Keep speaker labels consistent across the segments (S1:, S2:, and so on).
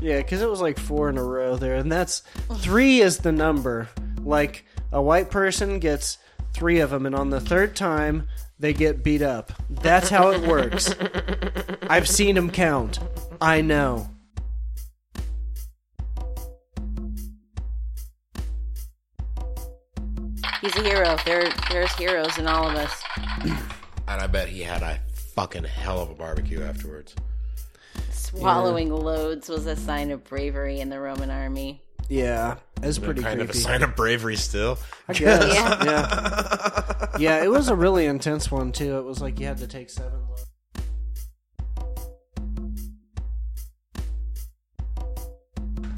S1: Yeah, because it was like four in a row there, and that's three is the number. Like a white person gets three of them, and on the third time they get beat up. That's how it works. I've seen them count. I know.
S2: He's a hero. There, there's heroes in all of us.
S3: And I bet he had a fucking hell of a barbecue afterwards.
S2: Swallowing loads was a sign of bravery in the Roman army.
S1: Yeah, it's pretty
S3: kind of a
S1: creepy.
S3: sign of bravery still.
S1: I guess.
S2: Yeah.
S1: yeah. Yeah, it was a really intense one too. It was like you had to take seven. Loads.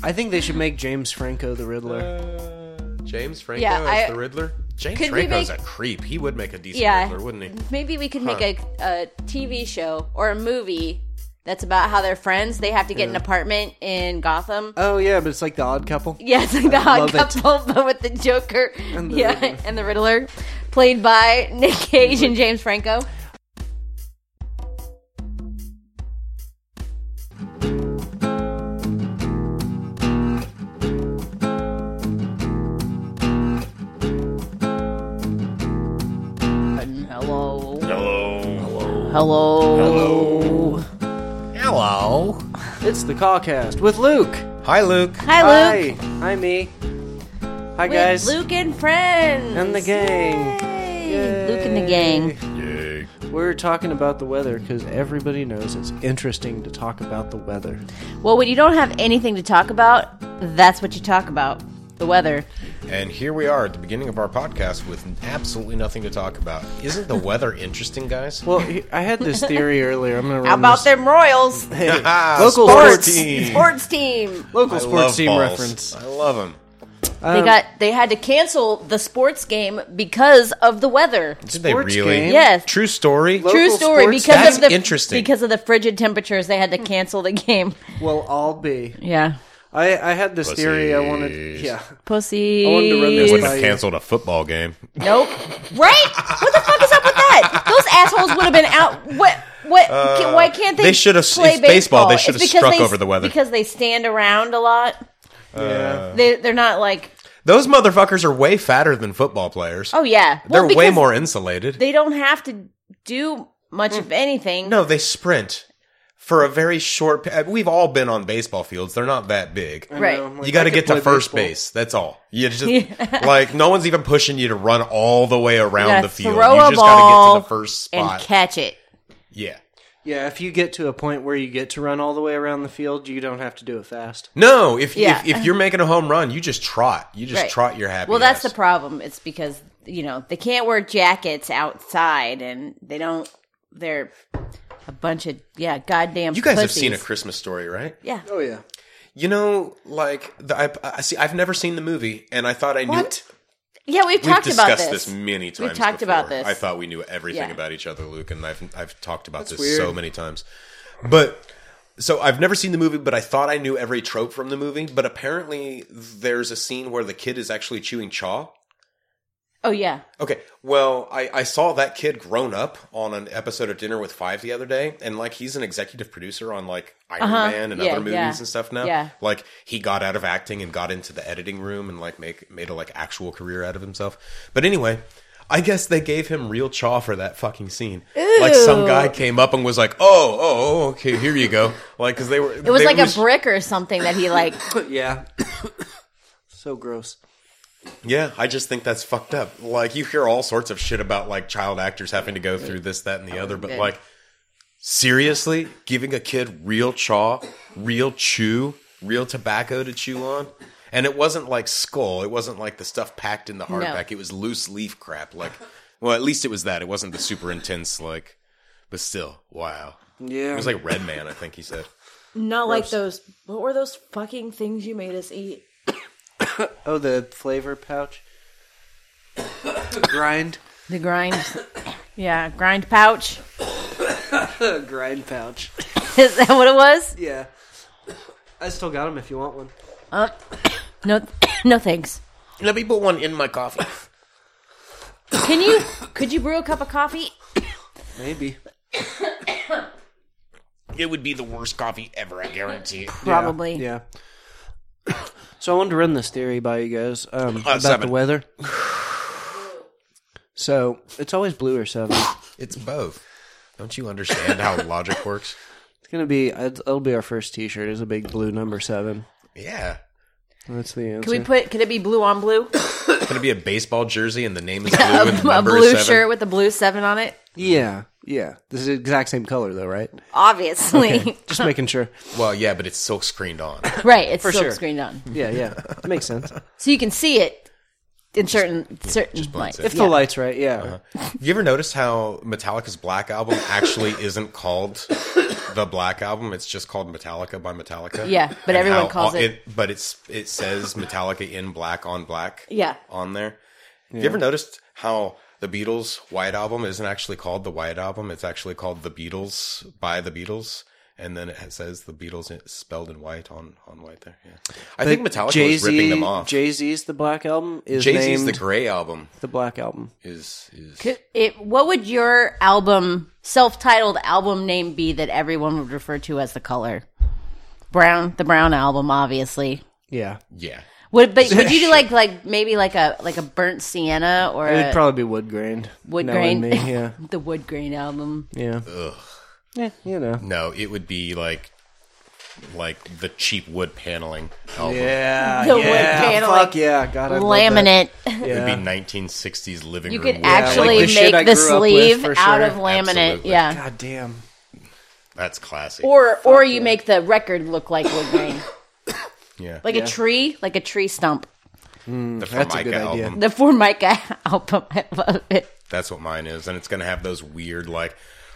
S1: I think they should make James Franco the Riddler.
S3: James Franco
S2: Yeah,
S3: as
S2: I-
S3: the Riddler. James
S2: Could we
S3: Franco's
S2: make-
S3: a creep. He would make a decent
S2: Yeah.
S3: Riddler, wouldn't he?
S2: Maybe we could make a, a TV show or a movie that's about how they're friends. They have to get an apartment in Gotham.
S1: Oh yeah, but it's like the Odd Couple.
S2: Yeah, it's like the Odd
S1: love it.
S2: Couple, but with the Joker
S1: And the
S2: yeah,
S1: Riddler.
S2: and the Riddler, played by Nick Cage and James Franco. Hello.
S3: Hello. Hello.
S2: Hello.
S3: Hello.
S1: It's the Cawcast with Luke.
S3: Hi, Luke.
S2: Hi, Luke.
S1: Hi, hi me. Hi
S2: With
S1: guys.
S2: Luke and friends.
S1: And the gang.
S2: Yay.
S1: Yay.
S2: Luke and the gang.
S3: Yay.
S1: We're talking about the weather because everybody knows it's interesting to talk about the weather.
S2: Well, when you don't have anything to talk about, that's what you talk about the weather.
S3: And here we are at the beginning of our podcast with absolutely nothing to talk about. Isn't the weather interesting, guys?
S1: Well, he- I had this theory earlier. I'm gonna.
S2: How about them Royals?
S3: Ah,
S1: Local
S3: sports
S1: sports.
S3: team.
S2: Sports team.
S1: local
S3: I
S1: sports
S3: love
S1: team
S3: balls.
S1: reference?
S3: I love them. Um,
S2: they got they had to cancel the sports game because of the weather.
S3: Did they
S1: Sports
S3: really?
S1: game?
S2: Yes.
S3: True story.
S1: Local
S2: True story
S1: sports-
S2: because
S3: That's
S2: of the
S3: interesting.
S2: because of the frigid temperatures they had to cancel the game.
S1: Well, I'll be.
S2: Hmm. Yeah.
S1: I, I had this theory. I wanted.
S3: Pussies.
S1: Yeah.
S2: Pussy.
S1: I wanted to run
S3: They
S1: this by
S3: wouldn't have
S1: you.
S3: canceled a football game.
S2: Nope. Right? What the fuck is up with that? Those assholes would have been out. What? What? ca- why can't they?
S3: Uh, they should have-
S2: play
S3: it's baseball, they
S2: It's
S3: should have
S2: because
S3: struck
S2: they-
S3: over the weather.
S2: because they stand around a lot.
S1: Uh, yeah.
S2: They they're not like
S3: Those motherfuckers are way fatter than football players.
S2: oh yeah.
S3: They're
S2: Well,
S3: way
S2: because
S3: more insulated.
S2: They don't have to do much of anything.
S3: no, they sprint for a very short. pe- We've all been on baseball fields. They're not that big.
S2: Right.
S1: I'm like,
S3: You got
S1: I
S3: to
S1: could
S3: get to
S1: play
S3: first
S1: baseball.
S3: base. That's all. You just like no one's even pushing you to run all the way around
S2: gotta
S3: the field.
S2: throw
S3: you
S2: a
S3: just gotta
S2: ball
S3: get to the first
S2: and
S3: spot.
S2: catch it.
S3: yeah.
S1: Yeah, if you get to a point where you get to run all the way around the field, you don't have to do it fast.
S3: No, if,
S2: Yeah.
S3: if if you're making a home run, you just trot. You just
S2: Right.
S3: trot your happy.
S2: Well, that's the
S3: ass.
S2: problem. It's because you know they can't wear jackets outside, and they don't. They're a bunch of yeah, goddamn.
S3: You guys have
S2: pussies.
S3: seen a Christmas story, right?
S2: yeah.
S1: Oh yeah.
S3: You know, like the, I, I see. I've never seen the movie, and I thought I knew.
S2: What? Yeah, we've,
S3: We've
S2: talked about
S3: discussed
S2: this.
S3: this. many times.
S2: talked
S3: before.
S2: about this.
S3: I thought we knew everything
S2: Yeah.
S3: about each other, Luke, and I've I've talked about this
S1: weird.
S3: so many times. But so I've never seen the movie, but I thought I knew every trope from the movie. But apparently, there's a scene where the kid is actually chewing chaw.
S2: oh yeah.
S3: Okay, well, I, I saw that kid grown up on an episode of Dinner with Five the other day, and like he's an executive producer on like Iron Man and
S2: Uh-huh. Yeah,
S3: other movies
S2: yeah.
S3: and stuff now.
S2: Yeah.
S3: Like he got out of acting and got into the editing room and like make made a like actual career out of himself. But anyway, I guess they gave him real chaw for that fucking scene. Like some guy came up and was like, "Oh, oh, oh, okay, here you go." Like because they were
S2: It was like a brick or something that he like.
S1: yeah. so gross.
S3: Yeah, I just think that's fucked up. Like you hear all sorts of shit about like child actors having to go through this, that, and the other, but
S2: good.
S3: like seriously, giving a kid real chaw, real chew, real tobacco to chew on. And it wasn't like skull. It wasn't like the stuff packed in the hardback. It was loose leaf crap. Like, well, at least it was that. It wasn't the super intense, like, but still, wow.
S1: Yeah.
S3: It was like Red Man, I think he said.
S2: Not like those. What were those fucking things you made us eat?
S1: oh, the flavor pouch. grind.
S2: The grind. yeah, grind pouch.
S1: The grind pouch.
S2: Is that what it was?
S1: Yeah. I still got them if you want one.
S2: Uh, No, no thanks.
S3: Let me put one in my coffee.
S2: Can you? Could you brew a cup of coffee?
S1: Maybe.
S4: It would be the worst coffee ever, I guarantee it.
S2: Probably.
S1: Yeah. So I wanted to run this theory by you guys um, about
S3: Uh, seven.
S1: the weather. So it's always blue or seven.
S3: It's both. Don't you understand how logic works?
S1: It's gonna be it'll be our first T-shirt. Is a big blue number seven.
S3: Yeah.
S1: That's the answer.
S2: Can we put? Could it be blue on blue?
S3: It's going to be a baseball jersey and the name is
S2: a
S3: blue and the
S2: a
S3: number
S2: blue
S3: is seven.
S2: shirt with a blue seven on it.
S1: yeah, yeah. This is the exact same color though, right?
S2: Obviously,
S1: Okay, just making sure.
S3: Well, yeah, but it's silk screened on.
S2: right? It's silk
S1: sure.
S2: screened on,
S1: Yeah, yeah. Makes sense
S2: so you can see it in certain certain light.
S3: blinds it.
S1: if the lights right. Yeah.
S3: Uh-huh. You ever notice how Metallica's Black Album actually isn't called the Black Album? It's just called Metallica by Metallica.
S2: Yeah, but
S3: And
S2: everyone
S3: how
S2: calls
S3: all-
S2: it-
S3: But it's it says Metallica in black on black.
S2: Yeah.
S3: on there. You ever noticed how the Beatles White Album isn't actually called the White Album? It's actually called the Beatles by the Beatles. And then it says the Beatles in- spelled in white on, on white there. Yeah. I think Metallica was ripping them off. Jay
S1: Jay Z's the Black Album is
S3: Z's
S1: named
S3: the
S1: the,
S3: Gray Album
S1: Black Album.
S3: is is
S2: Could- it- what would your album, self-titled album name be that everyone would refer to as the color? Brown, the Brown album, obviously.
S1: Yeah,
S3: yeah.
S2: Would but would you do like like maybe like a like a burnt sienna or
S1: it would
S2: a,
S1: probably be wood grained.
S2: Uh, Wood
S1: knowing
S2: grain.
S1: me, Yeah,
S2: the wood grain album?
S1: yeah. Yeah, you know.
S3: No, it would be like like the cheap wood paneling album.
S1: Yeah,
S2: The wood
S1: yeah,
S2: paneling.
S1: fuck yeah, God, I love that.
S2: laminate.
S3: It would
S1: Yeah.
S3: be 1960s living
S2: You
S3: room.
S2: could
S3: wood
S2: actually
S1: like the
S3: paneling.
S1: shit I
S2: make the
S1: grew up with,
S2: sleeve
S1: for
S2: out
S1: sure.
S2: of laminate.
S3: Absolutely.
S2: Yeah.
S1: God damn.
S3: That's classic.
S2: Or or you make the record look like wood grain.
S3: yeah.
S2: Like a tree, like a tree stump.
S3: the
S1: Mm, that's a good
S3: Formica
S1: idea.
S3: album.
S2: The Formica album. I love it.
S3: That's what mine is, and it's gonna have those weird, like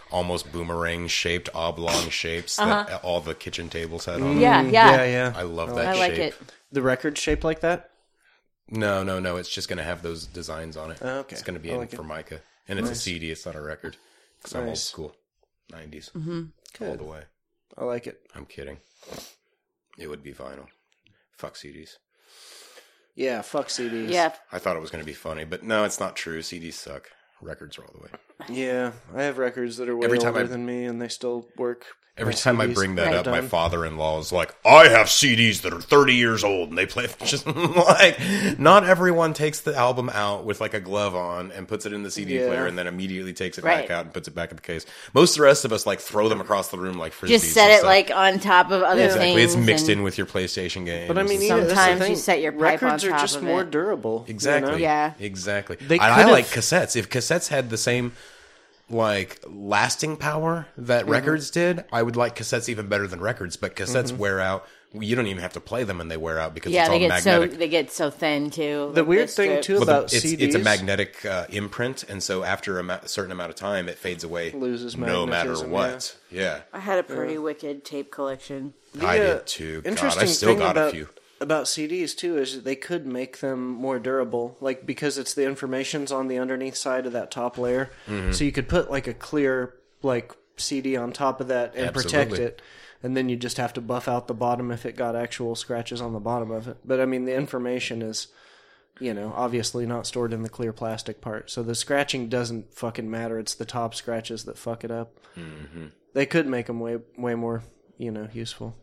S3: almost boomerang shaped, oblong shapes that all the kitchen tables had on. them.
S2: Uh-huh. Mm, Yeah,
S1: Mm, Yeah,
S2: yeah.
S1: yeah.
S3: I love that.
S2: I
S3: shape.
S2: like it.
S1: the record shaped like that?
S3: No, no, no. It's just gonna have those designs on it.
S1: okay.
S3: It's gonna be
S1: I
S3: in
S1: like it.
S3: Formica, and it's a CD. It's not a record because I'm old
S1: Nice.
S3: school, 90s mm-hmm. all the way.
S1: I like it.
S3: I'm kidding. It would be vinyl. Fuck CDs.
S1: Yeah, fuck CDs.
S2: Yeah.
S3: I thought it was gonna be funny, but no, it's not true. CDs suck. Records are all the way.
S1: yeah. I have records that are way
S3: Every time
S1: older
S3: I-
S1: than me, and they still work.
S3: Every
S1: My
S3: time I
S1: CDs
S3: bring that
S1: are
S3: up, my
S1: done.
S3: father-in-law is like, "I have CDs that are 30 years old, and they play." Just like, not everyone takes the album out with like a glove on and puts it in the CD
S1: Yeah.
S3: player, and then immediately takes it back
S2: Right.
S3: out and puts it back in the case. Most of the rest of us like throw them across the room like frisbees.
S2: Just set
S3: and
S2: it
S3: stuff.
S2: like on top of other
S3: exactly.
S2: things.
S3: It's mixed
S2: and-
S3: in with your PlayStation games.
S1: But I mean,
S3: and-
S1: yeah, that's the
S2: Sometimes you
S1: thing.
S2: set your pipe
S1: records
S2: on
S1: are
S2: top
S1: just
S2: of
S1: more
S2: it.
S1: durable. you know?
S3: exactly,
S2: Yeah.
S3: exactly.
S1: They
S3: and I
S1: could've-
S3: like cassettes. If cassettes had the same like lasting power that
S1: Mm-hmm.
S3: records did. I would like cassettes even better than records, but cassettes
S1: Mm-hmm.
S3: wear out. You don't even have to play them, and they wear out because
S2: Yeah,
S3: it's all
S2: they get
S3: magnetic.
S2: so they get so thin too.
S1: The
S2: like
S1: weird
S2: this
S1: thing
S2: strip.
S1: too
S3: Well, the-
S1: about
S3: it's,
S1: CDs,
S3: it's a magnetic uh, imprint, and so after a, ma- a certain amount of time, it fades away.
S1: Loses
S3: no matter
S1: magnetism,
S3: what. Yeah,
S2: I had a pretty wicked tape collection.
S3: I
S1: The, uh,
S3: did too. God, I
S1: Interesting
S3: still
S1: thing
S3: got
S1: about,
S3: a few.
S1: about CDs too is that they could make them more durable, like because it's the information's on the underneath side of that top layer,
S3: Mm-hmm.
S1: so you could put like a clear like CD on top of that and protect
S3: Absolutely.
S1: it. And then you just have to buff out the bottom if it got actual scratches on the bottom of it. But I mean, the information is, you know, obviously not stored in the clear plastic part. So the scratching doesn't fucking matter. It's the top scratches that fuck it up
S3: Mm-hmm.
S1: they could make them way way more you know useful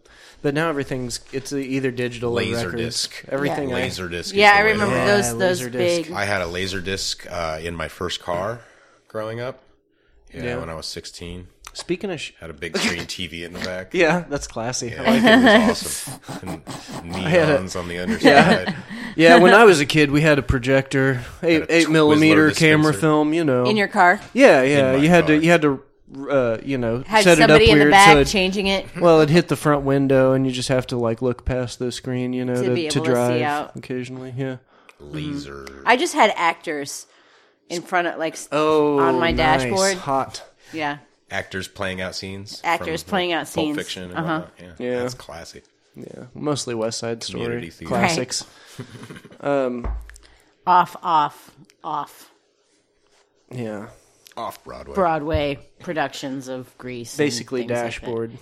S1: but now everything's it's either digital
S3: Laser
S1: or records.
S3: disc.
S1: everything I-
S3: Laser disc. is
S2: Yeah,
S3: the
S2: I
S3: way to
S2: remember
S3: go.
S2: those those
S1: Laserdisc.
S2: big.
S3: I had a laser disc uh, in my first car growing up. Yeah,
S1: Yeah.
S3: when I was sixteen,
S1: speaking of sh-
S3: had a big screen TV in the back.
S1: yeah that's classy
S3: I like it. It was awesome. And neons on the underside.
S1: yeah when i was a kid we had a projector eight,
S3: Had a
S1: eight
S3: Twizzler
S1: millimeter camera
S3: dispenser.
S1: film you know
S2: in your car.
S1: yeah yeah
S3: in my
S1: you had
S3: car.
S1: to you had to uh, you know
S2: Had
S1: set it up
S2: somebody in
S1: weird
S2: the
S1: so
S2: back
S1: it,
S2: changing it.
S1: well it hit the front window and you just have to like look past the screen you know
S2: To
S1: to, to
S2: be able to see
S1: drive
S2: out.
S1: occasionally yeah
S3: Laser.
S2: I just had actors in front of like s-
S1: oh
S2: on my
S1: nice.
S2: dashboard.
S1: hot
S2: Yeah.
S3: Actors playing out scenes.
S2: Actors
S3: from,
S2: playing
S3: like,
S2: out
S3: Pulp
S2: scenes.
S3: Fiction and
S2: Uh-huh.
S3: whatnot. Yeah.
S1: Yeah.
S3: That's classic.
S1: yeah mostly west side
S3: Community
S1: story
S3: theater. Right.
S1: classics
S2: Off, off, off. Mm,
S1: yeah
S3: Off Broadway.
S2: Broadway productions of Greece. and
S1: basically
S2: things like that.
S1: dashboard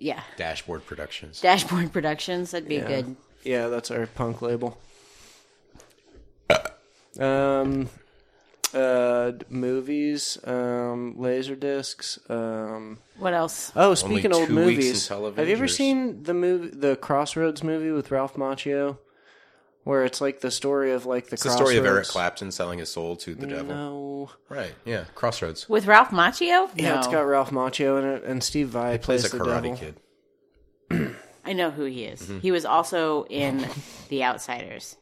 S2: yeah.
S3: Dashboard Productions.
S2: Dashboard productions. That'd be good.
S1: yeah that's our punk label um uh, d- movies, um, laser discs. Um,
S2: What else?
S1: oh, speaking of old
S3: two weeks
S1: movies,
S3: until
S1: have you ever
S3: Avengers.
S1: seen the movie, the Crossroads movie with Ralph Macchio, where it's like the story of like the
S3: It's the story of Eric
S1: Crossroads?
S3: Clapton selling his soul to the devil.
S1: No,
S3: Right. Yeah. Crossroads.
S2: With Ralph Macchio?
S1: yeah,
S2: No.
S1: it's got Ralph Macchio in it, and Steve Vai
S3: He plays a
S1: the devil.
S3: karate kid.
S2: I know who he is.
S3: Mm-hmm.
S2: He was also in The Outsiders.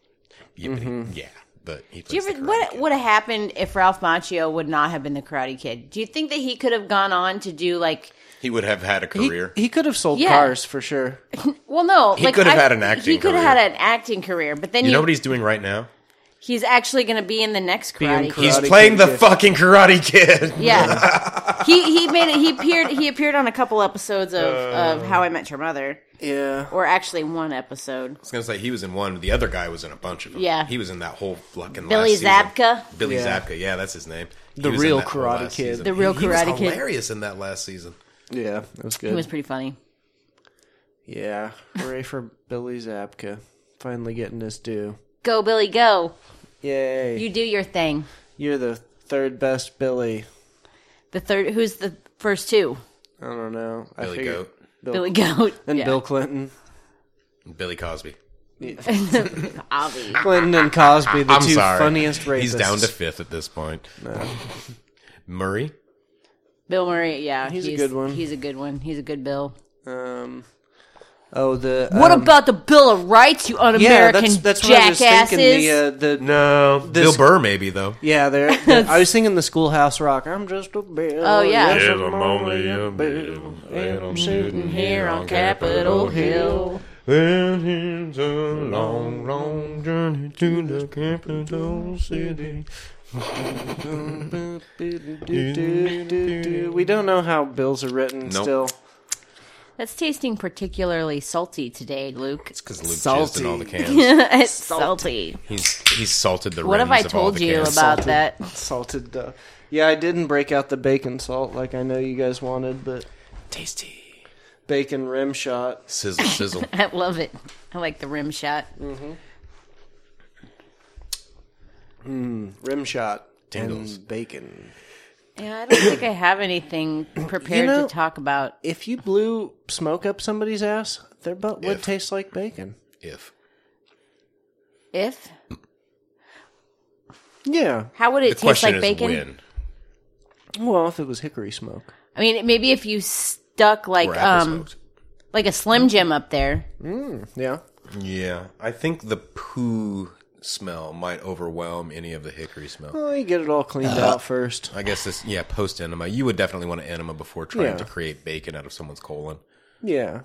S3: Yippity. Yeah. But he
S2: Do you
S3: plays
S2: ever,
S3: the karate
S2: what
S3: kid.
S2: would have happened if Ralph Macchio would not have been the Karate Kid? Do you think that he could have gone on to do like?
S3: He would have had a
S1: He,
S3: career.
S1: he could have sold
S2: Yeah.
S1: cars for sure.
S2: Well, no,
S3: He
S2: like,
S3: could have
S2: I-
S3: had an acting
S2: He could have
S3: career.
S2: had an acting career, but then
S3: you
S2: you
S3: know what he's doing right now?
S2: he's actually going to be in the next
S1: in
S2: Karate Kid.
S1: Karate
S3: He's
S1: Kid
S3: playing the
S1: kid.
S3: fucking Karate Kid.
S2: Yeah, he he made it. He appeared. He appeared on a couple episodes of of How I Met Your Mother,
S1: Yeah,
S2: or actually one episode.
S3: I was gonna say he was in one. The other guy was in a bunch of them.
S2: Yeah.
S3: he was in that whole fucking
S2: Billy
S3: last season.
S2: Zabka?
S3: Billy
S1: Yeah.
S3: Zabka, yeah, that's his name. He
S1: The
S3: was in
S1: real
S3: that whole
S1: Karate
S3: last
S1: Kid.
S3: season.
S2: The real
S3: He- he was
S2: Karate Kid.
S3: Hilarious in that last season.
S1: yeah, that was good.
S2: It was pretty funny.
S1: yeah, hooray for Billy Zabka, finally getting his due.
S2: Go Billy, go!
S1: Yay!
S2: You do your thing.
S1: You're the third best Billy.
S2: The third, who's the first two?
S1: I don't know. I
S3: Billy
S1: figured-
S3: Goat,
S1: Bill,
S2: Billy Goat
S1: and
S2: Yeah.
S1: Bill Clinton.
S3: and Billy Cosby.
S2: Avi.
S1: Clinton and Cosby, the
S3: I'm
S1: two
S3: sorry,
S1: funniest rapists.
S3: He's down to fifth at this point. Murray,
S2: Bill Murray, yeah,
S1: He's a good one.
S2: He's a good one. He's a good Bill.
S1: Um, oh, the
S2: What
S1: um,
S2: about the Bill of Rights, you un-American
S1: yeah? That's that's what I was
S2: jackasses?
S1: thinking. The uh, the
S3: no, Bill Burr, maybe though.
S1: yeah, there. the- I was thinking the Schoolhouse Rock. I'm just a bill.
S2: Oh, yeah.
S1: yes,
S2: Yes,
S3: I'm only a bill, and I'm sitting
S2: here on Capitol Hill.
S3: And it's a long, long journey to the capital city.
S1: We don't know how bills are written.
S3: Nope.
S1: Still,
S2: That's tasting particularly salty today, Luke. It's
S3: Because Luke jizzed in all the
S1: Salty.
S3: cans.
S2: salty.
S3: He's he's salted the
S2: What have
S3: rims
S2: I
S3: of all
S2: told
S3: the
S2: you
S3: cans.
S2: about
S1: Salted.
S2: that?
S1: salted duck. Yeah, I didn't break out the bacon salt like I know you guys wanted, but
S3: Tasty.
S1: bacon rim shot.
S3: Sizzle, sizzle.
S2: I love it. I like the rim shot.
S1: Rim shot.
S3: Tingles.
S1: And bacon.
S2: Yeah, I don't think I have anything prepared
S1: You know-
S2: to talk about.
S1: If you blew smoke up somebody's ass, their butt would
S3: If.
S1: taste like bacon.
S3: if
S2: If
S1: Yeah.
S2: how would
S3: the
S2: it taste
S3: question
S2: like
S3: is
S2: bacon?
S3: when
S1: Well, if it was hickory smoke.
S2: I mean, maybe if you stuck like
S3: or apple
S2: um
S3: smoked.
S2: like a Slim Jim up there.
S1: Yeah.
S3: Yeah, I think the poo smell might overwhelm any of the hickory smell.
S1: Well, you get it all cleaned out first.
S3: I guess this, yeah, post enema. You would definitely want an enema before trying
S1: Yeah.
S3: to create bacon out of someone's colon.
S1: Yeah.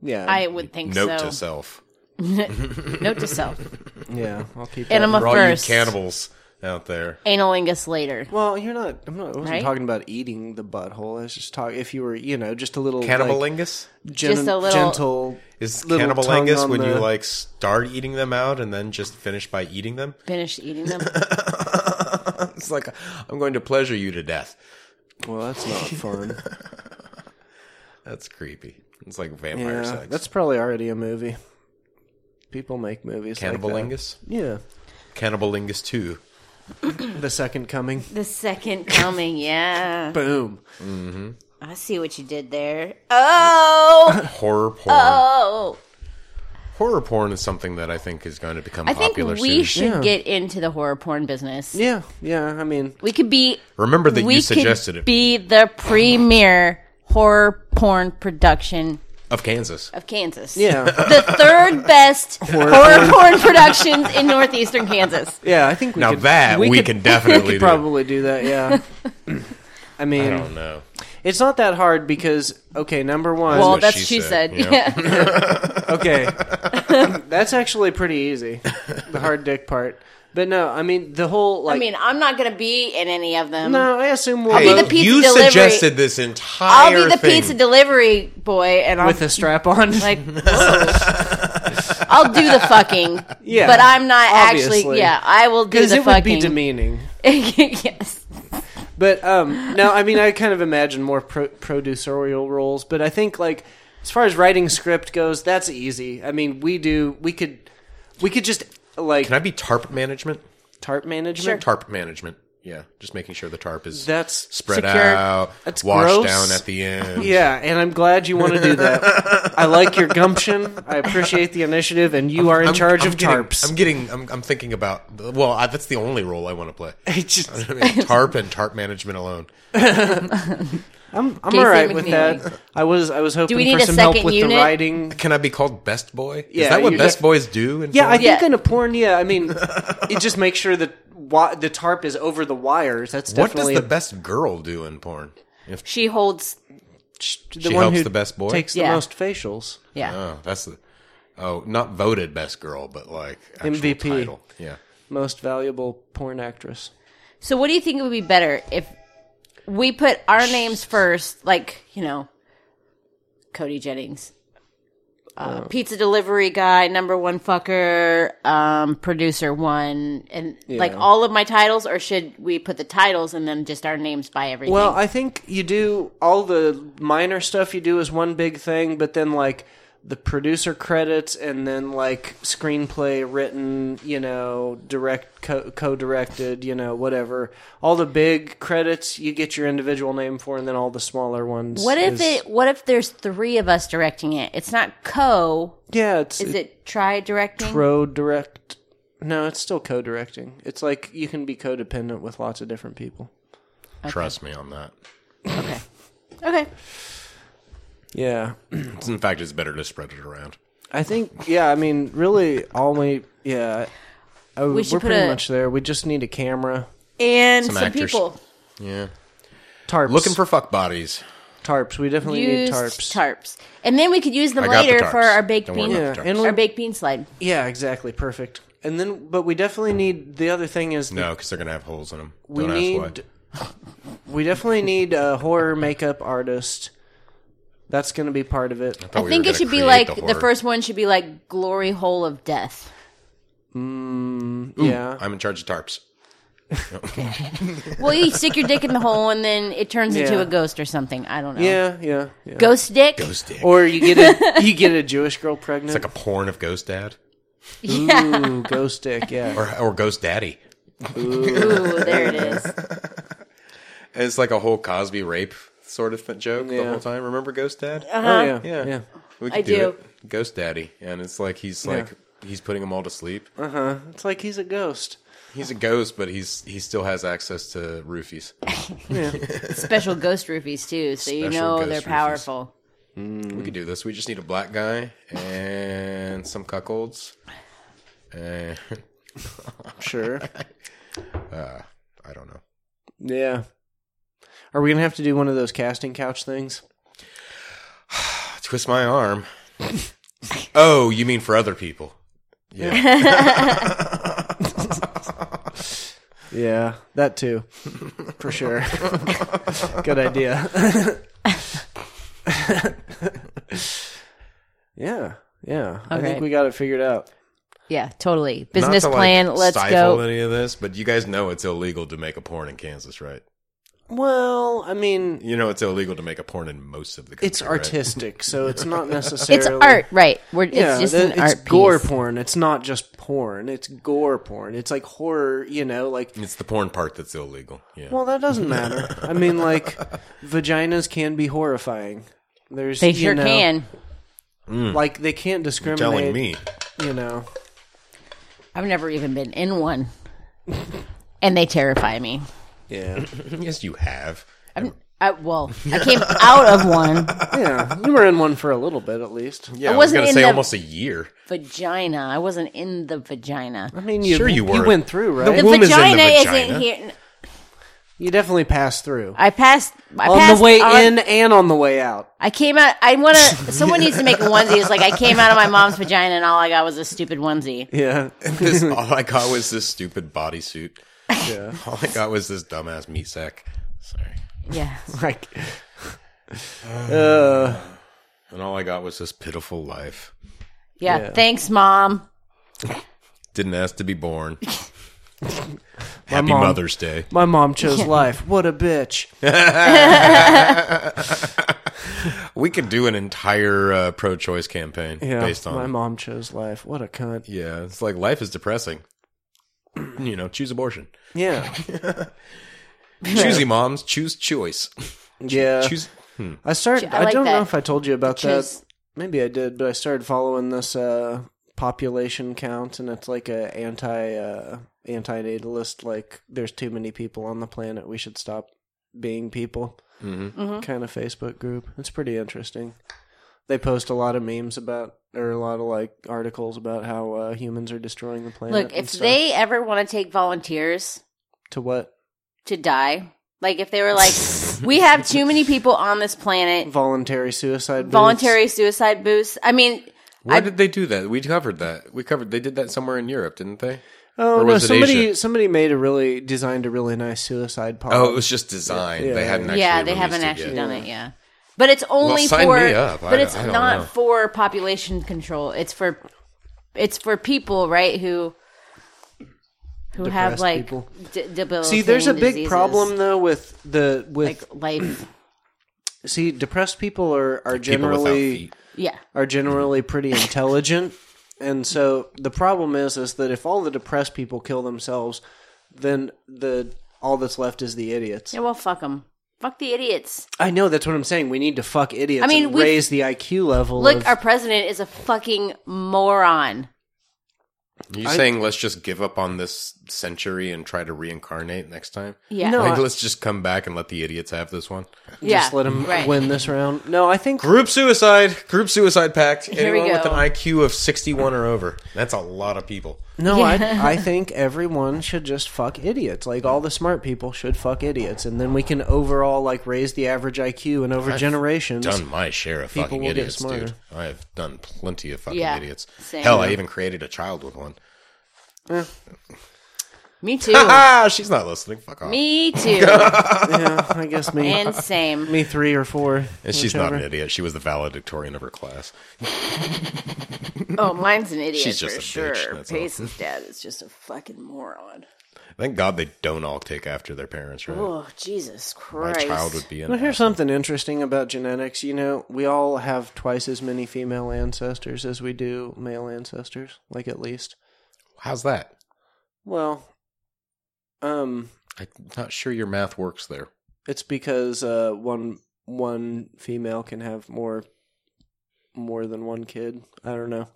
S1: Yeah.
S2: I would think
S3: Note
S2: so.
S3: to self.
S2: Note to self.
S1: yeah. I'll keep that.
S2: Enema
S3: For all
S2: first.
S3: you cannibals out there,
S2: analingus later.
S1: Well, you're not. I'm not. I wasn't
S2: Right?
S1: talking about eating the butthole. I was just talking. If you were, you know, just a little like,
S3: cannibalingus
S1: gen-
S2: Just a little-
S1: gentle.
S3: is
S1: little tongue
S3: cannibalingus
S1: on
S3: when you
S1: the-
S3: like start eating them out and then just finish by eating them.
S2: Finish eating them.
S3: It's like I'm going to pleasure you to death.
S1: Well, that's not fun.
S3: That's creepy. It's like vampire
S1: yeah,
S3: sex.
S1: that's probably already a movie. People make movies. Like
S3: cannibalingus.
S1: that. Yeah,
S3: Cannibalingus two.
S1: the second coming.
S2: the second coming, yeah.
S1: Boom.
S2: I see what you did there. Oh,
S3: Horror porn.
S2: oh.
S3: Horror porn is something that I think is going to become
S2: I think
S3: popular
S2: we
S3: soon.
S2: should
S1: Yeah.
S2: get into the horror porn business.
S1: Yeah, yeah. I mean,
S2: We could be
S3: Remember that
S2: we
S3: you suggested
S2: could
S3: it
S2: be the premier horror porn production
S3: of Kansas.
S2: of Kansas.
S1: yeah,
S2: The third best horror, porn productions in northeastern Kansas.
S1: yeah. I think we
S3: Now
S1: could,
S3: that we,
S1: could-
S3: can definitely
S1: we could probably do that. Yeah. I
S3: do. I
S1: mean,
S3: don't know.
S1: it's not that hard because okay, number one.
S2: Well,
S3: what
S2: that's
S3: she
S2: she
S3: said,
S2: said.
S3: you know?
S2: Yeah.
S1: Okay. That's actually pretty easy. The hard dick part. But no, I mean the whole like
S2: I mean, I'm not gonna be in any of them.
S1: no, I assume we'll
S2: be
S1: both-
S2: the pizza
S3: you
S2: delivery-
S3: suggested this entire
S2: I'll be the
S3: thing.
S2: pizza delivery boy, and I'll
S1: with a strap on.
S2: like whoa. I'll do the fucking.
S1: Yeah,
S2: but I'm not actually.
S1: obviously.
S2: Yeah, I will do
S1: because
S2: the
S1: it would be
S2: fucking.
S1: demeaning.
S2: yes,
S1: But um no, I mean I kind of imagine more pro- producerial roles, but I think like as far as writing script goes, that's easy. I mean, we do we could we could just like
S3: Can I be tarp management?
S1: tarp management.
S3: Tarp management. Yeah, just making sure the tarp is
S1: That's
S3: spread
S1: secure.
S3: out,
S1: That's
S3: washed
S1: gross.
S3: down at the end.
S1: Yeah, and I'm glad you want to do that. I like your gumption. I appreciate the initiative, and you are in
S3: I'm-
S1: charge
S3: I'm
S1: of
S3: getting-
S1: tarps.
S3: I'm getting. I'm, I'm thinking about. Well, I, that's the only role I want to play.
S1: I just-
S3: I mean, tarp and tarp management alone.
S1: I'm, I'm
S2: Casey
S1: all right with
S2: McNeely.
S1: that. I was I was hoping
S2: we need
S1: for
S2: a
S1: some help
S2: second
S1: with the
S2: unit?
S1: writing.
S3: Can I be called best boy?
S1: Yeah,
S3: Is that what
S1: you
S3: best
S1: def-
S3: boys do? In
S1: Yeah, I
S3: Florida?
S1: think
S2: Yeah.
S1: in a porn, yeah. I mean, it just makes sure that wa- the tarp is over the wires. That's
S3: what does
S1: definitely
S3: the best girl do in porn? If
S2: She holds.
S1: the
S3: she helps the best boy?
S1: takes the
S2: Yeah.
S1: most facials.
S2: Yeah.
S3: oh, that's the oh, not voted best girl, but like actual
S1: MVP.
S3: Title. Yeah,
S1: Most valuable porn actress.
S2: So what do you think would be better if we put our names first, like you know, Cody Jennings, uh,
S1: Oh.
S2: pizza delivery guy, number one fucker, um, producer one, and like all of my titles, or should we put the titles and then just our names by everything?
S1: Well, I think you do all the minor stuff you do is one big thing, but then like the producer credits and then like screenplay written, you know, direct co- co-directed, you know, whatever. All the big credits you get your individual name for and then all the smaller ones.
S2: what if
S1: is-
S2: it? What if there's three of us directing it? It's not co.
S1: Yeah, it's
S2: Is it try directing?
S1: pro-direct. No, it's still co-directing. It's like you can be codependent with lots of different people.
S3: trust me on that.
S2: okay. Okay.
S1: Yeah.
S3: It's, in fact, it's better to spread it around.
S1: I think, yeah, I mean, really, all we, yeah, I, we
S2: should
S1: are
S2: put
S1: pretty
S2: a-
S1: much there. We just need a camera.
S2: And
S3: Some
S2: some,
S3: actors.
S2: people
S3: Yeah,
S1: Tarps.
S3: looking for fuck bodies.
S1: tarps. We definitely
S2: use
S1: need tarps.
S2: and then we could use them
S3: I got the
S2: later for
S3: tarps.
S2: our baked
S3: Don't
S2: bean.
S3: worry
S1: yeah,
S3: about the
S1: and
S3: tarps.
S1: we,
S2: Our baked bean slide.
S1: yeah, exactly. Perfect. And then, but we definitely need, the other thing is
S3: No, because they're gonna have holes in them.
S1: we
S3: Don't ask
S1: need,
S3: why.
S1: we definitely need a horror makeup artist. That's going to be part of it.
S3: thought
S2: I
S3: we
S2: think
S3: were
S2: it
S3: gonna
S2: should be
S3: create
S2: like the,
S3: horror.
S2: first one should be like glory hole of death.
S1: yeah.
S3: I'm in charge of tarps.
S2: Well, you stick your dick in the hole and then it turns into
S1: Yeah.
S2: a ghost or something. I don't know.
S1: yeah, yeah, yeah.
S2: Ghost dick.
S3: Ghost dick.
S1: Or you get a you get a Jewish girl pregnant.
S3: like a porn of ghost dad
S1: Ooh, ghost dick. Yeah.
S3: or or ghost daddy.
S2: Ooh, there it is.
S3: And it's like a whole Cosby rape sort of joke the
S1: Yeah.
S3: whole time. Remember Ghost Dad?
S2: Uh-huh.
S1: Oh yeah,
S3: Yeah.
S1: yeah. yeah.
S3: We
S2: Uh, I do.
S3: it. Ghost Daddy, and it's like he's like he's putting them all to sleep.
S1: It's like he's a ghost.
S3: He's a ghost, but he's he still has access to roofies.
S2: Special ghost roofies too, so you
S3: Special
S2: know
S3: ghost
S2: they're
S3: roofies.
S2: powerful.
S3: We could do this. We just need a black guy and some cuckolds. And
S1: Sure.
S3: I don't know.
S1: yeah. Are we gonna have to do one of those casting couch things?
S3: Twist my arm. oh, you mean for other people? Yeah.
S1: Yeah, that too, for sure. Good idea. yeah, yeah. I
S2: Okay.
S1: think we got it figured out.
S2: Yeah, totally.
S3: Not
S2: Business
S3: to, like,
S2: plan. let's
S3: stifle
S2: go.
S3: Any of this? But you guys know it's illegal to make a porn in Kansas, right?
S1: Well, I mean,
S3: You know it's illegal to make a porn in most of the country.
S1: it's
S3: right?
S1: artistic, so it's not necessarily
S2: It's art, right? We're, it's just
S1: the-
S2: an art piece.
S1: gore porn. It's not just porn. It's gore porn. It's like horror. You know, like
S3: It's the porn part that's illegal. Yeah.
S1: well, that doesn't matter. I mean, like vaginas can be horrifying. There's
S2: They
S1: you
S2: sure
S1: know,
S2: can.
S1: Like they can't discriminate.
S3: Hmm. telling me.
S1: you know.
S2: I've never even been in one, and they terrify me.
S1: Yeah,
S3: Yes, you have.
S2: I, well, I came out of one
S1: yeah. You were in one for a little bit, at least. Oh,
S3: Yeah, I, was
S2: wasn't
S3: going to
S2: in
S3: say
S2: the-
S3: almost a year.
S2: vagina. I wasn't in the vagina.
S1: I mean, you,
S3: Sure you were.
S1: went through, right?
S2: The
S3: womb is in the
S2: vagina, is
S3: vagina.
S2: not here.
S1: you definitely passed through
S2: I passed. I
S1: on
S2: passed
S1: the way
S2: on-
S1: in and on the way out.
S2: I came out. I want to. Someone needs to make a onesie. It's like I came out of my mom's vagina, and all I got was a stupid onesie.
S1: Yeah,
S3: This, all I got was this stupid bodysuit.
S1: yeah.
S3: All I got was this dumbass meat sack. Sorry.
S2: Yeah.
S1: Like, uh,
S3: And all I got was this pitiful life.
S2: Yeah.
S1: Yeah.
S2: Thanks, mom.
S3: Didn't ask to be born. Happy
S1: mom-
S3: Mother's Day.
S1: my mom chose life. What a bitch.
S3: We could do an entire uh, pro-choice campaign
S1: Yeah,
S3: based on
S1: my mom chose life. What a cunt.
S3: Yeah, it's like life is depressing. you know, choose abortion.
S1: Yeah.
S3: Choosy moms, choose choice.
S1: Yeah.
S3: Choose. Hmm.
S1: I started.
S2: I
S1: I,
S2: like
S1: don't
S2: that.
S1: know if I told you about
S2: Choose.
S1: that. Maybe I did, but I started following this uh, population count, and it's like a anti uh, anti-natalist. Like, there's too many people on the planet. We should stop being people.
S3: Mhm.
S2: Mm-hmm.
S1: Kind of Facebook group. It's pretty interesting. They post a lot of memes about, or a lot of like articles about how uh, humans are destroying the planet.
S2: Look,
S1: and
S2: if
S1: stuff.
S2: they ever want to take volunteers
S1: to what
S2: to die, like if they were like, we have too many people on this planet,
S1: voluntary suicide? booths?
S2: voluntary suicide boosts. I mean,
S3: Where
S2: I-
S3: did they do that? We covered that. We covered. They did that somewhere in Europe, didn't they?
S1: Oh
S3: Or
S1: no!
S3: was it
S1: Somebody
S3: Asia?
S1: somebody made a really designed a really nice suicide pod.
S3: Oh, it was just design.
S1: Yeah,
S3: they
S1: yeah,
S3: hadn't.
S1: yeah.
S3: Actually
S2: yeah, they
S3: released
S2: haven't
S3: it
S2: actually
S3: yet.
S2: done it. Yeah, but it's only
S3: sign
S2: for.
S3: me up.
S2: But
S3: I don't-
S2: it's
S3: I don't
S2: not
S3: know.
S2: for population control. It's for, it's for people, right? Who, who have
S1: Depressed
S2: like
S1: people.
S2: d- debilitating
S1: See, there's a big
S2: diseases,
S1: problem though with the with
S2: Like life,
S1: see depressed people are are
S3: People without
S1: generally
S3: feet. Mm-hmm.
S2: yeah.
S1: are generally pretty intelligent, and so the problem is is that if all the depressed people kill themselves, then the all that's left is the idiots.
S2: Yeah, well, fuck them. Fuck the idiots.
S1: I know that's what I'm saying. We need to fuck idiots.
S2: I mean,
S1: and
S2: we've-
S1: raise the IQ level.
S2: Look,
S1: of,
S2: our president is a fucking moron.
S3: You saying let's just give up on this century and try to reincarnate next time?
S2: Yeah.
S1: No,
S3: I think
S1: I-
S3: let's just come back and let the idiots have this one.
S2: yeah.
S1: just let them
S2: right.
S1: win this round. No, I think
S3: Group suicide. Group suicide pact.
S2: we
S3: Anyone with
S2: go.
S3: an IQ of sixty-one or over. That's a lot of people.
S1: No, I, I think everyone should just fuck idiots. Like all the smart people should fuck idiots, and then we can overall like raise the average IQ and over generations.
S3: Done my share of
S1: People
S3: fucking
S1: will get
S3: idiots,
S1: smarter.
S3: dude. I have done plenty of fucking
S2: Yeah,
S3: idiots.
S2: same.
S3: Hell, I even created a child with one.
S2: Me too.
S3: Ah, she's not listening. Fuck off.
S2: Oh. Me too.
S1: Yeah, I guess me,
S2: and same.
S1: me three or four.
S3: and she's not an
S1: whichever.
S3: idiot. She was the valedictorian of her class.
S2: Oh, mine's an idiot
S3: She's just
S2: for
S3: a
S2: sure.
S3: bitch, that's all.
S2: Pace's dad is just a fucking moron.
S3: Thank God they don't all take after their parents, right?
S2: Oh, Jesus
S3: My
S2: Christ.
S3: child would be in.
S1: Well, here's something interesting about genetics. You know, we all have twice as many female ancestors as we do male ancestors. Like at least,
S3: How's that?
S1: well, um,
S3: I'm not sure your math works there.
S1: it's because uh, one one female can have more more than one kid. I don't know.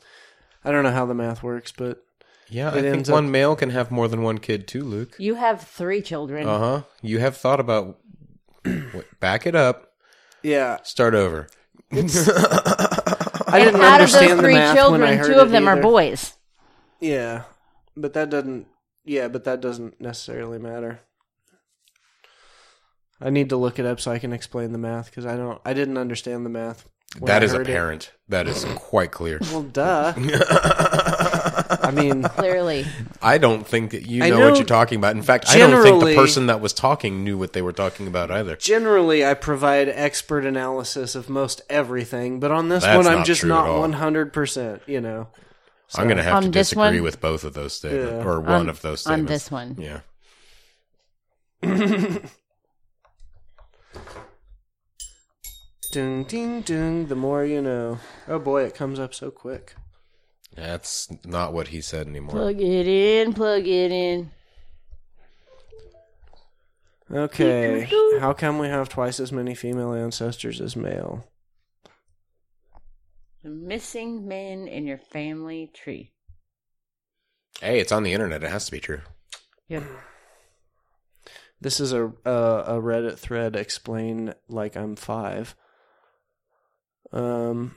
S1: I don't know how the math works, but
S3: Yeah,
S1: It
S3: I think
S1: ends up-
S3: one male can have more than one kid too, Luke.
S2: you have three children.
S3: Uh huh. You have thought about. Wait, back it up.
S1: yeah,
S3: Start over.
S1: I didn't
S2: Out of
S1: understand
S2: those
S1: the
S2: three
S1: math when I
S2: children,
S1: heard
S2: two of
S1: it
S2: them are
S1: either.
S2: boys.
S1: Yeah, but that doesn't. Yeah, but that doesn't necessarily matter. I need to look it up so I can explain the math because I don't. I didn't understand the math. when
S3: that
S1: I
S3: is
S1: heard it.
S3: apparent. That is quite clear.
S1: Well, duh. I mean,
S2: Clearly.
S3: I don't think that you
S1: I
S3: know, what
S1: know
S3: you're talking about. In fact, I don't think the
S1: generally-
S3: person that was talking knew what they were talking about either.
S1: generally, I provide expert analysis of most everything, but on this
S3: That's
S1: one, I'm
S3: not
S1: just
S3: true at
S1: not
S3: all.
S1: 100. percent You know,
S3: I'm going to have
S2: On
S3: to
S2: this
S3: disagree
S2: one-
S3: with both of those statements,
S1: Yeah.
S3: or one
S2: On-
S3: of those
S2: on
S3: statements.
S2: this one.
S3: Yeah.
S1: ding, ding, ding. The more you know. Oh boy, it comes up so quick.
S3: That's not what he said anymore.
S2: Plug it in, plug it in.
S1: Okay, how come we have twice as many female ancestors as male?
S2: The missing men in your family tree.
S3: Hey, it's on the internet. It has to be true.
S2: Yep.
S1: This is a uh, a Reddit thread. Explain like I'm five. Um.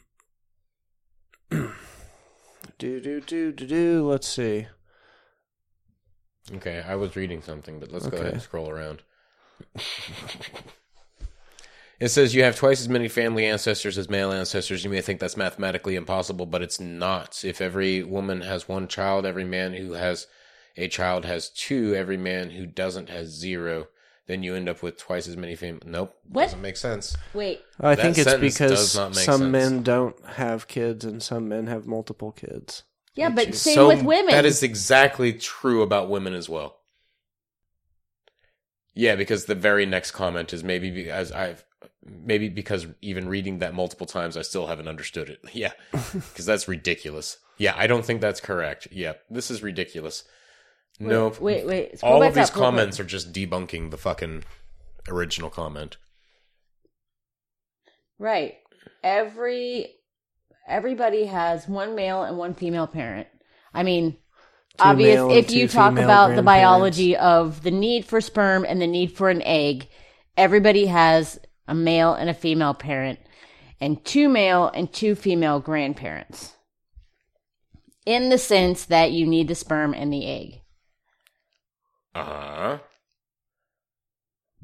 S1: do do do do do. Let's see.
S3: Okay, I was reading something, but let's go
S1: Okay.
S3: ahead and scroll around. it says you have twice as many family ancestors as male ancestors. You may think that's mathematically impossible, but it's not. If every woman has one child, every man who has a child has two, every man who doesn't has zero, then you end up with twice as many family. Nope.
S2: What?
S3: Doesn't make sense.
S2: Wait.
S1: I
S3: That
S1: think it's
S3: sentence
S1: because
S3: does not
S1: some
S3: make sense.
S1: men don't have kids and some men have multiple kids.
S2: Yeah, but same
S3: So
S2: with women.
S3: That is exactly true about women as well. Yeah, because the very next comment is maybe because I've maybe because even reading that multiple times, I still haven't understood it. Yeah, because that's ridiculous. Yeah, I don't think that's correct. Yeah, this is ridiculous. no.
S2: Wait, wait. scroll
S3: All
S2: back
S3: of these
S2: up, real quick.
S3: comments are just debunking the fucking original comment.
S2: Right. Every everybody has one male and one female parent. I mean, obvious
S1: male and
S2: if you
S1: two
S2: talk
S1: female
S2: about the
S1: grandparents.
S2: biology of the need for sperm and the need for an egg, everybody has a male and a female parent and two male and two female grandparents. In the sense that you need the sperm and the egg.
S3: Uh huh.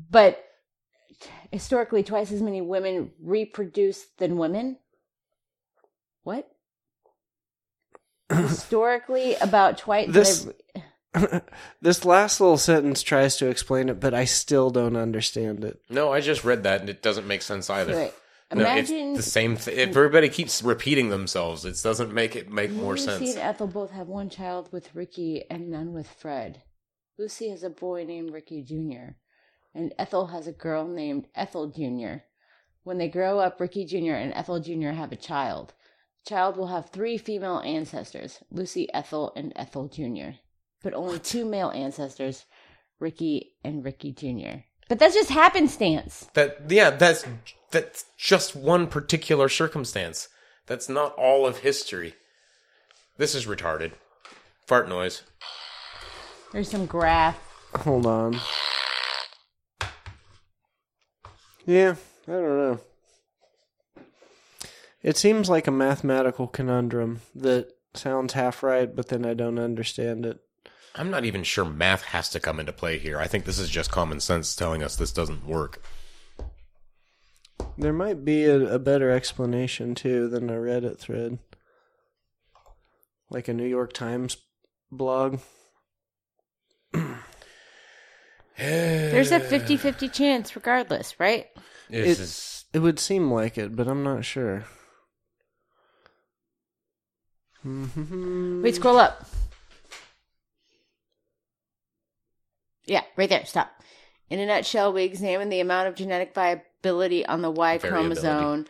S2: But historically twice as many women reproduce than women what historically about twice
S1: This- This last little sentence tries to explain it, but I still don't understand it.
S3: No, I just read that and it doesn't make sense either.
S2: Wait,
S3: No, it's
S2: imagine
S3: the same thing. If everybody keeps repeating themselves, it doesn't make it make more
S2: lucy
S3: sense.
S2: and ethel both have one child with ricky and none with fred lucy has a boy named ricky jr and ethel has a girl named ethel jr when they grow up ricky jr and ethel jr have a child child will have three female ancestors Lucy, Ethel, and Ethel Jr., but only two male ancestors, Ricky and Ricky Jr. But that's just happenstance.
S3: That yeah, that's that's just one particular circumstance. That's not all of history. This is retarded. Fart noise.
S2: There's some graph.
S1: Hold on. Yeah, I don't know. It seems like a mathematical conundrum that sounds half right, but then I don't understand it.
S3: I'm not even sure math has to come into play here. I think this is just common sense telling us this doesn't work.
S1: There might be a, a better explanation too than a Reddit thread, like a New York Times blog.
S2: There's a 50 50 chance, regardless, right?
S3: This
S1: It-
S3: is
S1: It would seem like it, but I'm not sure. Mhm.
S2: Wait, scroll up. Yeah, right there. Stop. In a nutshell, we examine the amount of genetic viability on the Y
S3: Variability.
S2: chromosome.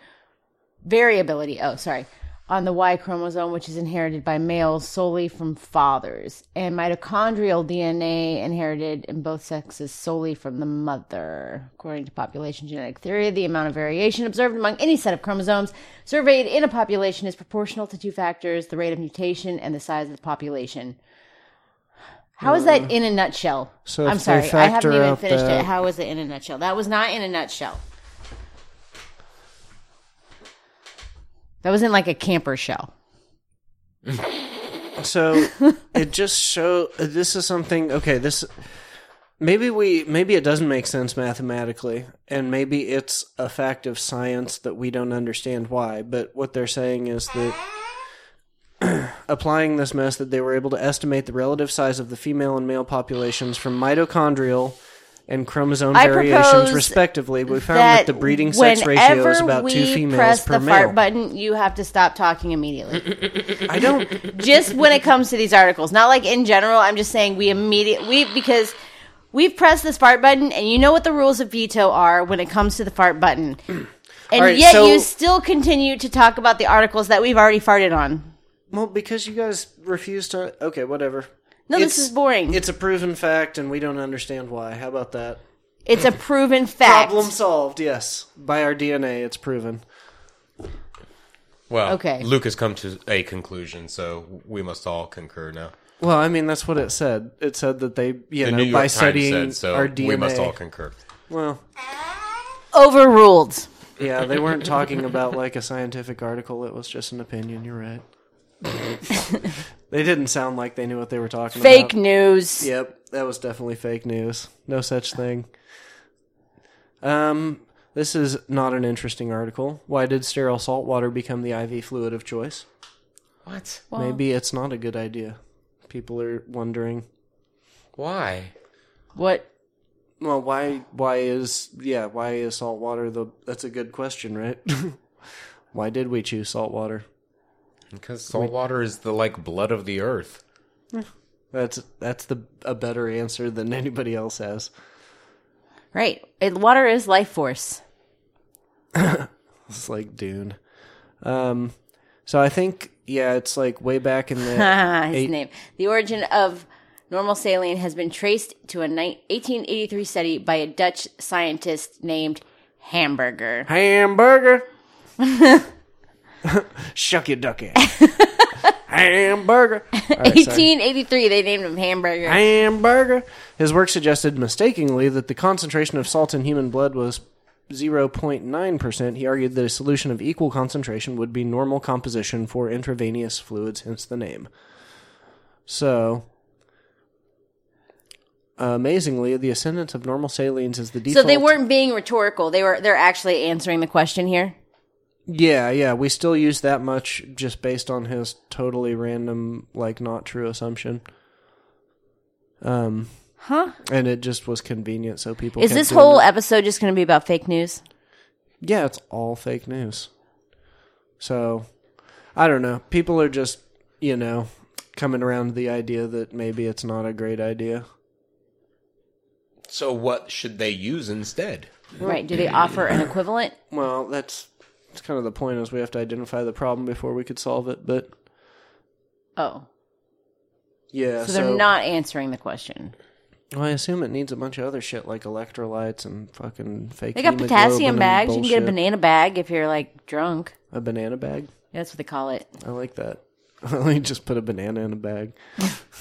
S2: Variability. Oh, sorry. On the Y chromosome, which is inherited by males solely from fathers, and mitochondrial DNA inherited in both sexes solely from the mother. According to population genetic theory, the amount of variation observed among any set of chromosomes surveyed in a population is proportional to two factors the rate of mutation and the size of the population. How is that in a nutshell?
S1: Uh, So if
S2: I'm
S1: they
S2: sorry, I haven't
S1: factor
S2: even
S1: out
S2: finished
S1: that-
S2: it. How is it in a nutshell? That was not in a nutshell. That was in like a camper shell.
S1: So it just show this is something okay, this maybe we maybe it doesn't make sense mathematically and maybe it's a fact of science that we don't understand why, but what they're saying is that applying this method they were able to estimate the relative size of the female and male populations from mitochondrial and chromosome
S2: I propose
S1: variations respectively. We found that, the breeding sex ratio is
S2: whenever
S1: about
S2: we
S1: two females
S2: press
S1: per
S2: the
S1: male.
S2: fart button, you have to stop talking immediately.
S1: I don't
S2: just when it comes to these articles, not like in general. I'm just saying we immediately we because we've pressed this fart button, and you know what the rules of veto are when it comes to the fart button, and
S1: right,
S2: yet
S1: so-
S2: you still continue to talk about the articles that we've already farted on.
S1: Well, because you guys refuse to. Okay, whatever.
S2: No, this is boring.
S1: It's
S2: It's,
S1: a proven fact, and we don't understand why. How about that?
S2: a proven fact.
S1: Problem solved. Yes, by our DNA, it's proven.
S3: well.
S2: Okay.
S3: Luke has come to a conclusion, so we must all concur now.
S1: Well, I mean, that's what it said. It said that they, you
S3: The
S1: know,
S3: New York
S1: by
S3: Times
S1: studying
S3: said so.
S1: our DNA.
S3: We must all concur.
S1: well,
S2: Overruled.
S1: yeah, they weren't talking about like a scientific article. It was just an opinion. You're right. they didn't sound like they knew what they were talking about.
S2: Fake news.
S1: Yep, that was definitely fake news. No such thing. Um, this is not an interesting article. Why did sterile salt water become the IV fluid of choice?
S3: What?
S1: Maybe it's not a good idea. People are wondering.
S3: Why?
S2: What?
S1: Well, why? Why is yeah? Why is salt water the? That's a good question, right? why did we choose salt water?
S3: Because salt water is the like blood of the earth.
S1: That's that's the a better answer than anybody else has.
S2: Right. It, water is life force.
S1: It's like Dune. Um, so I think yeah, it's like way back in the
S2: Ah, his name. The origin of normal saline has been traced to a ni- 1883 study by a Dutch scientist named Hamburger.
S1: Hamburger. Shuck your duck ass. Hamburger. All right, sorry.
S2: 1883, they named him Hamburger.
S1: Hamburger. His work suggested mistakenly that the concentration of salt in human blood was 0.9%. He argued that a solution of equal concentration would be normal composition for intravenous fluids, hence the name. So, amazingly, the ascendance of normal salines is the
S2: so
S1: default.
S2: they weren't being rhetorical. They were they're actually answering the question here.
S1: Yeah, yeah. We still use that much just based on his totally random, like not true assumption. Um Huh? And it just was convenient so people
S2: Is
S1: kept
S2: this
S1: doing
S2: whole
S1: it.
S2: episode just going to be about fake news?
S1: Yeah, it's all fake news. So I don't know. People are just, you know, coming around to the idea that maybe it's not a great idea.
S3: So what should they use instead?
S2: Right. Do they offer an equivalent?
S1: Well, that's that's kind of the point is we have to identify the problem before we could solve it, but
S2: Oh.
S1: yeah,
S2: So they're not answering the question.
S1: Well, I assume it needs a bunch of other shit like electrolytes and fucking fake.
S2: They got
S1: hemoglobin
S2: potassium
S1: and
S2: bags. You can get a
S1: bullshit.
S2: banana bag if you're like drunk.
S1: A banana bag.
S2: That's what they call it.
S1: I like that. Let me just put a banana in a bag.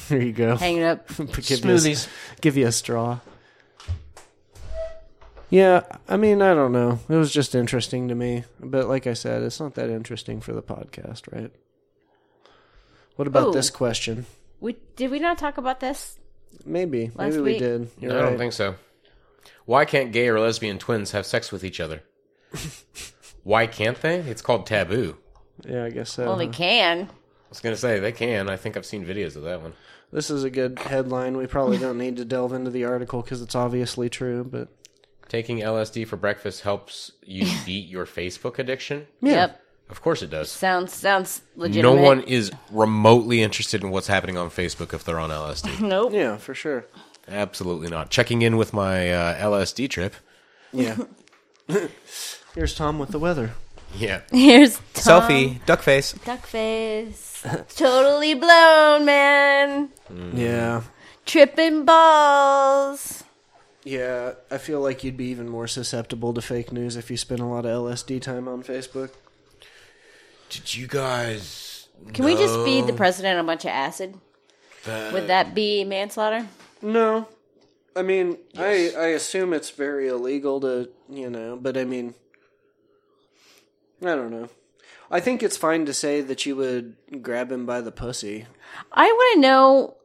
S1: there you go.
S2: Hang it up.
S1: give smoothies. give you a straw. Yeah, I mean, I don't know. It was just interesting to me, but like I said, it's not that interesting for the podcast, right? What about
S2: Ooh.
S1: this question?
S2: We, did we not talk about this?
S1: Maybe,
S2: Last
S1: maybe we
S2: week?
S1: did. You're
S3: I don't
S1: right.
S3: think so. Why can't gay or lesbian twins have sex with each other? Why can't they? It's called taboo.
S1: Yeah, I guess so.
S2: Well, they
S3: Uh-huh.
S2: can.
S3: I was gonna say they can. I think I've seen videos of that one.
S1: This is a good headline. We probably don't need to delve into the article because it's obviously true, but
S3: Taking LSD for breakfast helps you beat your Facebook addiction.
S2: Yep.
S3: Of course it does.
S2: Sounds sounds
S3: No
S2: legitimate.
S3: one is remotely interested in what's happening on Facebook if they're on LSD.
S2: Nope.
S1: yeah, for sure.
S3: Absolutely not. Checking in with my uh, LSD trip.
S1: Yeah. Here's Tom with the weather.
S3: Yeah.
S2: Here's Tom.
S3: Selfie, duck face.
S2: Duck face. totally blown, man.
S1: Yeah.
S2: Tripping balls.
S1: Yeah, I feel like you'd be even more susceptible to fake news if you spent a lot of LSD time on Facebook.
S3: Did you guys?
S2: Can we just feed the president a bunch of acid? Would that be manslaughter?
S1: No. I mean, I I assume it's very illegal to, you know, but I mean I don't know. I think it's fine to say that you would grab him by the pussy.
S2: I want to know.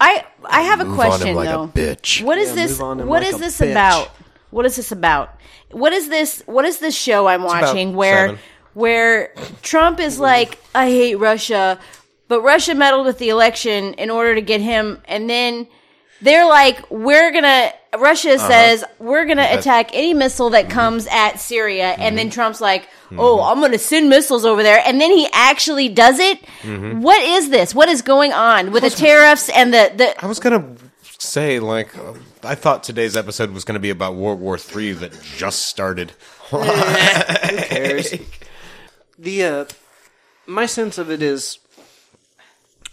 S2: I I have a question though.
S3: bitch.
S2: What is
S1: Yeah,
S2: this?
S1: move on and
S2: What
S1: like a
S2: is this
S1: bitch.
S2: about? What is this about? What is this? What is this show I'm watching where
S3: seven.
S2: where Trump is like, I hate Russia, but Russia meddled with the election in order to get him, and then they're like, we're gonna. Russia says we're gonna attack any missile that comes at Syria, and then Trump's like, oh, I'm gonna send missiles over there, and then he actually does it. What is this? What is going on with the tariffs and the the
S3: I was gonna say like um, I thought today's episode was gonna be about World War Three that just started.
S1: cares? the uh, my sense of it is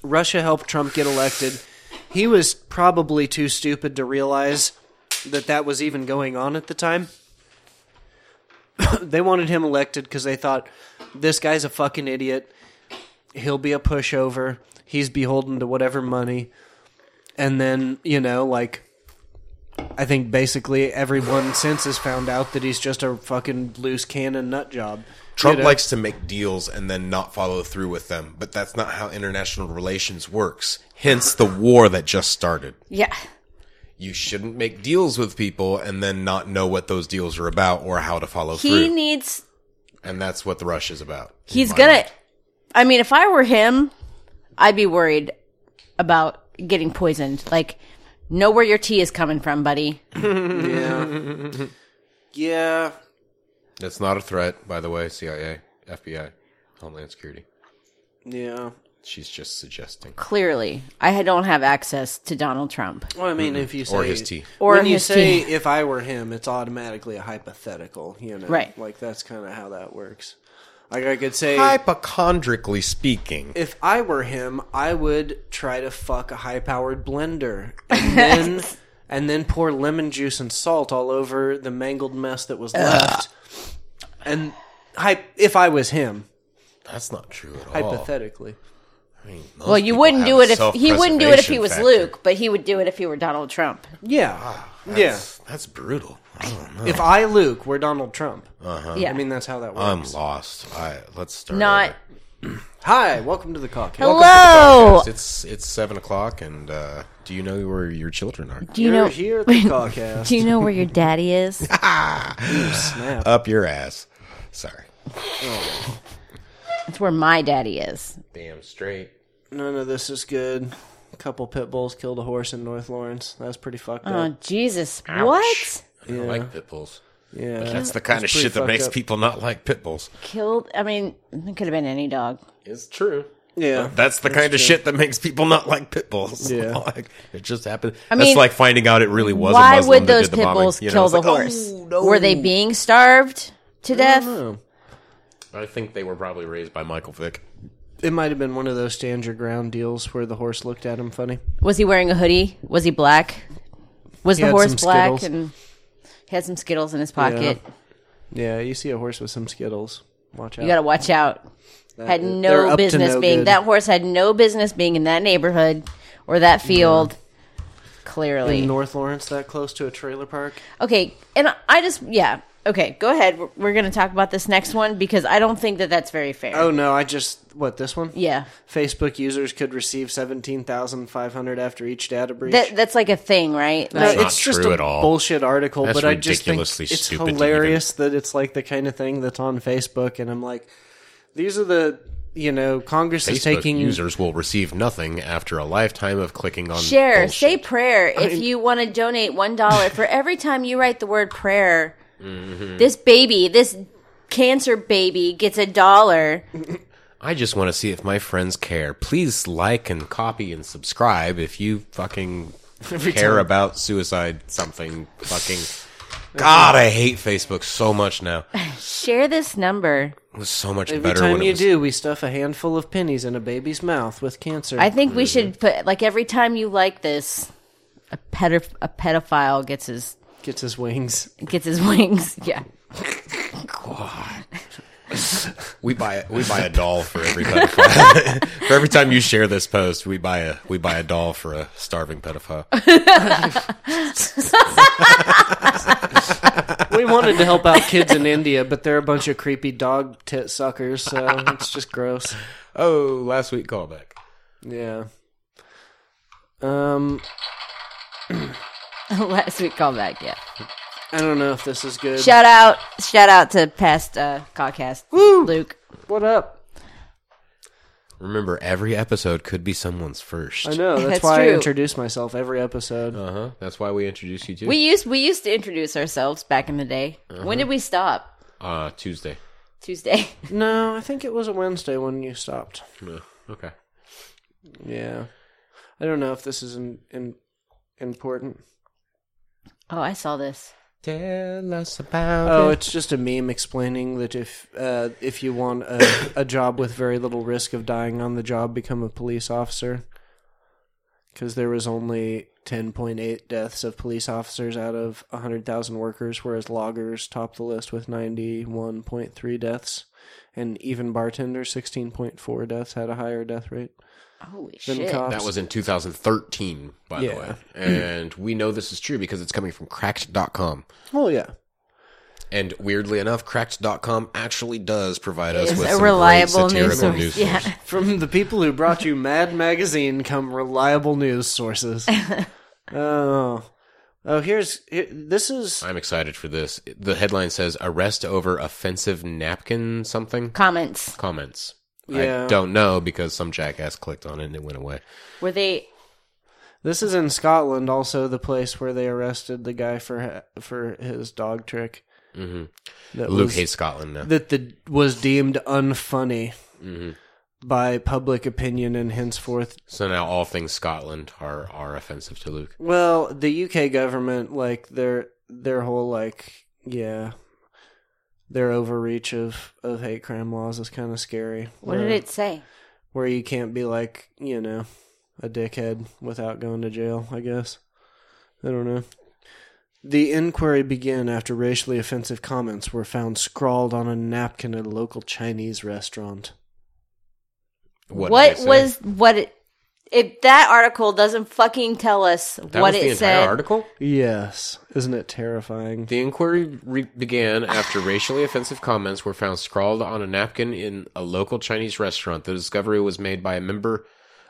S1: Russia helped Trump get elected. He was probably too stupid to realize that that was even going on at the time. they wanted him elected because they thought this guy's a fucking idiot. He'll be a pushover. He's beholden to whatever money. And then, you know, like I think basically everyone since has found out that he's just a fucking loose cannon nut job.
S3: Trump
S1: You know?
S3: likes to make deals and then not follow through with them, but that's not how international relations works. Hence the war that just started.
S2: yeah.
S3: You shouldn't make deals with people and then not know what those deals are about or how to follow
S2: He
S3: through.
S2: needs.
S3: and that's what the rush is about. in
S2: He's
S3: my
S2: gonna.
S3: mind.
S2: I mean, if I were him, I'd be worried about getting poisoned. Like, know where your tea is coming from, buddy.
S1: Yeah. yeah.
S3: That's not a threat, by the way. CIA, FBI, Homeland Security.
S1: Yeah.
S3: She's just suggesting.
S2: Clearly, I don't have access to Donald Trump.
S1: Well, I mean, if you say
S3: Or his tea.
S2: Or
S1: when you
S2: his
S1: say if I were him, it's automatically a hypothetical, you know.
S2: Right.
S1: Like that's kind of how that works. Like I could say,
S3: Hypochondrically speaking,
S1: if I were him, I would try to fuck a high powered blender and then and then pour lemon juice and salt all over the mangled mess that was left. And hy- if I was him,
S3: that's not true at all.
S1: hypothetically.
S3: I mean, most
S2: Well, you
S3: people
S2: wouldn't
S3: have
S2: do
S3: a
S2: it if he wouldn't do it if he was
S3: self-preservation factor.
S2: Luke, but he would do it if he were Donald Trump.
S1: Yeah. Yeah.
S3: Ah, That's, that's brutal. I don't know.
S1: If I Luke were Donald Trump.
S2: yeah,
S1: I mean that's how that works.
S3: I'm lost. I, let's start.
S2: not.
S3: over.
S1: Hi, welcome to the cockpit.
S2: Hello.
S3: It's it's seven o'clock, and uh, do you know where your children are?
S2: Do you
S1: You're
S2: know?
S1: here at the cockcast.
S2: Do you know where your daddy is?
S1: Snap.
S3: Up your ass. Sorry.
S2: It's where my daddy is.
S3: Damn straight.
S1: None of this is good. A couple pit bulls killed a horse in North Lawrence. That's pretty fucked up.
S2: Oh Jesus! What
S3: I don't like pit bulls.
S1: yeah.
S3: That's the kind
S1: That's
S3: of
S1: pretty
S3: shit that
S1: fucked
S3: makes
S1: up.
S3: people not like pit bulls.
S2: killed? I mean, it could have been any dog.
S3: It's true.
S1: yeah.
S3: That's the kind of shit that makes people not like pit bulls.
S1: Yeah.
S3: Like, it just happened.
S2: I
S3: That's
S2: mean,
S3: like finding out it really was. a
S2: Why
S3: Muslim
S2: would
S3: that
S2: those
S3: did the
S2: pit
S3: bombing.
S2: bulls
S3: You know,
S2: kill
S3: it's
S2: the
S3: like,
S2: horse?
S3: "Oh, no." Mm.
S2: Were they being starved to death?
S3: I think they were probably raised by Michael Vick.
S1: It might have been one of those stand your ground deals where the horse looked at him funny.
S2: Was he wearing a hoodie? Was he black? Was
S1: He
S2: the
S1: had
S2: horse
S1: some
S2: black?
S1: Skittles.
S2: And he had some Skittles in his pocket.
S1: Yeah, you see a horse with some skittles. Watch out.
S2: You got to watch out. had
S1: Uh, they're up
S2: no
S1: to
S2: business
S1: no
S2: being
S1: good.
S2: that horse. Had no business being in that neighborhood or that field. Clearly,
S1: In North Lawrence that close to a trailer park?
S2: okay. And I just yeah. Okay, go ahead. We're, we're going to talk about this next one because I don't think that that's very fair.
S1: Oh no, I just what this one?
S2: yeah,
S1: Facebook users could receive 17,500 after each data breach.
S2: that that's like a thing, right?
S1: No,
S2: Like,
S3: not
S1: it's just
S3: true
S1: a
S3: at all.
S1: bullshit article,
S3: That's
S1: but I just think
S3: ridiculously
S1: it's
S3: stupid to
S1: hilarious that it's like the kind of thing that's on Facebook, and I'm like, these are the you know Congress is
S3: Facebook
S1: taking
S3: users will receive nothing after a lifetime of clicking on
S2: share,
S3: bullshit.
S2: say prayer if you want to donate one dollar for every time you write the word prayer. This baby, this cancer baby, gets a dollar.
S3: I just want to see if my friends care. Please like and copy and subscribe if you fucking care about suicide something fucking God, I hate Facebook so much now. It
S2: Share this number.
S3: was so much
S1: Every
S3: better
S1: time
S3: when it
S1: you
S3: was
S1: do, we stuff a handful of pennies in a baby's mouth with cancer.
S2: I think we should put like every time you like this, a ped a pedophile gets his
S1: Gets his wings.
S2: gets his wings. Yeah,
S3: we buy we buy a doll for every pedophile. for every time you share this post, we buy a we buy a doll for a starving pedophile.
S1: we wanted to help out kids in India, but they're a bunch of creepy dog tit suckers, so it's just gross.
S3: Oh, last week callback.
S1: Yeah. Um,
S2: last week callback. Yeah,
S1: I don't know if this is good.
S2: shout out, shout out to past uh, Cockcast Luke.
S1: what up?
S3: Remember, every episode could be someone's first.
S1: I know. That's,
S2: That's
S1: why I
S2: true.
S1: introduce myself every episode.
S3: Uh
S5: Uh-huh.
S3: huh. That's why we introduced you to
S2: We used we used to introduce ourselves back in the day. When did we stop?
S3: uh, Tuesday.
S2: Tuesday.
S1: No, I think it was a Wednesday when you stopped.
S3: Uh, okay.
S1: Yeah. I don't know if this is in, in, important.
S2: Oh, I saw this.
S3: Tell us about
S1: Oh, it's just a meme explaining that if uh, if you want a, a job with very little risk of dying on the job, become a police officer. Because there was only 10.8 deaths of police officers out of 100,000 workers, whereas loggers top the list with 91.3 deaths. And even bartenders, 16.4 deaths, had a higher death rate
S2: Holy
S1: than
S2: shit!
S1: cops.
S3: That was in 2013, by
S1: Yeah.
S3: the way. And we know this is true because it's coming from cracked.com.
S1: Oh yeah.
S3: And weirdly enough, cracked.com actually does provide us
S2: It's
S3: with
S2: a
S3: some
S2: reliable
S3: great
S2: news
S3: satirical
S2: source.
S3: news,
S2: Yeah.
S3: source.
S1: From the people who brought you Mad Magazine come reliable news sources. oh. Oh, here's here, this is
S3: I'm excited for this. The headline says arrest over offensive napkin something
S2: Comments
S3: comments.
S1: Yeah.
S3: I don't know because some jackass clicked on it and it went away.
S2: were they?
S1: this is in Scotland also the place where they arrested the guy for ha- for his dog trick. Mm-hmm. That
S3: Luke
S1: was,
S3: hates Scotland now.
S1: that the was deemed unfunny by public opinion and henceforth
S3: so now all things Scotland are, are offensive to Luke.
S1: Well, the UK government, like their their whole like yeah, their overreach of of hate crime laws is kind of scary.
S2: What did it say?
S1: Where you can't be like you know a dickhead without going to jail. I guess I don't know. The inquiry began after racially offensive comments were found scrawled on a napkin at a local Chinese restaurant.
S3: did
S2: what
S3: they say?
S2: was what it? If that article doesn't fucking tell us
S5: That
S2: what
S5: was the
S2: it
S5: entire
S2: said,
S5: article.
S1: Yes, isn't it terrifying?
S5: The inquiry re- began after racially offensive comments were found scrawled on a napkin in a local Chinese restaurant. The discovery was made by a member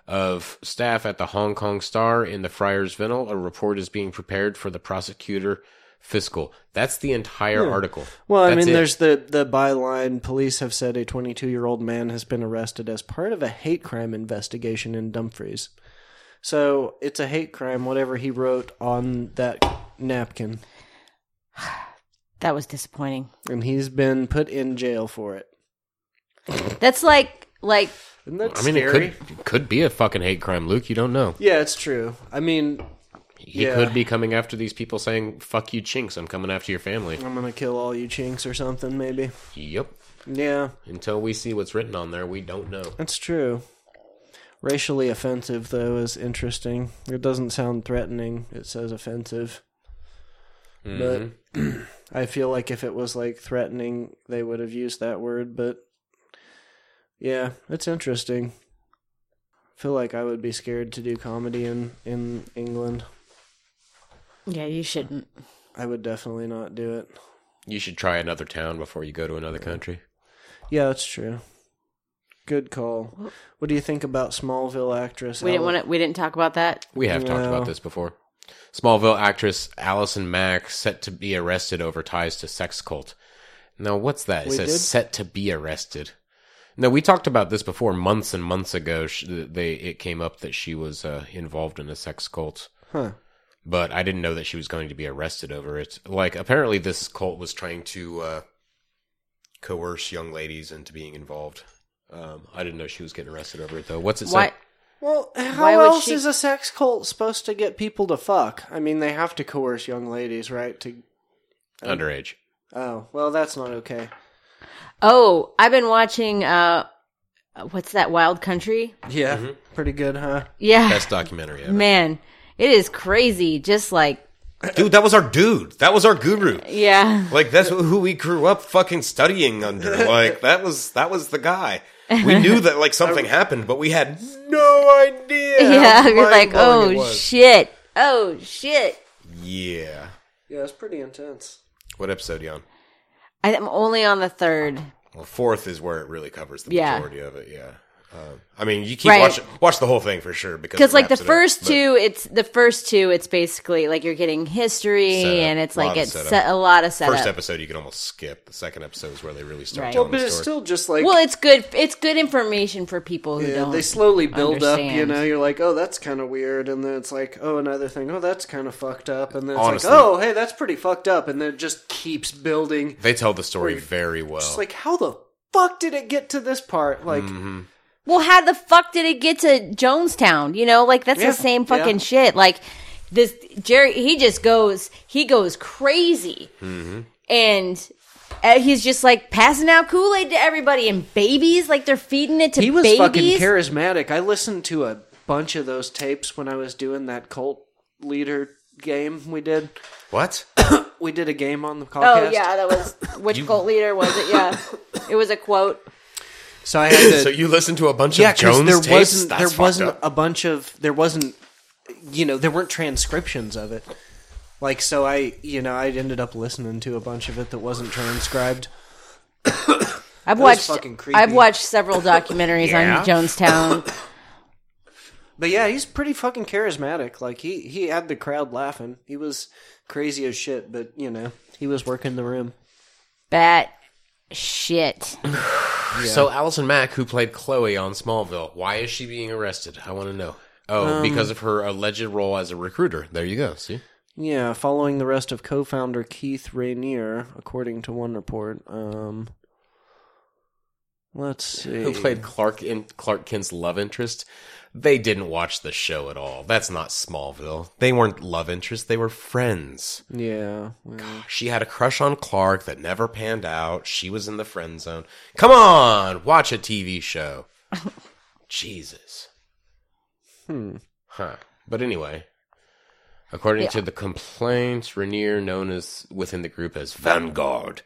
S5: of staff at the Hong Kong Star in the Friars Venal. A report is being prepared for the prosecutor fiscal. That's the entire
S2: Hmm.
S5: article.
S1: Well, I
S5: That's
S1: mean,
S5: it.
S1: there's the the byline. Police have said a 22 year old man has been arrested as part of a hate crime investigation in Dumfries. So it's a hate crime, whatever he wrote on that napkin,
S2: that was disappointing.
S1: and he's been put in jail for it.
S2: That's like like
S1: Isn't that
S5: I mean, it
S1: scary?
S5: could, it could be a fucking hate crime, Luke. You don't know.
S1: Yeah, it's true. I mean,
S5: He
S1: Yeah.
S5: could be coming after these people saying, fuck you, chinks. I'm coming after your family.
S1: I'm gonna kill all you chinks or something, maybe.
S5: Yep.
S1: Yeah,
S5: Until we see what's written on there, we don't know.
S1: that's true. Racially offensive, though, is interesting. It doesn't sound threatening. It says offensive. But I feel like if it was like threatening, they would have used that word. But yeah, it's interesting. I feel like I would be scared to do comedy in, in England.
S2: yeah, you shouldn't.
S1: I would definitely not do it.
S5: You should try another town before you go to another country.
S1: Yeah, that's true. Good call. What do you think about Smallville actress?
S2: We didn't want to. We didn't talk about that.
S5: We have talked
S1: No.
S5: about this before. Smallville actress Allison Mack set to be arrested over ties to sex cult. Now, what's that? It
S1: We
S5: says
S1: did?
S5: set to be arrested. No, we talked about this before months and months ago. Sh- They it came up that she was uh, involved in a sex cult.
S1: Huh.
S5: But I didn't know that she was going to be arrested over it. Like apparently this cult was trying to uh, coerce young ladies into being involved. Um, I didn't know she was getting arrested over it though. What's it say?
S2: Why?
S1: Well, how
S2: Why would
S1: else
S2: she-
S1: is a sex cult supposed to get people to fuck? I mean, they have to coerce young ladies, right? To
S5: Underage.
S1: oh, well, that's not okay.
S2: Oh, I've been watching. uh What's that? Wild Country.
S1: Yeah,
S3: Mm-hmm.
S1: pretty good, huh?
S2: Yeah,
S5: Best documentary ever.
S2: man, it is crazy. Just like
S3: Dude, that was our dude. That was our guru.
S2: yeah,
S3: Like that's who we grew up fucking studying under. Like that was that was the guy. We knew that like something happened, but we had no idea. how
S2: yeah. You're like,
S3: mind-blowing
S2: oh
S3: it was."
S2: shit, oh shit.
S3: yeah.
S1: Yeah, it's pretty intense.
S3: What episode you on?
S2: I- I'm only on the third.
S3: Well, fourth is where it really covers the
S2: Yeah.
S3: majority of it. Yeah. Um, I mean, you keep
S2: Right.
S3: watching watch the whole thing for sure because
S2: because
S3: it
S2: like the
S3: wraps it up,
S2: first
S3: but-
S2: two it's the first two it's basically like you're getting history
S3: Setup.
S2: and it's like
S3: Lot of
S2: it's
S3: setup.
S2: set, a lot of setup
S3: First episode you can almost skip. The second episode is where they really start
S2: Right.
S1: Well,
S3: telling
S1: but
S3: the
S1: it's
S3: story.
S1: still just like
S2: well it's good it's good information for people who
S1: yeah,
S2: don't
S1: they slowly build up. You
S2: understand.
S1: know, you're like, oh, that's kind of weird, and then it's like, oh, another thing. Oh, that's kind of fucked up, and then it's
S3: Honestly.
S1: like, oh, hey, that's pretty fucked up, and then it just keeps building.
S3: they tell the story very well.
S1: It's like, how the fuck did it get to this part? Like,
S3: Mm-hmm.
S2: well how the fuck did it get to jonestown you know like that's
S1: Yeah.
S2: the same
S1: Yeah.
S2: fucking shit like this jerry he just goes he goes crazy and uh, he's just like passing out kool-aid to everybody and babies like they're feeding it to
S1: he was
S2: babies
S1: fucking charismatic. I listened to a bunch of those tapes when I was doing that cult leader game we did.
S3: what?
S1: We did a game on the
S2: Oh
S1: podcast.
S2: yeah, that was which cult leader was it? Yeah, it was a quote.
S1: So I had to
S3: so you listen to a bunch
S1: yeah,
S3: of
S1: 'cause
S3: Jones
S1: there
S3: tapes?
S1: wasn't
S3: That's
S1: there
S3: fucked
S1: wasn't
S3: up.
S1: a bunch of there wasn't you know there weren't transcriptions of it. Like so, I you know I ended up listening to a bunch of it that wasn't transcribed.
S2: I've
S1: was
S2: watched
S1: fucking creepy.
S2: I've watched several documentaries
S3: Yeah.
S2: on Jonestown.
S1: But yeah, he's pretty fucking charismatic. Like he he had the crowd laughing. He was crazy as shit, but you know he was working the room.
S2: Bat shit.
S5: So Allison Mack, who played Chloe on Smallville, why is she being arrested? I want to know. Oh, because of her alleged role as a recruiter. There you go. See,
S1: Yeah, following the rest of co-founder Keith Rainier, according to one report. Um, Let's see.
S5: who played Clark in Clark Kent's love interest, they didn't watch the show at all. That's not Smallville. They weren't love interests, they were friends.
S1: Yeah. well,
S5: She had a crush on Clark that never panned out. She was in the friend zone. Come on, watch a TV show. Jesus. Hmm. Huh. But anyway, according to the complaints, Rainier, known as within the group as Vanguard,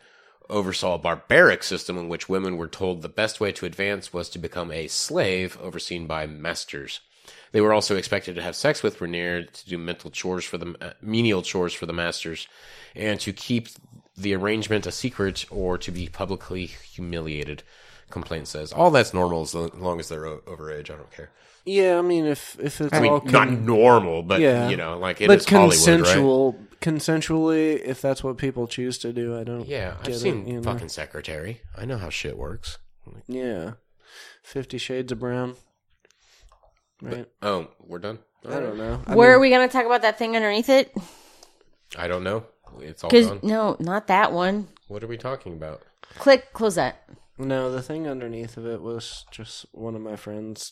S5: oversaw a barbaric system in which women were told the best way to advance was to become a slave overseen by masters. They were also expected to have sex with Rainier, to do mental chores for the uh, menial chores for the masters, and to keep the arrangement a secret or to be publicly humiliated. Complaint says all that's normal as lo- long as they're o- overage. I don't care.
S1: Yeah, I mean, if if it's
S5: I mean,
S1: all con-
S5: not normal, but
S1: yeah,
S5: you know, like it is
S1: but
S5: Hollywood, right?
S1: consensual, consensually, if that's what people choose to do, I don't.
S5: Yeah, I've
S1: get it,
S5: seen
S1: you know?
S5: fucking Secretary. I know how shit works.
S1: Yeah, Fifty Shades of Brown. Right.
S5: Oh, we're done.
S1: I don't know. I
S2: Where are we going to talk about that thing underneath it?
S5: I don't know. It's all
S2: Because
S5: done.
S2: no, not that one.
S5: What are we talking about?
S2: Click, close that.
S1: No, the thing underneath of it was just one of my friends'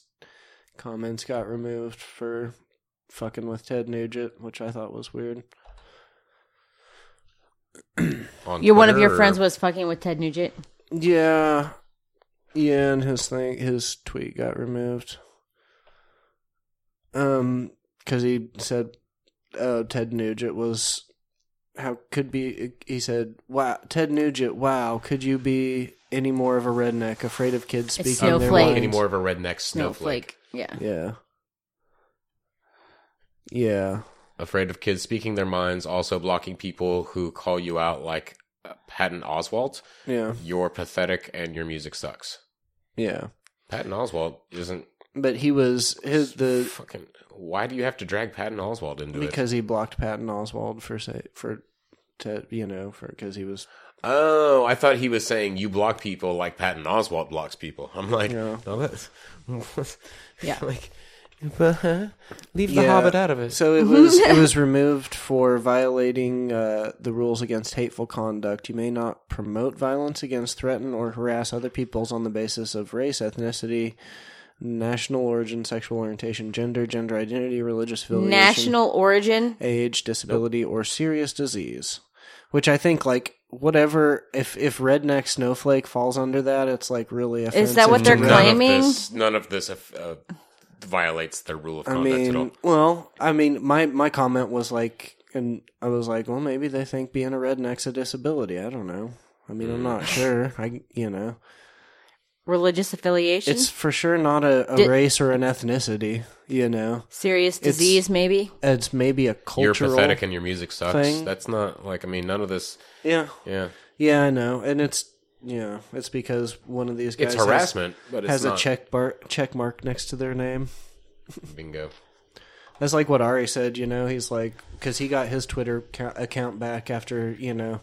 S1: comments got removed for fucking with Ted Nugent, which I thought was weird.
S5: On
S2: You're one of
S5: Twitter
S2: your friends
S5: or-
S2: was fucking with Ted Nugent.
S1: Yeah, yeah, and his thing, his tweet got removed. Um, because he said, "Oh, Ted Nugent was how could be." He said, "Wow, Ted Nugent, wow, could you be any more of a redneck, afraid of kids
S2: It's
S1: speaking their
S2: snowflake.
S1: minds?"
S5: any more of a redneck snowflake.
S2: Snowflake. Yeah.
S1: Yeah, yeah.
S5: afraid of kids speaking their minds, also blocking people who call you out like uh, Patton Oswalt.
S1: Yeah,
S5: You're pathetic and your music sucks.
S1: yeah.
S5: Patton Oswalt isn't
S1: But he was his the
S5: fucking. Why do you have to drag Patton Oswalt into it?
S1: because he blocked Patton Oswald for say for to you know for because he was
S5: Oh, I thought he was saying you block people like Patton Oswalt blocks people. I'm like,
S1: Yeah.
S5: no, that's
S2: Yeah.
S5: like, but, huh? leave the
S1: Yeah.
S5: Hobbit out of it.
S1: so it was it was removed for violating uh, the rules against hateful conduct. You may not promote violence against, threaten, or harass other peoples on the basis of race, ethnicity. National origin, sexual orientation, gender, gender identity, religious affiliation,
S2: National origin.
S1: age, disability, or serious disease. Which I think, like, whatever, if if redneck snowflake falls under that, it's like really offensive.
S2: Is that what
S1: to
S2: they're
S1: me.
S5: none
S2: claiming?
S5: Of this, none of this uh, violates their rule of
S1: I
S5: conduct at all.
S1: mean, well, I mean, my my comment was like, and I was like, well, maybe they think being a redneck's a disability. I don't know. I mean, I'm not sure. I, you know,
S2: Religious affiliation.
S1: it's for sure not a, a
S2: Di-
S1: race or an ethnicity. You know,
S2: Serious disease, maybe.
S1: it's maybe a
S5: You're
S1: cultural.
S5: pathetic and your music sucks.
S1: thing.
S5: That's not like I mean none of this.
S1: Yeah,
S5: Yeah,
S1: yeah, I know, and it's yeah, it's because one of these guys
S5: it's
S1: has-
S5: harassment, but it's
S1: Has,
S5: not
S1: a check bar check mark next to their name.
S5: bingo.
S1: That's like what Ari said, you know. He's like, because he got his Twitter ca- account back after, you know.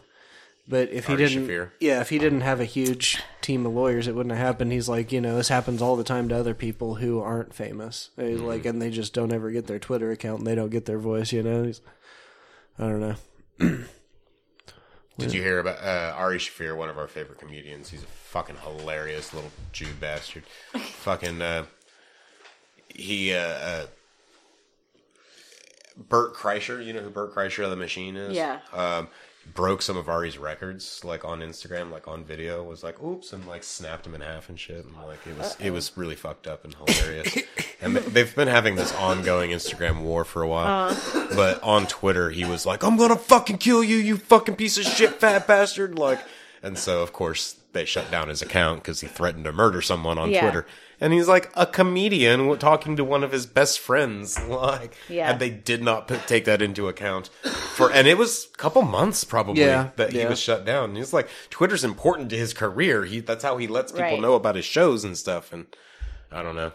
S1: But if he
S5: Ari
S1: didn't,
S5: Shaffir.
S1: yeah, if he didn't have a huge team of lawyers, it wouldn't have happened. He's like, you know, this happens all the time to other people who aren't famous. He's
S5: Mm-hmm.
S1: like, and they just don't ever get their Twitter account and they don't get their voice, you know. He's, I don't know.
S5: Did you hear about uh, Ari Shafir, one of our favorite comedians? He's a fucking hilarious little Jew bastard. fucking, uh, he, uh, uh, Bert Kreischer, you know who Bert Kreischer of the Machine is?
S2: Yeah.
S5: Um, broke some of Ari's records, like on Instagram, like on video, was like, oops, and like snapped him in half and shit. And like, it was, it was really fucked up and hilarious. and th- they've been having this ongoing Instagram war for a while.
S2: Uh-huh.
S5: But on Twitter, he was like, I'm gonna fucking kill you, you fucking piece of shit, fat bastard. Like, and so, of course, they shut down his account because he threatened to murder someone on
S2: Yeah.
S5: Twitter. And he's like a comedian talking to one of his best friends. Like,
S2: Yeah.
S5: and they did not put, take that into account for, and it was a couple months probably
S1: Yeah,
S5: that he
S1: yeah.
S5: was shut down. And he's like, Twitter's important to his career. He that's how he lets people
S2: Right.
S5: know about his shows and stuff. And I don't know,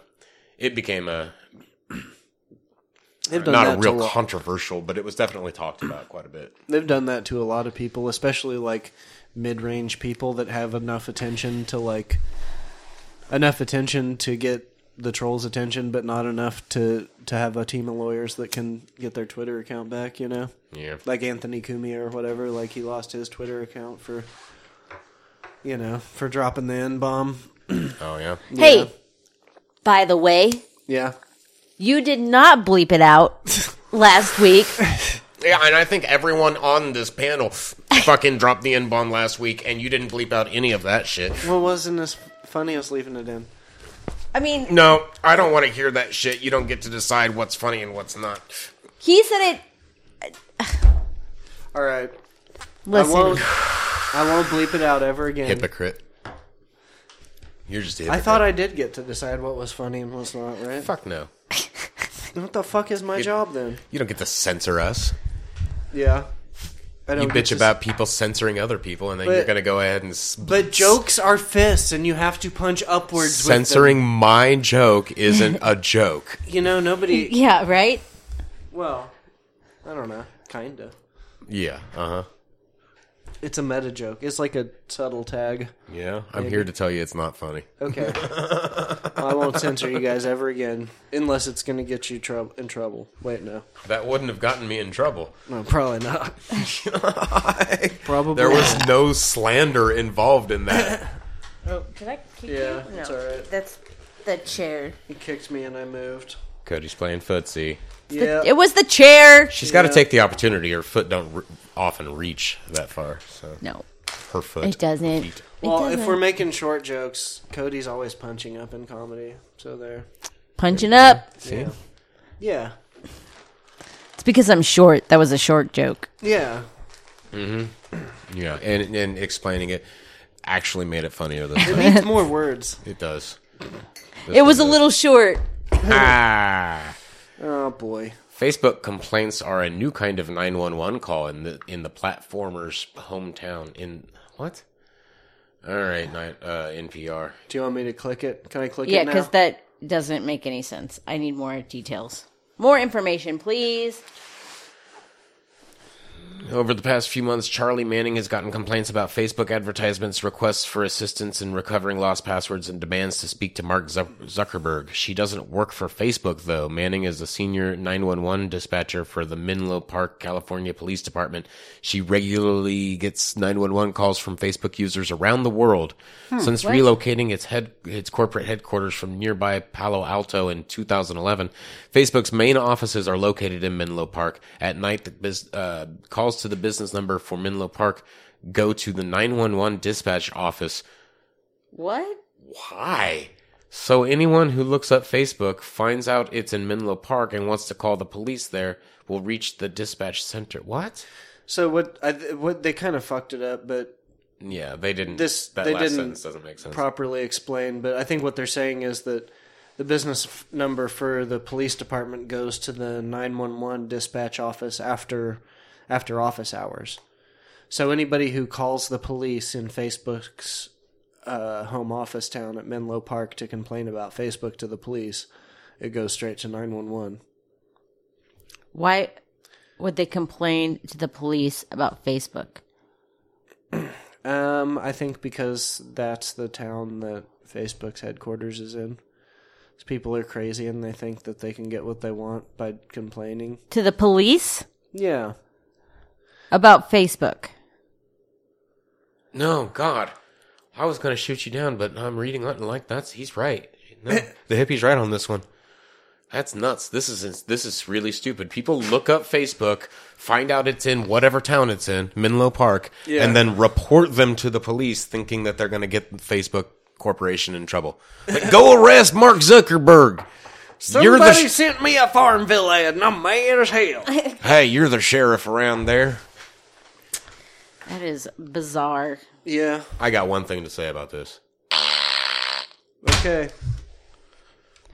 S5: it became a
S1: They've done
S5: not a
S1: that to
S5: real
S1: lot-
S5: controversial, but it was definitely talked about quite a bit.
S1: they've done that to a lot of people, especially like mid-range people that have enough attention to like enough attention to get the trolls' attention, but not enough to to have a team of lawyers that can get their Twitter account back. You know,
S5: Yeah.
S1: like Anthony Cumia or whatever. Like he lost his Twitter account for you know for dropping the n bomb.
S5: Oh yeah.
S2: Hey, by the way,
S1: Yeah.
S2: you did not bleep it out last week.
S5: Yeah, and I think everyone on this panel fucking dropped the N bomb last week, and you didn't bleep out any of that shit.
S1: What wasn't as funny as leaving it in?
S2: I mean,
S5: No, I don't want to hear that shit. You don't get to decide what's funny and what's not.
S2: he said it.
S1: All right. I
S2: Listen,
S1: won't. I won't bleep it out ever again.
S3: Hypocrite. You're just
S1: I
S3: a hypocrite.
S1: thought I did get to decide what was funny and what's not, right?
S5: Fuck no.
S1: What the fuck is my job then?
S3: you don't get to censor us.
S1: Yeah. I don't
S3: You
S1: get
S3: bitch
S1: to-
S3: about people censoring other people, and then
S1: But-
S3: you're gonna go ahead and s-
S1: But jokes are fists, and you have to punch upwards.
S3: censoring my joke isn't a joke.
S1: With them. You know, nobody.
S2: yeah, right.
S1: Well, I don't know. Kinda.
S3: Yeah. Uh huh.
S1: It's a meta joke. It's like a subtle tag.
S3: Yeah. I'm here to tell you it's not funny.
S1: Okay. I won't censor you guys ever again, unless it's going to get you trou- in trouble. Wait, no.
S5: That wouldn't have gotten me in trouble.
S1: No, probably not. probably.
S3: There was no slander involved in that.
S2: Oh, did I kick
S1: Yeah, it's alright.
S2: That's the chair.
S1: He kicked me and I moved.
S5: Cody's playing footsie.
S1: Yeah.
S2: It was the chair.
S5: She's got to
S1: Yeah.
S5: take the opportunity. Her foot don't re- often reach that far. So
S2: No,
S5: her foot.
S2: it doesn't. It
S1: well, if
S2: doesn't.
S1: we're making short jokes, Cody's always punching up in comedy. So there.
S2: punching up,
S1: Yeah. Yeah.
S2: it's because I'm short. That was a short joke.
S1: Yeah.
S5: Yeah, and and explaining it actually made it funnier this
S1: It
S5: time.
S1: needs more words.
S5: it does.
S2: It was a little short.
S5: Ah.
S1: Oh boy.
S5: Facebook complaints are a new kind of 911 call in the in the platformer's hometown. In what? All right, ni- uh, NPR.
S1: Do you want me to click it? Can I click
S2: Yeah,
S1: it now?
S2: because that doesn't make any sense. I need more details, more information, please.
S5: Over the past few months, Charlie Manning has gotten complaints about Facebook advertisements, requests for assistance in recovering lost passwords, and demands to speak to Mark Zuck- Zuckerberg. She doesn't work for Facebook, though. Manning is a senior 911 dispatcher for the Menlo Park, California Police Department. She regularly gets 911 calls from Facebook users around the world. Since relocating its head its corporate headquarters from nearby Palo Alto in 2011, Facebook's main offices are located in Menlo Park. At night, the bus uh, calls to the business number for Menlo Park go to the 911 dispatch office.
S2: What?
S5: Why? So anyone who looks up Facebook finds out it's in Menlo Park and wants to call the police there will reach the dispatch center. What?
S1: So what? I, what they kind of fucked it up, but
S5: Yeah, they didn't.
S1: This-
S5: that
S1: they
S5: last
S1: didn't
S5: sentence doesn't make sense.
S1: properly explained. But I think what they're saying is that the business f- number for the police department goes to the nine one one dispatch office after after office hours. So anybody who calls the police in Facebook's uh, home office town at Menlo Park to complain about Facebook to the police, it goes straight to nine one one.
S2: Why would they complain to the police about Facebook?
S1: Um, I think because that's the town that Facebook's headquarters is in. So people are crazy and they think that they can get what they want by complaining.
S2: To the police
S1: Yeah.
S2: about Facebook?
S5: No, God. I was going to shoot you down, but I'm reading it and like that's he's right. No, the hippie's right on this one. That's nuts. This is this is really stupid. People look up Facebook, find out it's in whatever town it's in, Menlo Park,
S1: Yeah.
S5: and then report them to the police thinking that they're going to get Facebook corporation in trouble. Like go arrest Mark Zuckerberg. you're the sh-
S1: sent me a Farmville ad and I'm mad as hell.
S5: Hey, you're the sheriff around there.
S2: That is bizarre.
S1: yeah.
S5: I got one thing to say about this.
S1: Okay.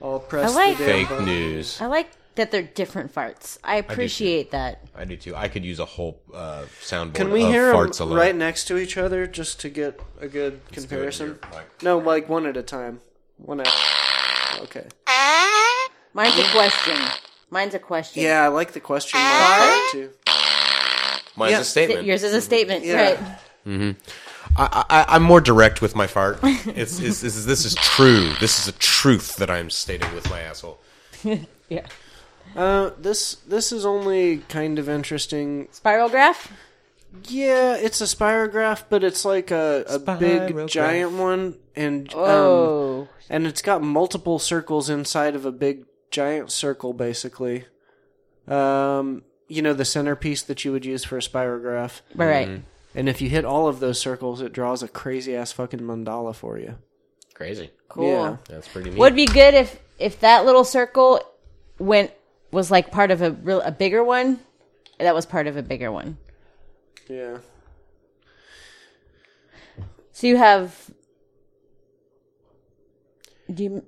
S1: I'll press
S2: I like-
S1: the damn
S5: Fake
S1: button.
S5: news.
S2: I like that they're different farts. I appreciate that.
S5: I do too. I could use a whole uh, soundboard.
S1: Can we
S5: of
S1: hear
S5: farts
S1: them
S5: alone.
S1: right next to each other just to get a good comparison? No, like one at a time. One at Okay.
S2: Mine's a question. Mine's a question.
S1: Yeah, I like the question mark too.
S5: Mine's
S1: Yeah.
S5: a statement.
S2: Yours is a statement,
S1: Yeah.
S2: right?
S5: I, I, I'm more direct with my fart. It's, it's, it's, this is true. This is a truth that I'm stating with my asshole.
S2: Yeah.
S1: Uh, this this is only kind of interesting
S2: Spiral graph.
S1: Yeah, it's a spirograph, but it's like a, a big
S5: Spirograph.
S1: giant one, and um,
S2: Oh,
S1: and it's got multiple circles inside of a big giant circle, basically. Um, you know the centerpiece that you would use for a spirograph,
S2: all right.
S1: and if you hit all of those circles, it draws a crazy ass fucking mandala for you.
S5: Crazy.
S2: Cool.
S1: Yeah.
S5: That's pretty neat.
S2: Would be good if if that little circle went was like part of a real a bigger one. That was part of a bigger one.
S1: Yeah.
S2: So you have. Do you,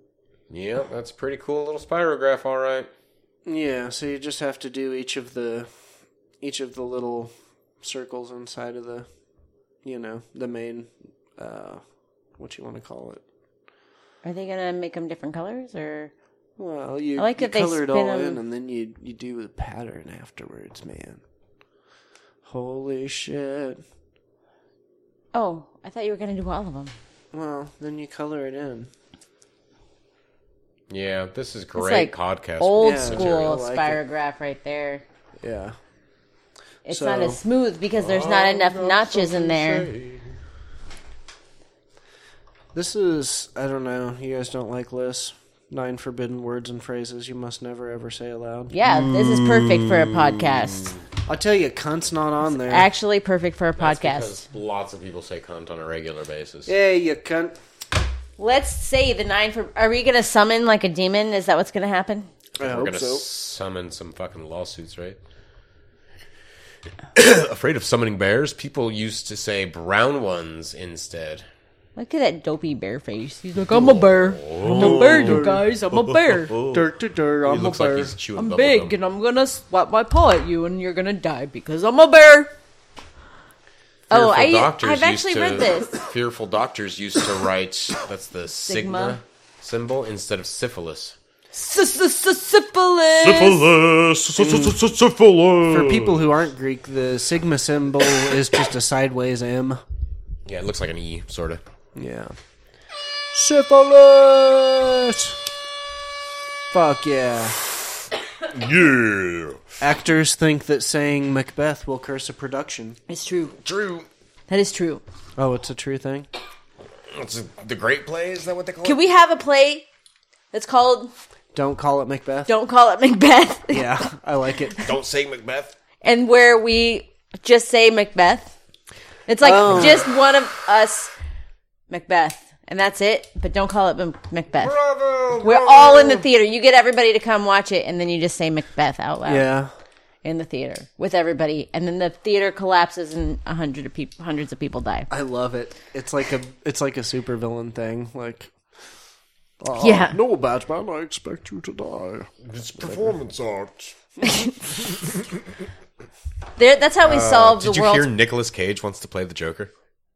S5: yeah, that's a pretty cool little spirograph, all right.
S1: Yeah, so you just have to do each of the each of the little circles inside of the you know, the main uh what you want to call it.
S2: are they gonna make them different colors or?
S1: Well, you,
S2: I like
S1: you
S2: that they
S1: color it all
S2: spin 'em.
S1: in and then you you do the pattern afterwards, man. Holy shit.
S2: Oh, I thought you were gonna do all of them.
S1: Well, then you color it in.
S5: Yeah, this is
S2: It's like
S5: great podcast.
S2: old
S1: Yeah.
S2: school
S1: material. I like it.
S2: spirograph right there.
S1: Yeah.
S2: It's
S1: So-
S2: not as smooth because there's not enough notches in there.
S1: This is I don't know, you guys don't like lists. Nine forbidden words and phrases you must never ever say aloud.
S2: Yeah, this is perfect for a podcast.
S1: I'll tell you, cunt's not on there.
S2: Actually, perfect for a
S5: That's
S2: podcast.
S5: because Lots of people say cunt on a regular basis.
S1: yeah, you cunt.
S2: Let's say the nine for. Are we gonna summon like a demon? Is that what's gonna happen?
S1: I
S5: We're
S1: hope
S5: gonna
S1: so.
S5: summon some fucking lawsuits, right? Afraid of summoning bears? People used to say brown ones instead.
S2: Look at that dopey bear face. He's like, I'm a bear.
S3: Oh.
S2: I'm a bear, you guys. I'm a bear.
S1: Dirt to dirt,
S5: He
S1: I'm a
S5: looks like
S1: bear.
S5: he's chewing
S2: I'm
S5: bubble
S2: big,
S5: gum.
S2: and I'm gonna swat my paw at you, and you're gonna die because I'm a bear. Oh, I,
S5: Fearful doctors
S2: I've
S5: used
S2: actually
S5: to-
S2: read this.
S5: Fearful doctors used to write that's the sigma, symbol instead of syphilis.
S2: Syphilis.
S1: For people who aren't Greek, the sigma symbol is just a sideways M.
S5: Yeah, it looks like an E, sort of.
S1: Yeah. Syphilis! Fuck yeah.
S3: Yeah.
S1: Actors think that saying Macbeth will curse a production.
S2: It's true.
S3: Drew,
S2: That is true.
S1: Oh, it's a true thing?
S3: what's it- the great play? Is that what they call
S2: Can
S3: it?
S2: we have a play that's called
S1: Don't call it Macbeth?
S2: "Don't Call It Macbeth"
S1: Yeah, I like it.
S3: Don't say Macbeth.
S2: and where we just say Macbeth? It's like
S1: Oh.
S2: just one of us, Macbeth, and that's it. But don't call it Mac- Macbeth.
S3: Oh.
S2: We're all in the theater. You get everybody to come watch it, and then you just say Macbeth out loud
S1: Yeah.
S2: in the theater with everybody, and then the theater collapses and a hundred of people, hundreds of people die.
S1: I love it. It's like a it's like a supervillain thing. Like
S3: Oh,
S2: yeah,
S1: No Batman, I expect you to die.
S3: It's performance art.
S2: There- that's how we solve
S3: Uh, Did
S2: the
S3: you
S2: world.
S3: hear Nicolas Cage wants to play the Joker?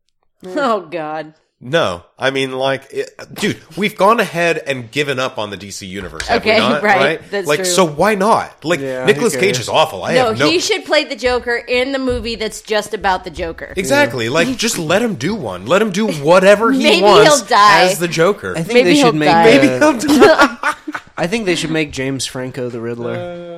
S2: oh God.
S3: No, I mean, like, it, dude, we've gone ahead and given up on the DC universe. Have we
S2: Okay,
S3: not?
S2: right,
S3: Right?
S2: that's
S3: like,
S2: true.
S3: so why not? Like,
S1: Yeah,
S3: Nicolas
S1: who
S3: Cage
S1: cares?
S3: is awful. I
S2: No,
S3: have no.
S2: he should play the Joker in the movie that's just about the Joker.
S3: exactly. Like, just let him do one. Let him do whatever he
S2: Maybe
S3: wants
S2: he'll die.
S3: as the Joker.
S1: I think
S2: Maybe
S1: they
S2: he'll
S1: should make
S2: die.
S3: Maybe
S1: uh,
S3: he'll die.
S1: I think they should make James Franco the Riddler.
S5: Uh,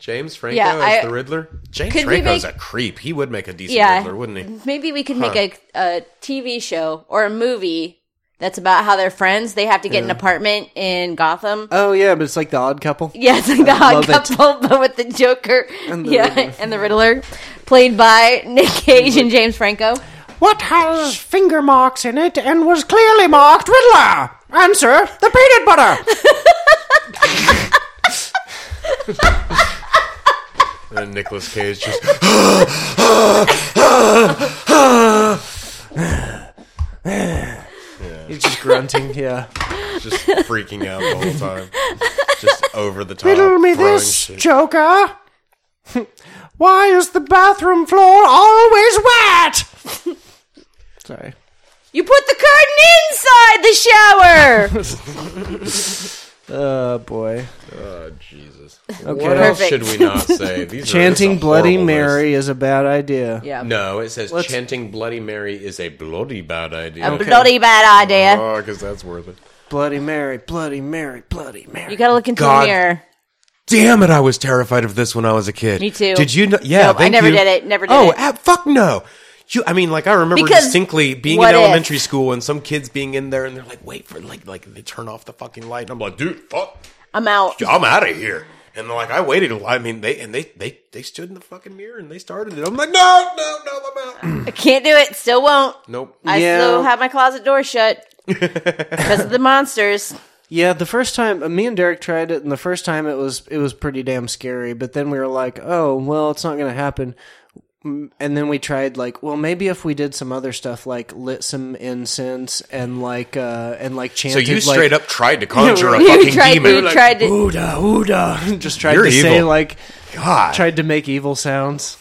S5: James Franco
S2: Yeah,
S5: as
S2: I-
S5: the Riddler.
S3: James
S2: Could we
S3: Franco's
S2: make-
S3: a creep. He would make a decent
S2: Yeah.
S3: Riddler, wouldn't he?
S2: Maybe we could make a, a TV show or a movie that's about how they're friends. They have to get an apartment in Gotham.
S1: Oh yeah, but it's like the Odd Couple.
S2: yeah, it's like the Hot
S1: love it.
S2: Couple, but with the Joker.
S1: the
S2: yeah,
S1: Riddler.
S2: and the Riddler, played by Nick Cage and James Franco.
S1: What has finger marks in it and was clearly marked Riddler? Answer: the peanut butter.
S5: And Nicolas Cage just
S1: He's just grunting. Yeah.
S5: just freaking out the whole time. Just over the top.
S1: Riddle me
S5: throwing
S1: this,
S5: shit.
S1: Joker. Why is the bathroom floor always wet? Sorry.
S2: You put the curtain inside the shower.
S1: Oh boy.
S5: Oh, Jesus.
S1: Okay.
S5: What else
S2: Perfect.
S5: should we not say? These are- this is a
S1: Chanting Bloody
S5: horrible
S1: Mary is a bad idea.
S2: yeah,
S5: list. No, it says chanting Bloody Mary is a bloody bad idea.
S2: a bloody bad idea.
S5: Oh, because that's worth it.
S1: Bloody Mary, Bloody Mary, Bloody Mary.
S2: You gotta look into the
S5: God
S2: mirror.
S3: Damn it! I was terrified of this when I was a kid.
S2: Me too.
S3: Did you? Know? Yeah,
S2: Nope, I
S3: thank
S2: never
S3: you.
S2: did it, never did
S3: oh,
S2: it.
S3: ab- fuck no. You, I mean, like I remember
S2: Because
S3: distinctly being
S2: what
S3: in
S2: if?
S3: elementary school and some kids being in there and they're like, "Wait for like like they turn off the fucking light," and I'm like, "Dude, fuck,
S2: I'm out.
S3: I'm out of here." And they're like, "I waited." a while. I mean, they and they they they stood in the fucking mirror and they started it. I'm like, "No, no, no, I'm out."
S2: I can't do it. Still won't.
S3: nope.
S2: I
S1: Yeah.
S2: still have my closet door shut because of the monsters.
S1: Yeah, the first time me and Derek tried it, and the first time it was it was pretty damn scary. But then we were like, oh well, it's not going to happen. Mm, And then we tried like, well, maybe if we did some other stuff, like lit some incense and like uh and like
S3: So
S1: chanted.
S3: you
S1: like,
S3: straight up tried to conjure a
S2: You
S3: fucking
S2: tried-
S3: demon.
S2: you tried to-
S3: Ooda, ooda.
S1: just tried
S3: You're
S1: to say
S3: evil.
S1: like
S3: God.
S1: tried to make evil sounds.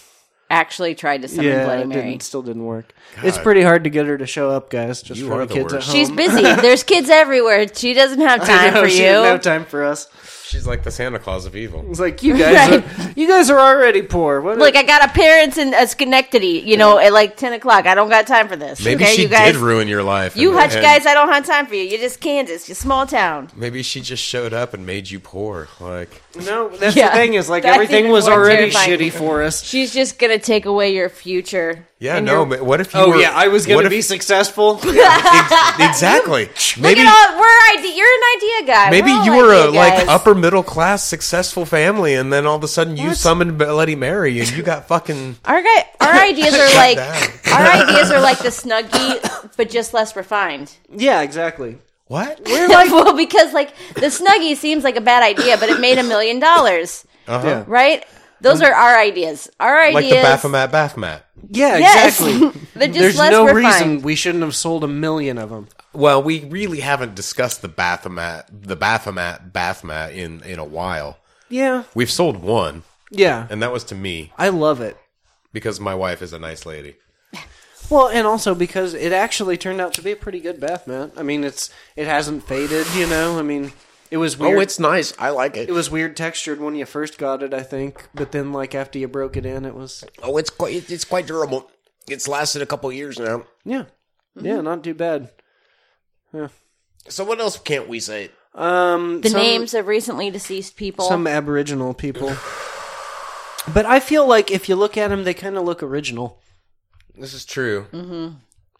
S2: Actually, tried to summon
S1: yeah,
S2: Bloody
S1: it
S2: Mary.
S1: didn't, still didn't work. It's pretty hard to get her to show up, guys. Just
S3: You
S1: for
S3: are
S1: the
S3: the
S1: kids
S3: worst.
S1: at home.
S2: She's busy. There's kids everywhere. She doesn't have time
S1: No,
S2: for
S1: she
S2: you.
S1: didn't have time for us.
S3: She's like the Santa Claus of evil.
S1: It's like you guys, are, you guys are already poor. What
S2: Look, I got a parents in uh, Schenectady. You know, at like ten o'clock. I don't got time for this.
S3: Maybe
S2: okay,
S3: she
S2: you guys.
S3: did ruin your life.
S2: you
S3: and-
S2: hutch
S3: and
S2: guys. I don't have time for you. You're just Kansas. You're small town.
S3: Maybe she just showed up and made you poor. Like
S1: No, that's
S2: Yeah.
S1: the thing is like
S2: That's
S1: everything
S2: even
S1: was
S2: more
S1: already
S2: terrifying.
S1: shitty for us.
S2: She's just gonna take away your future.
S3: Yeah,
S2: and your-
S3: no. ma- What if you
S1: Oh
S3: were-
S1: yeah, I was gonna
S3: what if-
S1: be successful.
S3: ex- exactly.
S2: Look
S3: Maybe
S2: at all. We're idea. You're an idea guy.
S3: maybe
S2: We're all
S3: you were a
S2: idea
S3: like
S2: guys.
S3: upper middle class successful family, and then all of a sudden you summoned Bloody Mary, and you got fucking
S2: Our guy, our ideas are
S3: Shut
S2: like
S3: down.
S2: our ideas are like the snuggie, but just less refined.
S1: yeah, exactly.
S3: what?
S2: well, because like the snuggie seems like a bad idea, but it made a million dollars,
S3: Uh-huh.
S1: Yeah.
S2: right? Those are our ideas. Our ideas,
S3: Um, Like the Baphomet Baphomet.
S1: Yeah,
S2: Yes.
S1: exactly.
S2: They're just
S1: There's
S2: less
S1: no
S2: refined.
S1: reason we shouldn't have sold a million of them.
S3: Well, we really haven't discussed the Baphomet, the Baphomet, Baphomet in in a while.
S1: Yeah,
S3: We've sold one,
S1: yeah.
S3: and that was to me
S1: I love it.
S3: because my wife is a nice lady.
S1: Well, and also because it actually turned out to be a pretty good bath mat. I mean, it's it hasn't faded. You know, I mean, it was weird.
S3: Oh, nice. I like
S1: it was weird textured when you first got it, I think. But then, like after you broke it in, it was
S4: Oh, it's quite it's quite durable. It's lasted a couple years now.
S1: yeah,
S2: Mm-hmm.
S1: yeah, not too bad.
S4: So what else can't we say?
S1: Um,
S2: the
S1: some-
S2: names of recently deceased people.
S1: some Aboriginal people. But I feel like if you look at them, they kind of look original.
S5: This is true. Mm-hmm.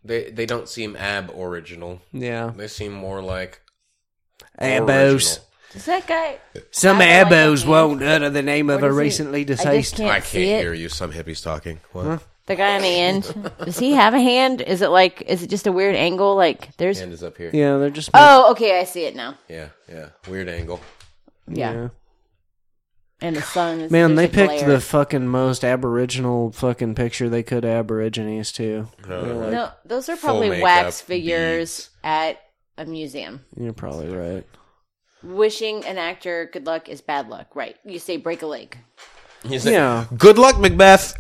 S5: They they don't seem ab original.
S1: Yeah,
S5: They seem more like
S1: abos.
S5: original.
S2: Is that guy?
S1: Some
S2: I don't like
S1: abos
S2: that
S1: won't utter the name of
S2: What
S1: a
S2: is it?
S1: recently
S2: I just
S1: deceased.
S2: can't,
S3: I
S2: see
S3: can't
S2: it.
S3: hear you. Some hippies talking. What?
S2: The guy on the end. Does he have a hand? Is it like? Is it just a weird angle? Like there's.
S5: Hand is up here.
S1: Yeah, they're just
S2: Oh, okay. I see it now.
S5: Yeah, yeah. Weird angle.
S2: Yeah. And the sun. Is,
S1: Man, they
S2: there's a
S1: picked
S2: glare.
S1: the fucking most aboriginal fucking picture they could. Aborigines too. They're like,
S2: No, those are probably
S5: makeup,
S2: wax figures
S5: beads.
S2: at a museum.
S1: You're probably right.
S2: Wishing an actor good luck is bad luck, right? You say break a leg.
S1: Yeah.
S3: Good luck, Macbeth.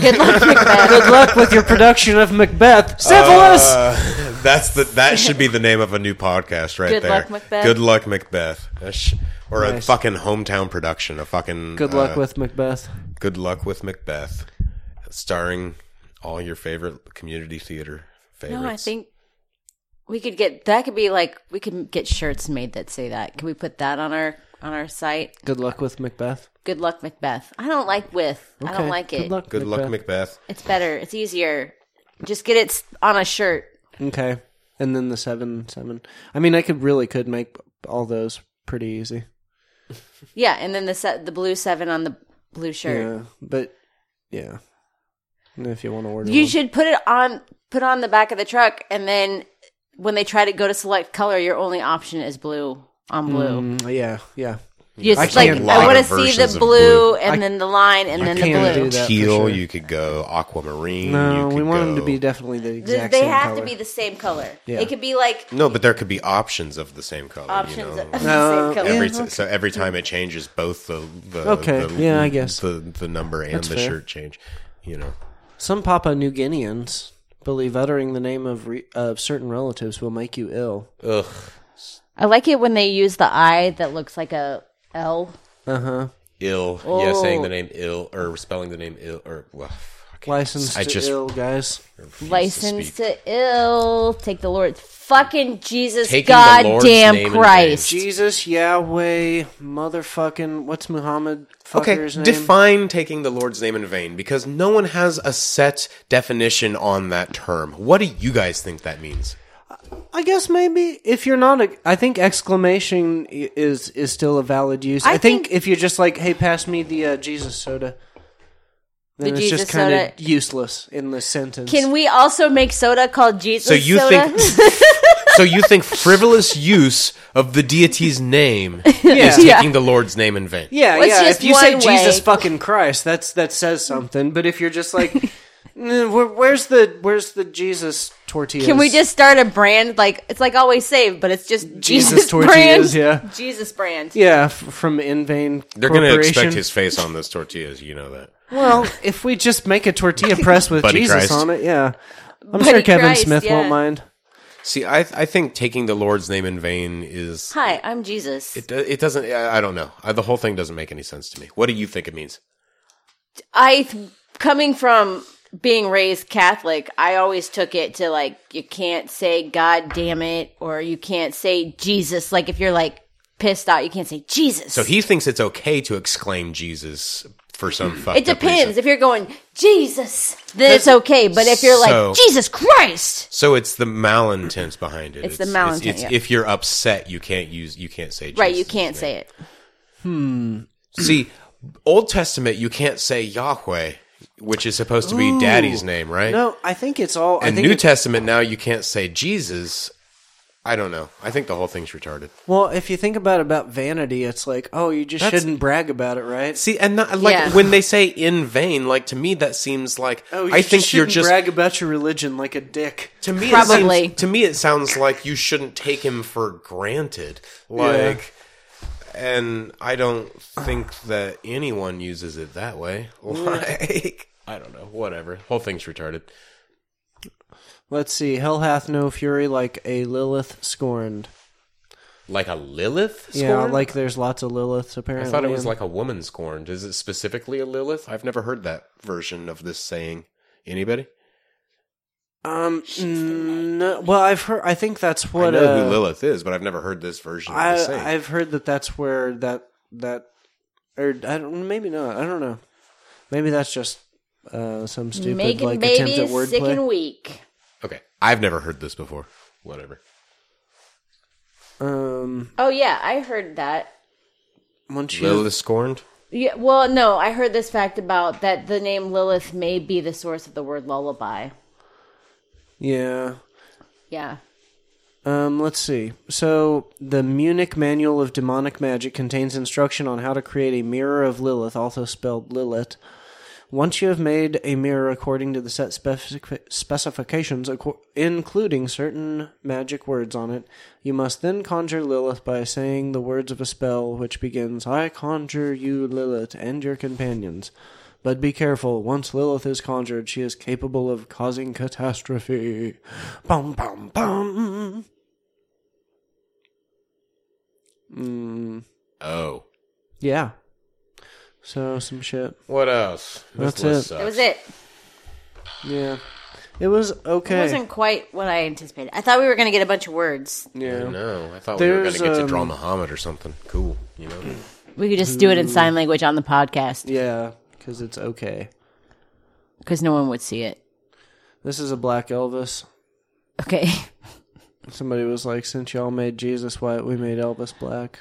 S2: Good luck, Macbeth.
S1: Good luck with your production of Macbeth. Syphilis.
S3: Uh, that's the that should be the name of a new podcast right
S2: Good
S3: there.
S2: Luck, Macbeth.
S3: Good luck, Macbeth. That sh- Or a
S1: Nice.
S3: fucking hometown production. A fucking
S1: Good luck
S3: uh,
S1: with Macbeth.
S3: Good luck with Macbeth, starring all your favorite community theater favorites.
S2: no, I think we could get that. Could be like we could get shirts made that say that. Can we put that on our on our site?
S1: Good luck with Macbeth.
S2: Good luck, Macbeth. I don't like with. I don't
S1: Okay.
S2: like it.
S1: Good luck.
S3: Good luck, Macbeth.
S2: It's better. It's easier. Just get it s- on a shirt.
S1: Okay. And then the seven seven. I mean, I could really could make all those pretty easy.
S2: Yeah, and then the se- the blue seven on the blue shirt.
S1: Yeah, but yeah. And If you want to order,
S2: You
S1: one.
S2: should put it on put on the back of the truck and then when they try to go to select color, your only option is blue on blue.
S1: Mm, yeah, yeah.
S2: You just
S1: I
S2: like
S1: can't
S2: I
S1: lie
S2: want
S3: to
S2: to see
S3: versions
S2: the
S3: of
S2: blue
S3: blue.
S2: and
S1: I-
S2: then the line and then
S1: can't
S2: the blue.
S1: do that. for
S3: Teal.
S1: sure.
S3: You could go aquamarine.
S1: No,
S3: you
S1: we
S3: could
S1: want them to
S3: go-
S1: be definitely the
S2: Th-
S1: exact
S2: They
S1: same
S2: have
S1: color.
S2: to be the same color.
S1: Yeah.
S2: It could be like
S3: No, but there could be options of the same color.
S2: options
S3: you know?
S2: of
S1: No,
S2: the same color.
S3: Every
S1: Yeah,
S3: ti- So every time it changes, both the, the
S1: Okay,
S3: the-
S1: yeah, I guess.
S3: the the number and the
S1: fair.
S3: shirt change. You know,
S1: Some Papua New Guineans believe uttering the name of re- of certain relatives will make you ill.
S5: Ugh.
S2: I like it when they use the eye that looks like a L.
S1: Uh huh. Oh.
S5: Ill. Yeah, saying the name ill or spelling the name ill or well,
S1: License
S5: I
S1: to
S5: just-
S1: ill, guys.
S2: License to, ill. Take the Lord's fucking Jesus,
S5: Taking the Lord's name
S2: goddamn
S5: in
S2: Christ.
S1: Jesus, Yahweh, motherfucking. What's Muhammad
S3: Okay,
S1: fucker's name?
S3: define taking the Lord's name in vain because no one has a set definition on that term. What do you guys think that means?
S1: I guess maybe if you're not a, I think exclamation i- is is still a valid use. I,
S2: I
S1: think,
S2: think-
S1: if you're just like, hey, pass me the uh, Jesus soda, then
S2: The
S1: it's
S2: Jesus
S1: just kind
S2: soda.
S1: of useless in the sentence.
S2: Can we also make soda called Jesus
S3: So you
S2: soda?
S3: think So you think frivolous use of the deity's name is taking the Lord's name in vain?
S1: yeah,
S2: Let's
S1: yeah.
S2: just
S1: If you say
S2: one
S1: Jesus
S2: way.
S1: fucking Christ, that's that says something. But if you're just like, "Mm, where, where's the where's the Jesus tortillas?
S2: Can we just start a brand like it's like always saved, but it's just Jesus, brand.
S1: tortillas, yeah.
S2: Jesus brand.
S1: yeah f- from in vain?
S3: They're going to expect
S1: Corporation.
S3: his face on those tortillas, you know that.
S1: Well, if we just make a tortilla press with
S3: Buddy
S1: Jesus
S3: Christ.
S1: on it, yeah. I'm
S2: Buddy
S1: sure Kevin
S2: Christ,
S1: Smith
S2: yeah.
S1: won't mind.
S3: See, I I think taking the Lord's name in vain is
S2: Hi, I'm Jesus.
S3: it, do- it doesn't I, I don't know. I, the whole thing doesn't make any sense to me. What do you think it means?
S2: I th- coming from being raised Catholic, I always took it to like you can't say God damn it or you can't say Jesus. Like if you're like pissed out, you can't say Jesus.
S3: So he thinks it's okay to exclaim Jesus for some fucking
S2: it depends. If you're going Jesus, then it's okay. But if you're
S3: So-
S2: like Jesus Christ,
S3: So it's the malintent behind it.
S2: It's the malintent, yeah.
S3: If you're upset, you can't use you can't say
S2: right? You
S3: Jesus'
S2: can't
S3: name.
S2: say it.
S3: See, Old Testament, you can't say Yahweh, which is supposed to be Daddy's name, right?
S1: No, I think it's all. I
S3: And
S1: think
S3: New
S1: it-
S3: Testament now you can't say Jesus. I don't know. I think the whole thing's retarded.
S1: well, if you think about about vanity, it's like, oh, you just
S3: That's-
S1: shouldn't brag about it, right?
S3: See, and not, like
S2: Yeah.
S3: when they say in vain, like to me that seems like
S1: oh, you
S3: I
S1: just
S3: think you're
S1: shouldn't
S3: just
S1: brag about your religion like a dick.
S3: to me it
S2: Probably.
S3: seems- to me it sounds like you shouldn't take him for granted. Like and I don't think that anyone uses it that way. Like I don't know, whatever. Whole thing's retarded.
S1: Let's see. Hell hath no fury like a Lilith scorned.
S3: Like a Lilith scorn?
S1: Yeah, like there's lots of Liliths
S3: I
S1: apparently.
S3: thought it was
S1: and-
S3: like a woman scorned. Is it specifically a Lilith? I've never heard that version of this saying. Anybody?
S1: um. No, well, I've heard. I think that's what.
S3: I know who
S1: uh,
S3: Lilith is, but I've never heard this version of the saying.
S1: I, I've heard that that's where that that or I don't maybe not. I don't know. Maybe that's just uh, some stupid
S2: Making
S1: like attempt at
S2: babies sick and
S1: wordplay.
S2: weak.
S3: okay, I've never heard this before. Whatever.
S1: um,
S2: Oh yeah, I heard that.
S1: once you
S3: Lilith scorned.
S2: Yeah, well, no, I heard this fact about that the name Lilith may be the source of the word lullaby.
S1: yeah.
S2: Yeah.
S1: Um, let's see. So the Munich Manual of Demonic Magic contains instruction on how to create a mirror of Lilith, also spelled Lilith. Once you have made a mirror according to the set specific- specifications, acco- including certain magic words on it, you must then conjure Lilith by saying the words of a spell which begins, I conjure you, Lilith, and your companions. But be careful, once Lilith is conjured, she is capable of causing catastrophe. Bum, bum, bum.
S3: Oh,
S1: Yeah. So, some shit.
S3: what else? This
S1: That's
S3: list
S1: it.
S3: sucks.
S2: That was it.
S1: Yeah. It was okay.
S2: It wasn't quite what I anticipated. I thought we were going to get a bunch of words.
S1: yeah.
S3: No, Oh, I thought we were going
S1: There's,
S3: to get to
S1: um,
S3: draw Muhammad or something. Cool, you know.
S2: We could just do it in sign language on the podcast
S1: Yeah, because it's okay.
S2: because no one would see it.
S1: This is a Black Elvis.
S2: Okay.
S1: Somebody was like, since y'all made Jesus white, we made Elvis black.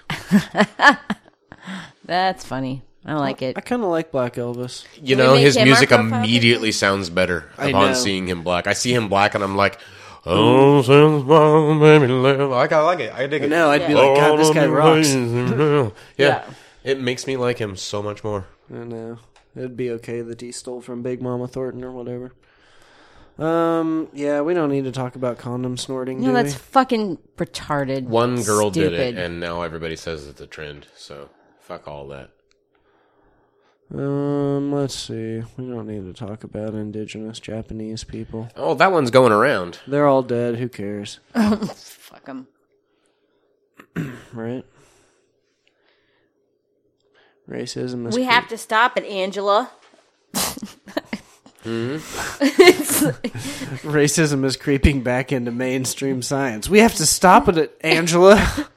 S2: That's funny. I like it.
S1: I kind of like Black Elvis.
S3: You
S2: Can we
S3: know,
S2: make
S3: his
S2: him our
S3: music
S2: profile
S3: immediately sounds better upon
S1: know.
S3: seeing him black. I see him black, and I'm like, oh, since my baby left. Like, I like it. I dig it.
S1: No, I'd be like, God, this guy rocks. I
S3: yeah.
S2: Yeah.
S3: it makes me like him so much more.
S1: know. It'd be okay that he stole from Big Mama Thornton or whatever. Um, yeah, we don't need to talk about condom snorting, do
S2: No, that's
S1: we?
S2: fucking retarded.
S5: One girl did
S2: Stupid.
S5: it, and now everybody says it's a trend. So fuck all that.
S1: Um, let's see. We don't need to talk about indigenous Japanese people.
S5: Oh, that one's going around.
S1: They're all dead. Who cares?
S2: Fuck 'em.
S1: Right? Racism is
S2: We have to stop it, Angela. It's-
S1: Racism is creeping back into mainstream science. We have to stop it, Angela.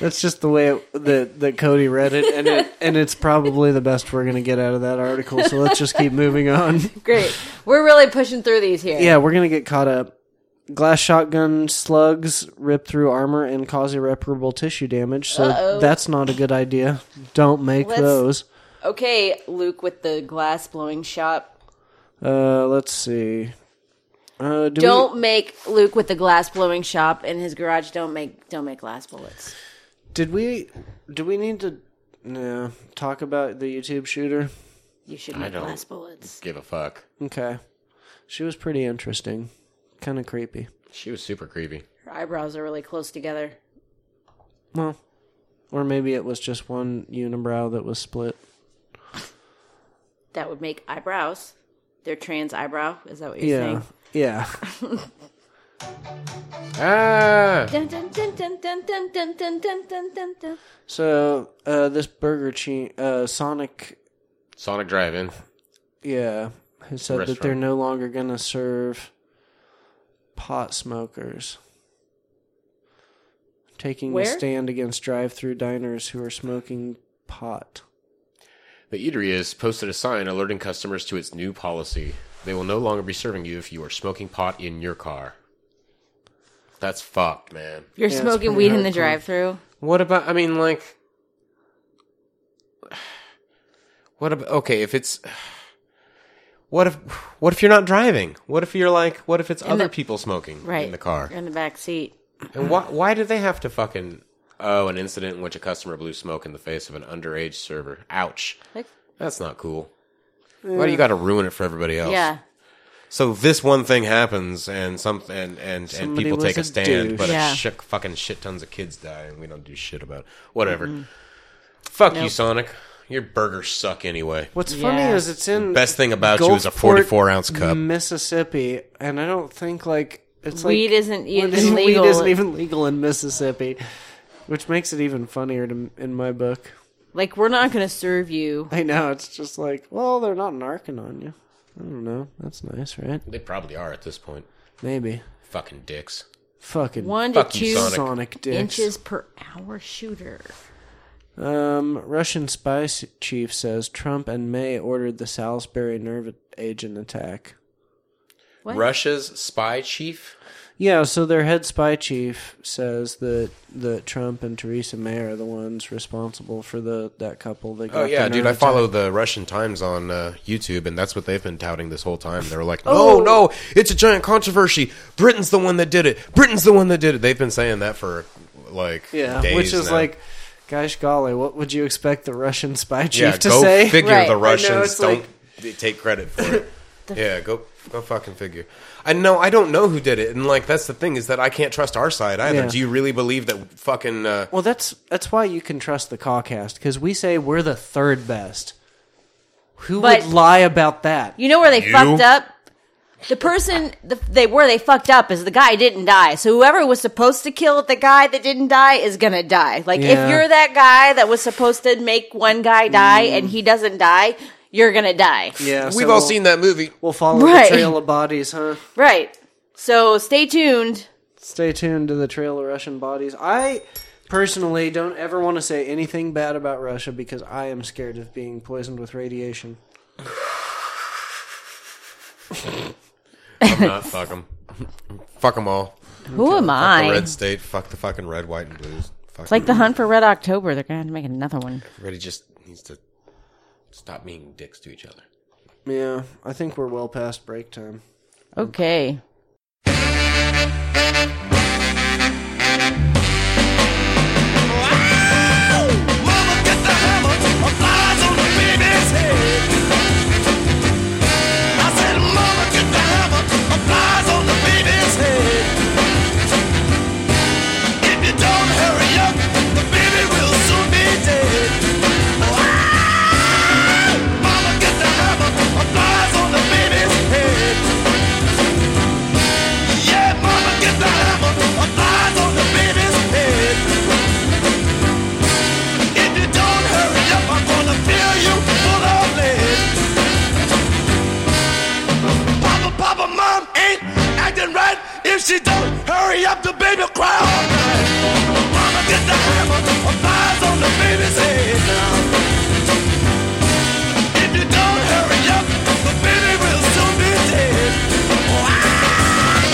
S1: That's just the way it, that that Cody read it, and it and it's probably the best we're gonna get out of that article. So let's just keep moving on.
S2: great. We're really pushing through these here.
S1: Yeah, we're gonna get caught up. Glass shotgun slugs rip through armor and cause irreparable tissue damage. So that's not a good idea. Don't make
S2: Let's-
S1: those.
S2: Okay, Luke with the glass blowing shot.
S1: Uh, let's see. Uh, do we-
S2: Don't make Luke with the glass blowing shop in his garage. Don't make don't make glass bullets.
S1: Did we? Do we need to? No. Talk about the YouTube shooter.
S2: You should make
S5: don't.
S2: glass bullets.
S5: Give a fuck.
S1: Okay. She was pretty interesting. Kind of creepy.
S5: She was super creepy.
S2: Her eyebrows are really close together.
S1: Well, or maybe it was just one unibrow that was split.
S2: That would make eyebrows. They're trans eyebrow. Is that what you're
S1: Yeah.
S2: saying?
S1: Yeah.
S5: Ah,
S2: Dun, dun, dun, dun, dun, dun, dun, dun, dun, dun, dun, dun.
S1: So uh, this burger chain, uh, Sonic,
S5: Sonic Drive-In.
S1: yeah, has said that they're
S5: Restaurant.
S1: no longer gonna serve pot smokers. Taking a
S2: Where?
S1: stand against drive-through diners who are smoking pot.
S5: The eatery has posted a sign alerting customers to its new policy. They will no longer be serving you if you are smoking pot in your car. That's fucked, man.
S2: You're
S1: it's
S2: smoking
S1: pretty
S2: weed in the
S1: hardcore.
S2: drive-through.
S5: What about? I mean, like, what about? Okay, if it's, what if, what if you're not driving? What if you're like, what if it's other
S2: the-
S5: people smoking
S2: Right
S5: in the car?
S2: in the back seat.
S5: And why? Why do they have to fucking? Oh, an incident in which a customer blew smoke in the face of an underage server. Ouch.
S2: Like-
S5: That's not cool. Why do you got to ruin it for everybody else?
S2: Yeah,
S5: So this one thing happens, and some and and, and
S1: Somebody
S5: people
S1: was
S5: take
S1: a
S5: a stand,
S1: douche.
S5: but
S2: Yeah.
S5: a shit, fucking shit tons of kids die, and we don't do shit about it. whatever. Fuck you, Sonic. Your burgers suck anyway.
S1: What's
S2: Yeah.
S1: funny is it's in
S5: Best thing about you is a
S1: Gulfport,
S5: forty-four ounce cup.
S1: Mississippi, and I don't think like it's
S2: weed
S1: like
S2: isn't e- even
S1: weed
S2: legal.
S1: isn't even legal in Mississippi, which makes it even funnier to, in my book.
S2: like we're not going to serve you.
S1: I know it's just like, well, they're not narking on you. I don't know. That's nice, right?
S5: They probably are at this point.
S1: Maybe.
S5: Fucking dicks.
S1: Fucking
S2: One
S5: Fuck
S2: to
S5: you,
S2: two
S5: Sonic.
S1: Sonic dicks.
S2: inches per hour shooter.
S1: Um, Russian spy s- chief says Trump and May ordered the Salisbury nerve agent attack.
S2: What?
S5: Russia's spy chief.
S1: Yeah, so their head spy chief says that that Trump and Theresa May are the ones responsible for the that couple. That got
S5: Oh yeah,
S1: the
S5: dude. I
S1: nerve
S5: follow
S1: attack.
S5: the Russian Times on uh, YouTube, and that's what they've been touting this whole time. They were like,
S1: Oh.
S5: "No, no, it's a giant controversy. Britain's the one that did it. Britain's the one that did it." They've been saying that for like
S1: Yeah,
S5: days
S1: which is
S5: now.
S1: like, gosh golly, what would you expect the Russian spy chief
S5: yeah,
S1: to
S5: go
S1: say?
S5: figure.
S2: Right. I
S5: The
S2: know,
S5: Russians
S1: it's like-
S5: don't they take credit for it. yeah, go go fucking figure. I know I don't know who did it, and like that's the thing is that I can't trust our side either.
S1: Yeah.
S5: Do you really believe that fucking? Uh,
S1: Well, that's that's why you can trust the Cawcast because we say we're the third best. Who
S2: But-
S1: would lie about that?
S2: You know where they
S5: You?
S2: fucked up? The person the, they where they fucked up is the guy didn't die. So whoever was supposed to kill the guy that didn't die is gonna die. Like
S1: Yeah.
S2: if you're that guy that was supposed to make one guy die and he doesn't die, you're gonna die.
S1: yeah,
S5: we've all seen that movie.
S1: We'll follow
S2: Right.
S1: the trail of bodies, huh?
S2: Right. So stay tuned.
S1: Stay tuned to the trail of Russian bodies. I personally don't ever want to say anything bad about Russia because I am scared of being poisoned with radiation.
S5: I'm not fuck them. Fuck them all.
S2: Who am
S5: Fuck the
S2: I?
S5: red state. Fuck the fucking red, white, and blues. Fuck
S2: Like the hunt for Red October, they're gonna have to make another one.
S5: Everybody just needs to stop being dicks to each other.
S1: Yeah, I think we're well past break time.
S2: Okay.
S6: Mama gets the hammer and flies on the baby's head. I said, Mama gets the hammer and flies on the baby's head. If you don't hurry up, the baby will soon be dead. Mama gets the hammer and flies on the baby's head. made to cry all night. Mama get the hammer, applies on the baby's head now. If you don't hurry up, the baby will soon be dead. Oh,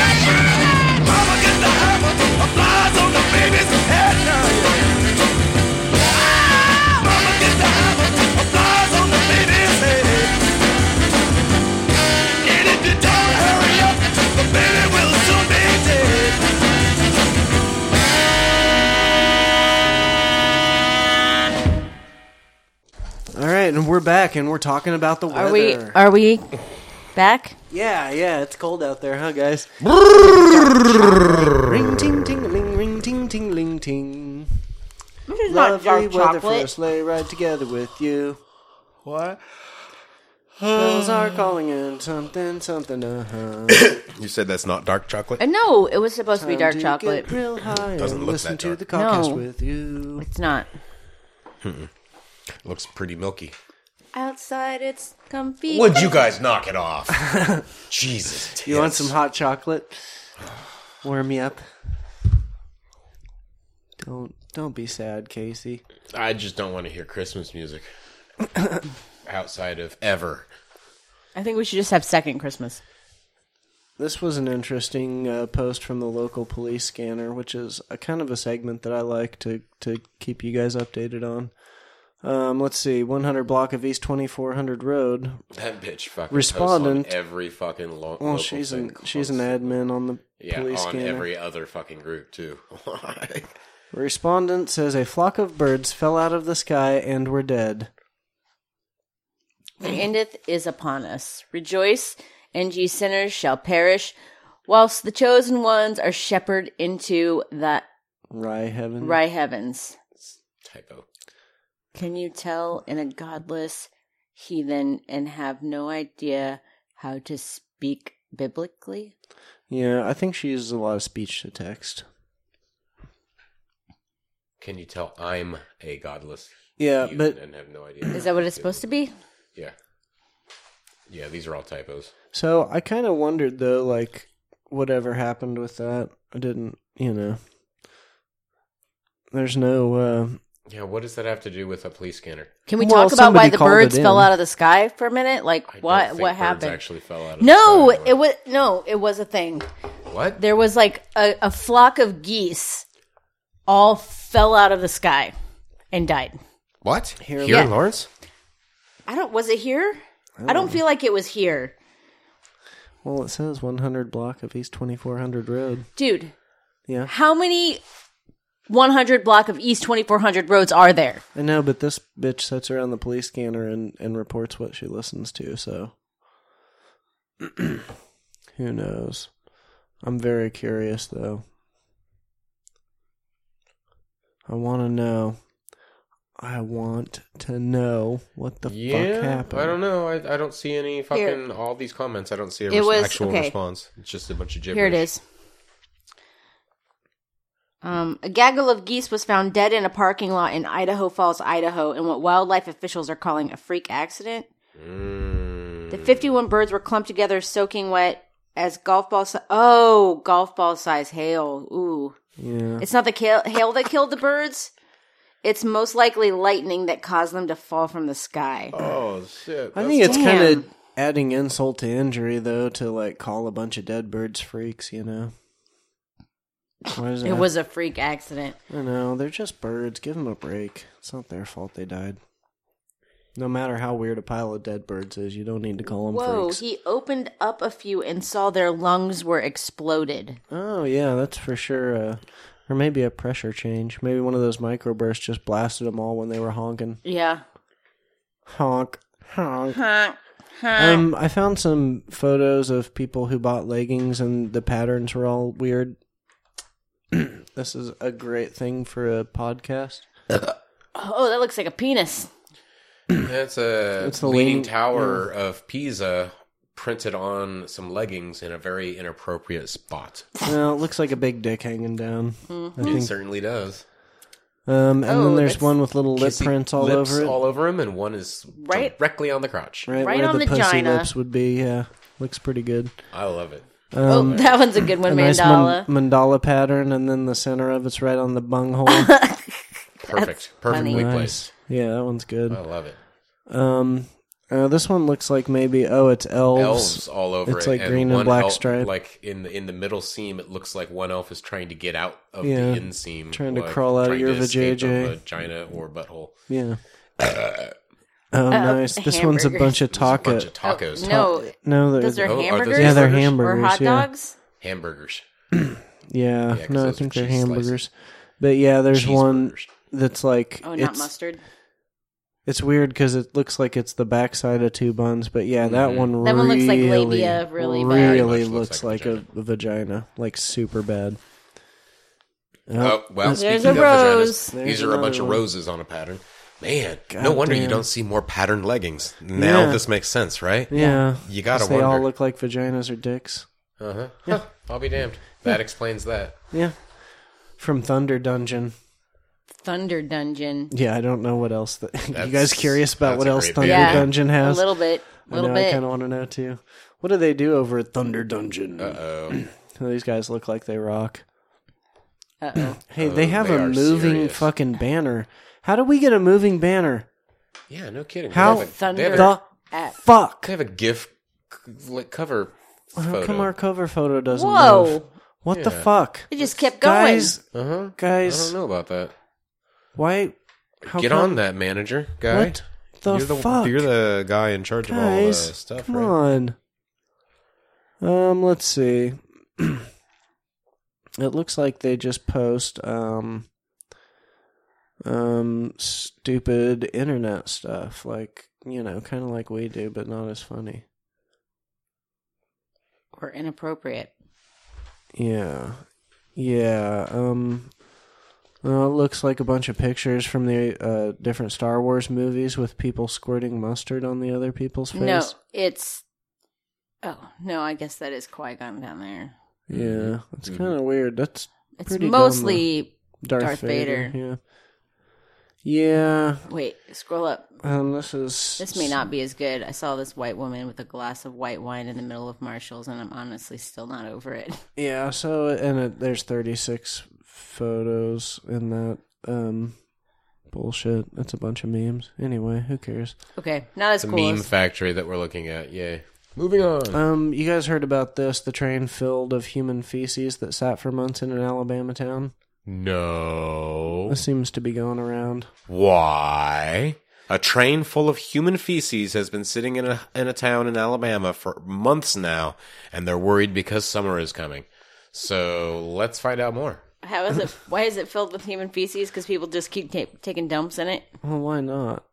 S6: Mama get the hammer, applies on the baby's head now. Ah, Mama get the hammer, applies on the baby's head. And if you don't hurry up, the baby will soon be dead.
S1: All right, and we're back, and we're talking about the weather.
S2: Are we? Are we back?
S1: yeah, yeah, it's cold out there, huh, guys? ring ting ting ling ring ting ting ling ting.
S2: This is not
S1: Lovely
S2: dark
S1: weather for a
S2: chocolate.
S1: sleigh ride together with you.
S3: What?
S1: Bells are calling in something something. Uh huh.
S3: You said that's not dark chocolate?
S2: Uh, no, it was supposed to be dark chocolate.
S1: Get real high
S3: Doesn't
S1: and
S3: look
S1: listen
S3: that
S1: to
S3: dark.
S1: the caucus
S2: No.
S1: with you.
S2: It's not.
S3: Looks pretty milky.
S2: Outside, it's comfy.
S3: Would you guys knock it off? Jesus.
S1: You want some hot chocolate? Warm me up. Don't don't be sad, Casey.
S5: I just don't want to hear Christmas music outside of ever.
S2: I think we should just have second Christmas.
S1: This was an interesting uh, post from the local police scanner, which is a kind of a segment that I like to to keep you guys updated on. Um, let's see, 100 block of East 2400 Road.
S5: That bitch fucking
S1: Respondent-
S5: posts on every fucking lo-
S1: Well,
S5: local
S1: she's
S5: thing
S1: an she's an
S5: constantly.
S1: admin on the
S5: yeah
S1: police
S5: on
S1: scanner.
S5: every other fucking group too.
S1: Respondent says a flock of birds fell out of the sky and were dead.
S2: The endeth is upon us. Rejoice, and ye sinners shall perish, whilst the chosen ones are shepherded into the
S1: Rye heaven.
S2: rye heavens.
S5: Typo.
S2: Can you tell in a godless heathen and have no idea how to speak biblically?
S1: Yeah, I think she uses a lot of speech to text.
S5: Can you tell I'm a godless?
S1: Yeah,
S5: heathen
S1: but
S5: and have no idea.
S2: Is that what it's supposed to be?
S5: Yeah. Yeah, these are all typos.
S1: so I kind of wondered though, like whatever happened with that. I didn't, you know. There's no. Uh,
S5: Yeah, what does that have to do with a police scanner?
S2: Can we
S1: Well,
S2: talk about why
S1: somebody
S2: the
S1: called
S2: birds
S1: it
S2: fell
S1: in.
S2: out of the sky for a minute? Like
S5: I don't
S2: what
S5: think
S2: what
S5: birds
S2: happened?
S5: Actually fell out of
S2: no,
S5: the sky.
S2: it was no, it was a thing.
S5: what?
S2: There was like a, a flock of geese all fell out of the sky and died.
S3: What?
S1: Here-
S3: Here,
S1: Yeah.
S3: in Lawrence?
S2: I don't was it here? I don't feel like it was here.
S1: well, it says 100 block of East 2400 Road.
S2: Dude,
S1: Yeah,
S2: how many 100 block of East 2400 roads are there?
S1: I know, but this bitch sits around the police scanner and and reports what she listens to. So, who knows? I'm very curious though. I want to know. I want to know what the fuck
S5: Yeah,
S1: happened.
S5: I don't know. I, I don't see any fucking all these comments. I don't see a
S2: It
S5: res-
S2: was-
S5: actual
S2: okay.
S5: response. It's just a bunch of gibberish.
S2: Here it is. Um, a gaggle of geese was found dead in a parking lot in Idaho Falls, Idaho, in what wildlife officials are calling a freak accident. The 51 birds were clumped together, soaking wet as golf ball si- oh, golf ball size hail. Ooh.
S1: Yeah.
S2: It's not the kale- hail that killed the birds. It's most likely lightning that caused them to fall from the sky.
S5: Oh shit!
S1: I think it's kind
S2: Damn.
S1: of adding insult to injury though to like call a bunch of dead birds freaks. You know. Why does
S2: It was a freak accident.
S1: I know, they're just birds. Give them a break. It's not their fault they died. No matter how weird a pile of dead birds is, you don't need to call them
S2: Whoa,
S1: freaks.
S2: he opened up a few and saw their lungs were exploded.
S1: Oh, yeah, that's for sure. Uh, or maybe a pressure change. Maybe one of those microbursts just blasted them all when they were honking.
S2: Yeah.
S1: Honk. Honk.
S2: Honk,
S1: Um, I found some photos of people who bought leggings and the patterns were all weird. this is a great thing for a podcast.
S2: Oh, that looks like a penis.
S5: That's a
S1: It's the
S5: leaning
S1: leaning-
S5: tower of Pisa printed on some leggings in a very inappropriate spot.
S1: Well, it looks like a big dick hanging down. I
S5: It
S1: think.
S5: certainly does.
S1: Um, and
S2: Oh,
S1: then there's
S2: that's-
S1: one with little lip
S5: Kissy
S1: prints all
S5: lips
S1: over it,
S5: all over him, and one is
S2: Right-
S5: directly on the crotch.
S1: right,
S2: right
S1: where
S2: on
S1: the,
S2: the
S1: pussy
S2: vagina.
S1: lips would be. Yeah, looks pretty good.
S5: I love it.
S2: oh, that one's a good
S1: Um, A
S2: one,
S1: nice
S2: mandala.
S1: man- mandala pattern, and then the center of it's right on the bunghole.
S5: Perfect, perfectly
S1: Nice.
S5: placed.
S1: yeah, that one's good.
S5: I love it.
S1: Um, uh, this one looks like maybe oh, it's elves.
S5: Elves all over
S1: It's
S5: it.
S1: like green and
S5: one
S1: black
S5: elf-
S1: stripe.
S5: Like in the in the middle seam, it looks like one elf is trying to get out of
S1: Yeah.
S5: the inseam,
S1: Trying to
S5: like,
S1: crawl out of
S5: trying
S1: your
S5: to escape
S1: vajayjay.
S5: a vagina or butthole.
S1: Yeah. oh, nice. This one's a
S2: Uh, hamburgers.
S1: bunch of
S5: There's a bunch
S1: taco.
S5: of tacos,
S2: Oh, No,
S1: No, they're,
S2: those are
S5: Oh, are those
S2: hamburgers.
S1: yeah, they're
S5: hamburgers?
S2: or
S1: hamburgers.
S2: hot
S1: yeah.
S2: dogs.
S5: hamburgers.
S1: Yeah,
S5: 'cause
S1: no, I
S5: those are
S1: think they're
S5: cheese slices.
S1: hamburgers. But yeah, there's one
S5: Cheeseburgers.
S1: that's like
S2: Oh, not
S1: it's
S2: mustard.
S1: it's weird because it looks like it's the backside of two buns. But yeah,
S5: Mm-hmm.
S1: that one
S2: That one looks
S1: really,
S2: like labia really bad.
S1: really
S5: Much
S1: looks like, a, vagina. like super bad.
S5: Oh, well,
S2: There's
S5: speaking of
S2: a rose.
S5: vaginas,
S1: There's
S5: these are a bunch
S1: another
S5: of
S1: one.
S5: roses on a pattern. Man, no wonder you
S1: damn.
S5: don't see more patterned leggings. Now
S1: Yeah.
S5: this makes sense, right?
S1: Yeah,
S5: You gotta
S1: 'Cause they all
S5: wonder.
S1: look like vaginas or dicks.
S5: Uh-huh. Huh, I'll be damned. That explains that.
S1: Yeah, from Thunder Dungeon.
S2: Thunder Dungeon.
S1: Yeah, I don't know what else. That, you guys
S5: That's-
S1: curious about
S5: that's
S1: what
S5: a
S1: else
S5: great
S1: Thunder
S2: band. Yeah.
S1: Dungeon has?
S2: A little bit. A
S1: I
S2: little
S1: know. I
S2: bit.
S1: kind of want to know too. What do they do over at Thunder Dungeon?
S5: Uh-oh.
S1: These guys look like they rock.
S2: Uh-oh.
S1: Hey, they have
S5: Oh, they
S1: a
S5: are
S1: moving
S5: serious.
S1: fucking banner. How do we get a moving banner?
S5: Yeah, no kidding.
S1: How
S5: They have a, they
S2: Thunder-
S5: have a,
S1: The
S2: At-
S1: fuck!
S5: they have a GIF c- like cover
S1: How
S5: photo.
S1: come our cover photo doesn't
S2: Whoa.
S1: move? What the fuck?
S2: It just kept going.
S1: Guys,
S5: uh-huh. I don't
S1: guys,
S5: know about that.
S1: why? How
S5: Get
S1: come-
S5: on that, manager guy.
S1: What the
S5: you're the
S1: Oh, fuck?
S5: you're the guy in charge of all the
S1: Guys,
S5: stuff,
S1: come
S5: right?
S1: on. Um, let's see. it looks like they just post um, um, stupid internet stuff, like you know, kind of like we do, but not as funny.
S2: Or inappropriate.
S1: Yeah, yeah. Um, well, it looks like a bunch of pictures from the uh, different Star Wars movies with people squirting mustard on the other people's face.
S2: No, it's. Oh no, I guess that is Qui Gon down there.
S1: Yeah, that's
S5: Mm-hmm.
S1: kind of weird. That's
S2: It's
S1: Pretty dumb,
S2: mostly.
S1: Darth,
S2: Darth
S1: Vader.
S2: Vader.
S1: Yeah. Yeah.
S2: Wait, scroll up.
S1: Um, this is
S2: This may not be as good. I saw this white woman with a glass of white wine in the middle of Marshalls, and I'm honestly still not over it.
S1: Yeah. So and it, there's 36 photos in that. Um, bullshit. That's a bunch of memes. Anyway, who cares?
S2: Okay, not as
S5: The
S2: cool.
S5: meme
S2: As,
S5: factory that we're looking at. Yay. Moving on.
S1: Um, you guys heard about this? The train filled of human feces that sat for months in an Alabama town.
S5: no.
S1: This seems to be going around.
S5: Why? A train full of human feces has been sitting in a in a town in Alabama for months now, and they're worried because summer is coming. So let's find out more.
S2: how is it? Why is it filled with human feces? Because people just keep ta- taking dumps in it.
S1: Well, why not?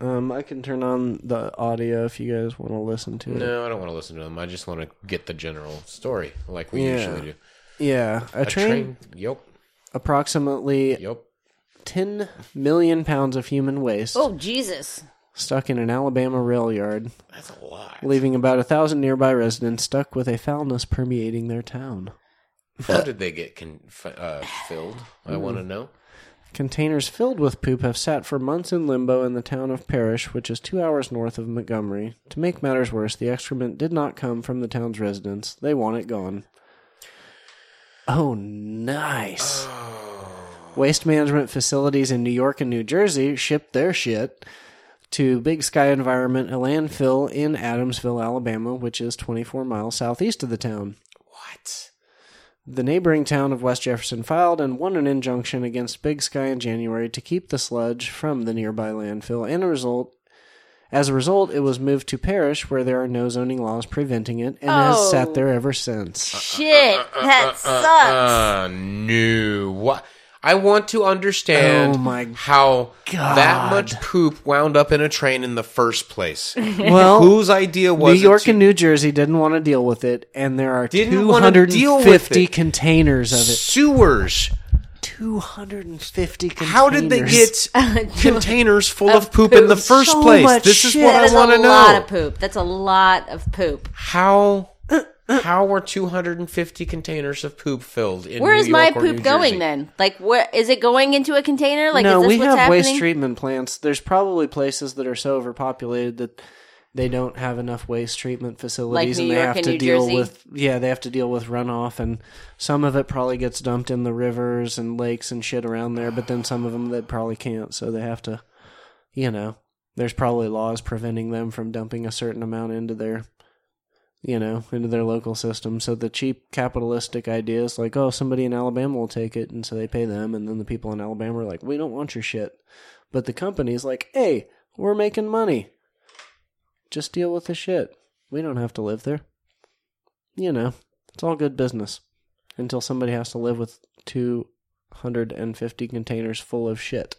S1: Um, I can turn on the audio if you guys want to listen to it.
S5: No, I don't want to listen to them. I just want to get the general story, like we
S1: Yeah.
S5: usually do.
S1: Yeah, a,
S5: A
S1: train,
S5: train. Yep.
S1: approximately
S5: Yep.
S1: 10 million pounds of human waste
S2: Oh Jesus!
S1: stuck in an Alabama rail yard,
S5: That's a lot.
S1: leaving about a thousand nearby residents stuck with a foulness permeating their town.
S2: Uh,
S5: How did they get con- f- uh, filled? I want to know.
S1: Containers filled with poop have sat for months in limbo in the town of Parrish, which is two hours north of Montgomery. To make matters worse, the excrement did not come from the town's residents. They want it gone. Oh, nice. Waste management facilities in New York and New Jersey shipped their shit to Big Sky Environment, a landfill in Adamsville, Alabama, which is 24 miles southeast of the town.
S5: What?
S1: The neighboring town of West Jefferson filed and won an injunction against Big Sky in January to keep the sludge from the nearby landfill, and a result, as a result, it was moved to Parrish, where there are no zoning laws preventing it, and has
S2: Oh.
S1: sat there ever since.
S2: Shit, that sucks.
S5: Uh, no. What? I want to understand
S1: Oh my
S5: how that
S1: God.
S5: much poop wound up in a train in the first place.
S1: Well,
S5: Whose idea was
S1: New
S5: it
S1: York
S5: to-
S1: and New Jersey didn't want to deal with it, and there are
S5: Didn't wanna deal with
S1: 250
S5: it.
S1: containers of it.
S5: sewers?
S1: 250 containers.
S5: How did they get containers full of poop in the
S2: poop.
S5: first
S1: So
S5: place?
S1: much
S5: This is
S1: shit.
S5: what
S1: That
S5: I
S2: That's
S5: want
S2: a
S5: to
S2: lot of
S5: know.
S2: poop. That's a lot of poop.
S5: How
S2: Uh,
S5: how were 250 containers of poop filled in
S2: Where
S5: New
S2: is my
S5: York or New
S2: poop going
S5: Jersey?
S2: then? Like, where is it going into a container? Like,
S1: no,
S2: is this
S1: we
S2: what's
S1: have
S2: happening?
S1: waste treatment plants. There's probably places that are so overpopulated that they don't have enough waste treatment facilities,
S2: New
S1: and they
S2: York
S1: have
S2: and
S1: to
S2: New
S1: deal
S2: Jersey?
S1: with yeah, they have to deal with runoff, and some of it probably gets dumped in the rivers and lakes and shit around there. But then some of them that probably can't, so they have to, you know, there's probably laws preventing them from dumping a certain amount into their you know, into their local system. So the cheap capitalistic idea is like, oh, somebody in Alabama will take it, and so they pay them, and then the people in Alabama are like, we don't want your shit. But the company's like, hey, we're making money. Just deal with the shit. We don't have to live there. You know, it's all good business until somebody has to live with 250 containers full of shit.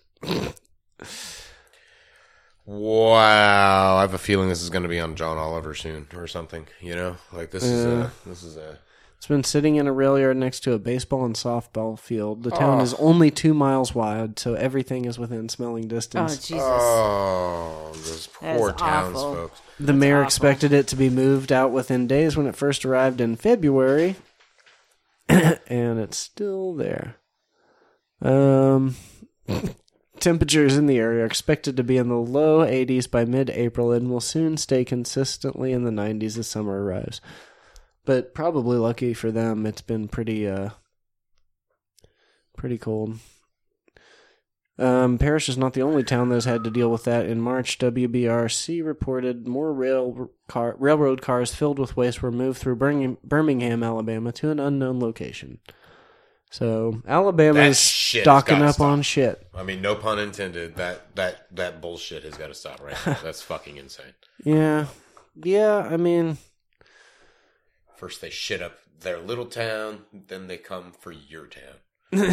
S5: Wow, I have a feeling this is going to be on John Oliver soon or something. You know, like this is a this is a
S1: It's been sitting in a rail yard next to a baseball and softball field. The town is only two miles wide, so everything is within smelling
S2: Oh
S1: distance.
S2: Jesus!
S5: oh those
S2: That is
S5: poor
S2: awful.
S5: townsfolk.
S1: the mayor expected it to be moved out within days when it first arrived in February, and it's still there. Um, temperatures in the area are expected to be in the low 80s by mid-April and will soon stay consistently in the 90s as summer arrives. But probably lucky for them, it's been pretty uh pretty cold. Um, Parrish is not the only town that has had to deal with that. In March, WBRC reported more rail car, railroad cars filled with waste were moved through Birmingham, Birmingham, Alabama, to an unknown location. So
S5: That
S1: Alabama's
S5: shit has
S1: stocking
S5: gotta
S1: up
S5: stop.
S1: on shit.
S5: I mean, no pun intended. That that that bullshit has got to stop right now. That's fucking insane.
S1: Yeah. Yeah, I mean,
S5: First they shit up their little town, then they come for your town.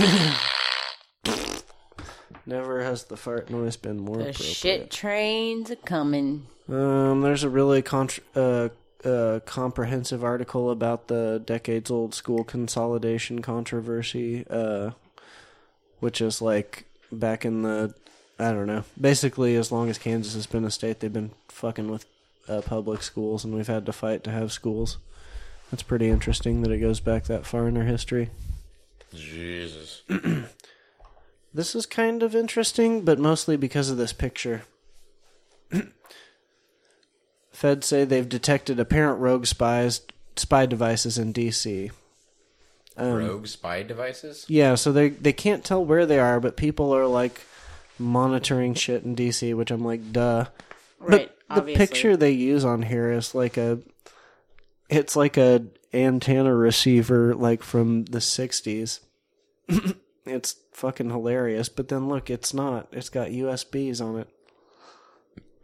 S1: never has the fart noise been more
S2: the
S1: appropriate.
S2: shit trains are coming.
S1: Um, there's a really contr uh, uh, comprehensive article about the decades old school consolidation controversy, uh, which is like back in the, I don't know, basically as long as Kansas has been a state, they've been fucking with uh, public schools, and we've had to fight to have schools. That's pretty interesting that it goes back that far in our history.
S5: Jesus.
S1: This is kind of interesting, but mostly because of this picture. Feds say they've detected apparent rogue spies spy devices in DC.
S2: Um,
S5: Rogue spy devices.
S1: Yeah, so they they can't tell where they are, but people are like monitoring shit in DC, which I'm like, duh.
S2: Right.
S1: but the
S2: obviously.
S1: picture they use on here is like a it's like a antenna receiver like from the 60s it's fucking hilarious but then look it's not it's got usbs on it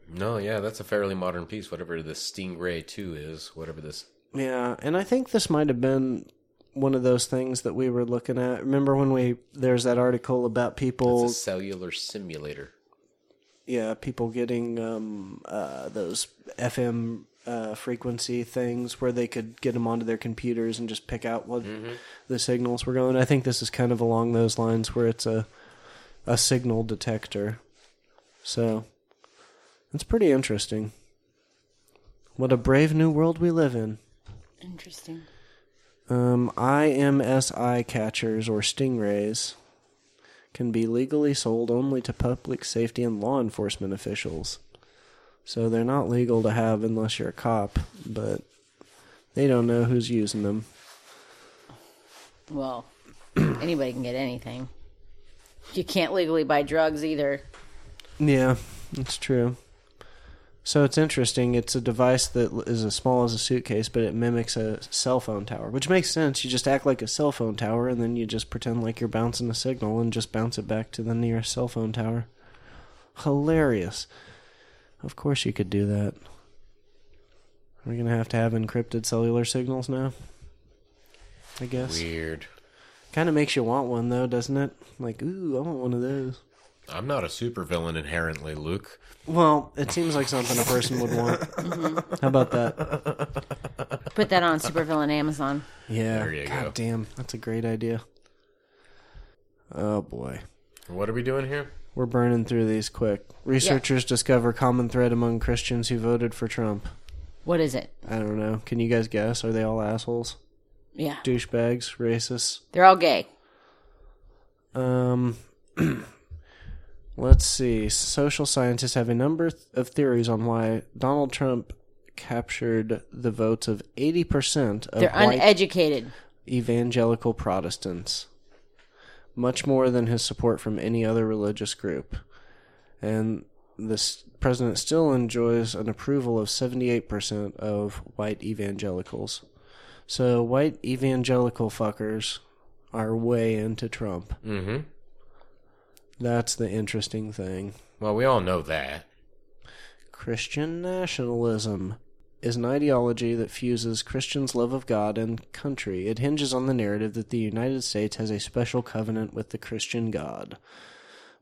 S5: No, yeah, that's a fairly modern piece. Whatever the Stingray Two is, whatever this.
S1: yeah and i think this might have been one of those things that we were looking at remember when we there's that article about people
S5: It's a cellular simulator.
S1: yeah, people getting um, uh, those FM uh, frequency things where they could get them onto their computers and just pick out what the signals were going. I think this is kind of along those lines where it's a a signal detector. So it's pretty interesting. What a brave new world we live in.
S2: Interesting.
S1: Um, IMSI catchers or stingrays can be legally sold only to public safety and law enforcement officials. So they're not legal to have unless you're a cop, but they don't know who's using them.
S2: Well, anybody can get anything. You can't legally buy drugs either.
S1: Yeah, it's true. So it's interesting. It's a device that l- is as small as a suitcase, but it mimics a cell phone tower, which makes sense. You just act like a cell phone tower, and then you just pretend like you're bouncing a signal and just bounce it back to the nearest cell phone tower. Hilarious. Of course, you could do that. Are we going to have to have encrypted cellular signals now? I guess.
S5: Weird.
S1: Kind of makes you want one though, doesn't it? Like, ooh, I want one of those.
S5: I'm not a supervillain inherently, Luke.
S1: Well, it seems like something a person would want. How about that?
S2: Put that on supervillain Amazon.
S1: Yeah.
S5: There you
S1: God
S5: go.
S1: damn, that's a great idea. Oh boy.
S5: What are we doing here?
S1: We're burning through these quick. Researchers discover common thread among Christians who voted for Trump.
S2: What is it?
S1: I don't know. Can you guys guess? Are they all assholes?
S2: Yeah,
S1: Douchebags? Racists?
S2: they're all gay.
S1: Um, let's see. Social scientists have a number th- of theories on why Donald Trump captured the votes of 80% of
S2: They're
S1: white
S2: uneducated.
S1: evangelical Protestants, much more than his support from any other religious group. And this president still enjoys an approval of 78% of white evangelicals. So white evangelical fuckers are way into Trump.
S5: Mm-hmm.
S1: That's the interesting thing.
S5: Well, we all know that.
S1: Christian nationalism is an ideology that fuses Christians' love of God and country. It hinges on the narrative that the United States has a special covenant with the Christian God,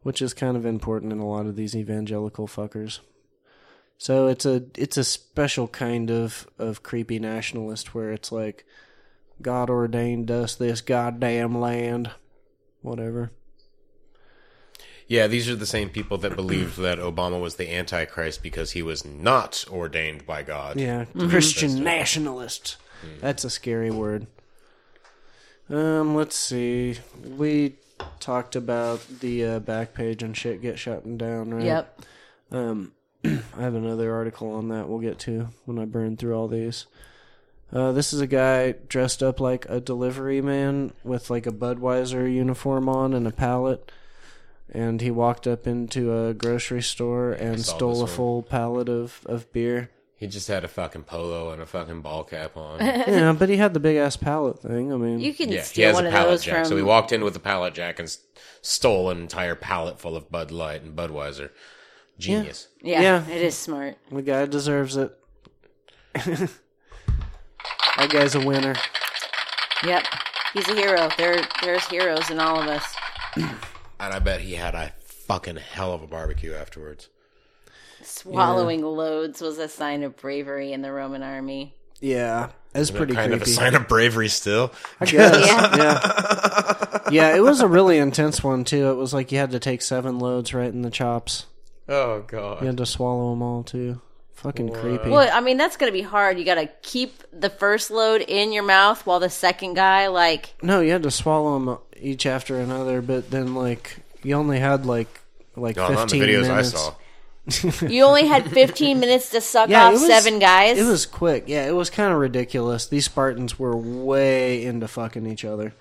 S1: which is kind of important in a lot of these evangelical fuckers. So it's a it's a special kind of of creepy nationalist where it's like God ordained us this goddamn land, whatever.
S5: Yeah, these are the same people that believed that Obama was the Antichrist because he was not ordained by God.
S1: Yeah, Christian nationalist. That's a scary word. Um, let's see. We talked about the uh, back page and shit get shutting down, right?
S2: Yep.
S1: I have another article on that we'll get to when I burn through all these. Uh, this is a guy dressed up like a delivery man with like a Budweiser uniform on and a pallet. And he walked up into a grocery store and
S5: saw
S1: stole a
S5: this one.
S1: full pallet of, of beer.
S5: He just had a fucking polo and a fucking ball cap on.
S1: yeah, but he had the big ass pallet thing. I mean,
S2: You can
S5: yeah, he
S2: steal
S5: has
S2: one
S5: a
S2: of
S5: pallet
S2: those
S5: jack.
S2: from.
S5: So he walked in with a pallet jack and s- stole an entire pallet full of Bud Light and Budweiser. Genius.
S2: yeah,
S1: Yeah.
S2: it is smart.
S1: The guy deserves it. that guy's a winner.
S2: Yep, he's a hero. There, there's heroes in all of us.
S5: And I bet he had a fucking hell of a barbecue afterwards.
S2: Swallowing loads was a sign of bravery in the Roman army.
S1: Yeah, that's pretty
S5: kind of a
S1: creepy.
S5: sign of bravery still.
S1: I guess. yeah, yeah. It was a really intense one too. It was like you had to take seven loads right in the chops.
S5: Oh god.
S1: You had to swallow them all too. Fucking creepy.
S2: Well, I mean, that's going to be hard. You got to keep the first load in your mouth while the second guy, like,
S1: No, you had to swallow them each after another, but then like you only had like like
S5: Not on the
S1: fifteen
S5: videos
S1: minutes.
S5: I saw.
S2: you only had 15 minutes to suck
S1: Yeah,
S2: off
S1: it was-
S2: seven guys.
S1: It was quick. Yeah, it was kind of ridiculous. These Spartans were way into fucking each other.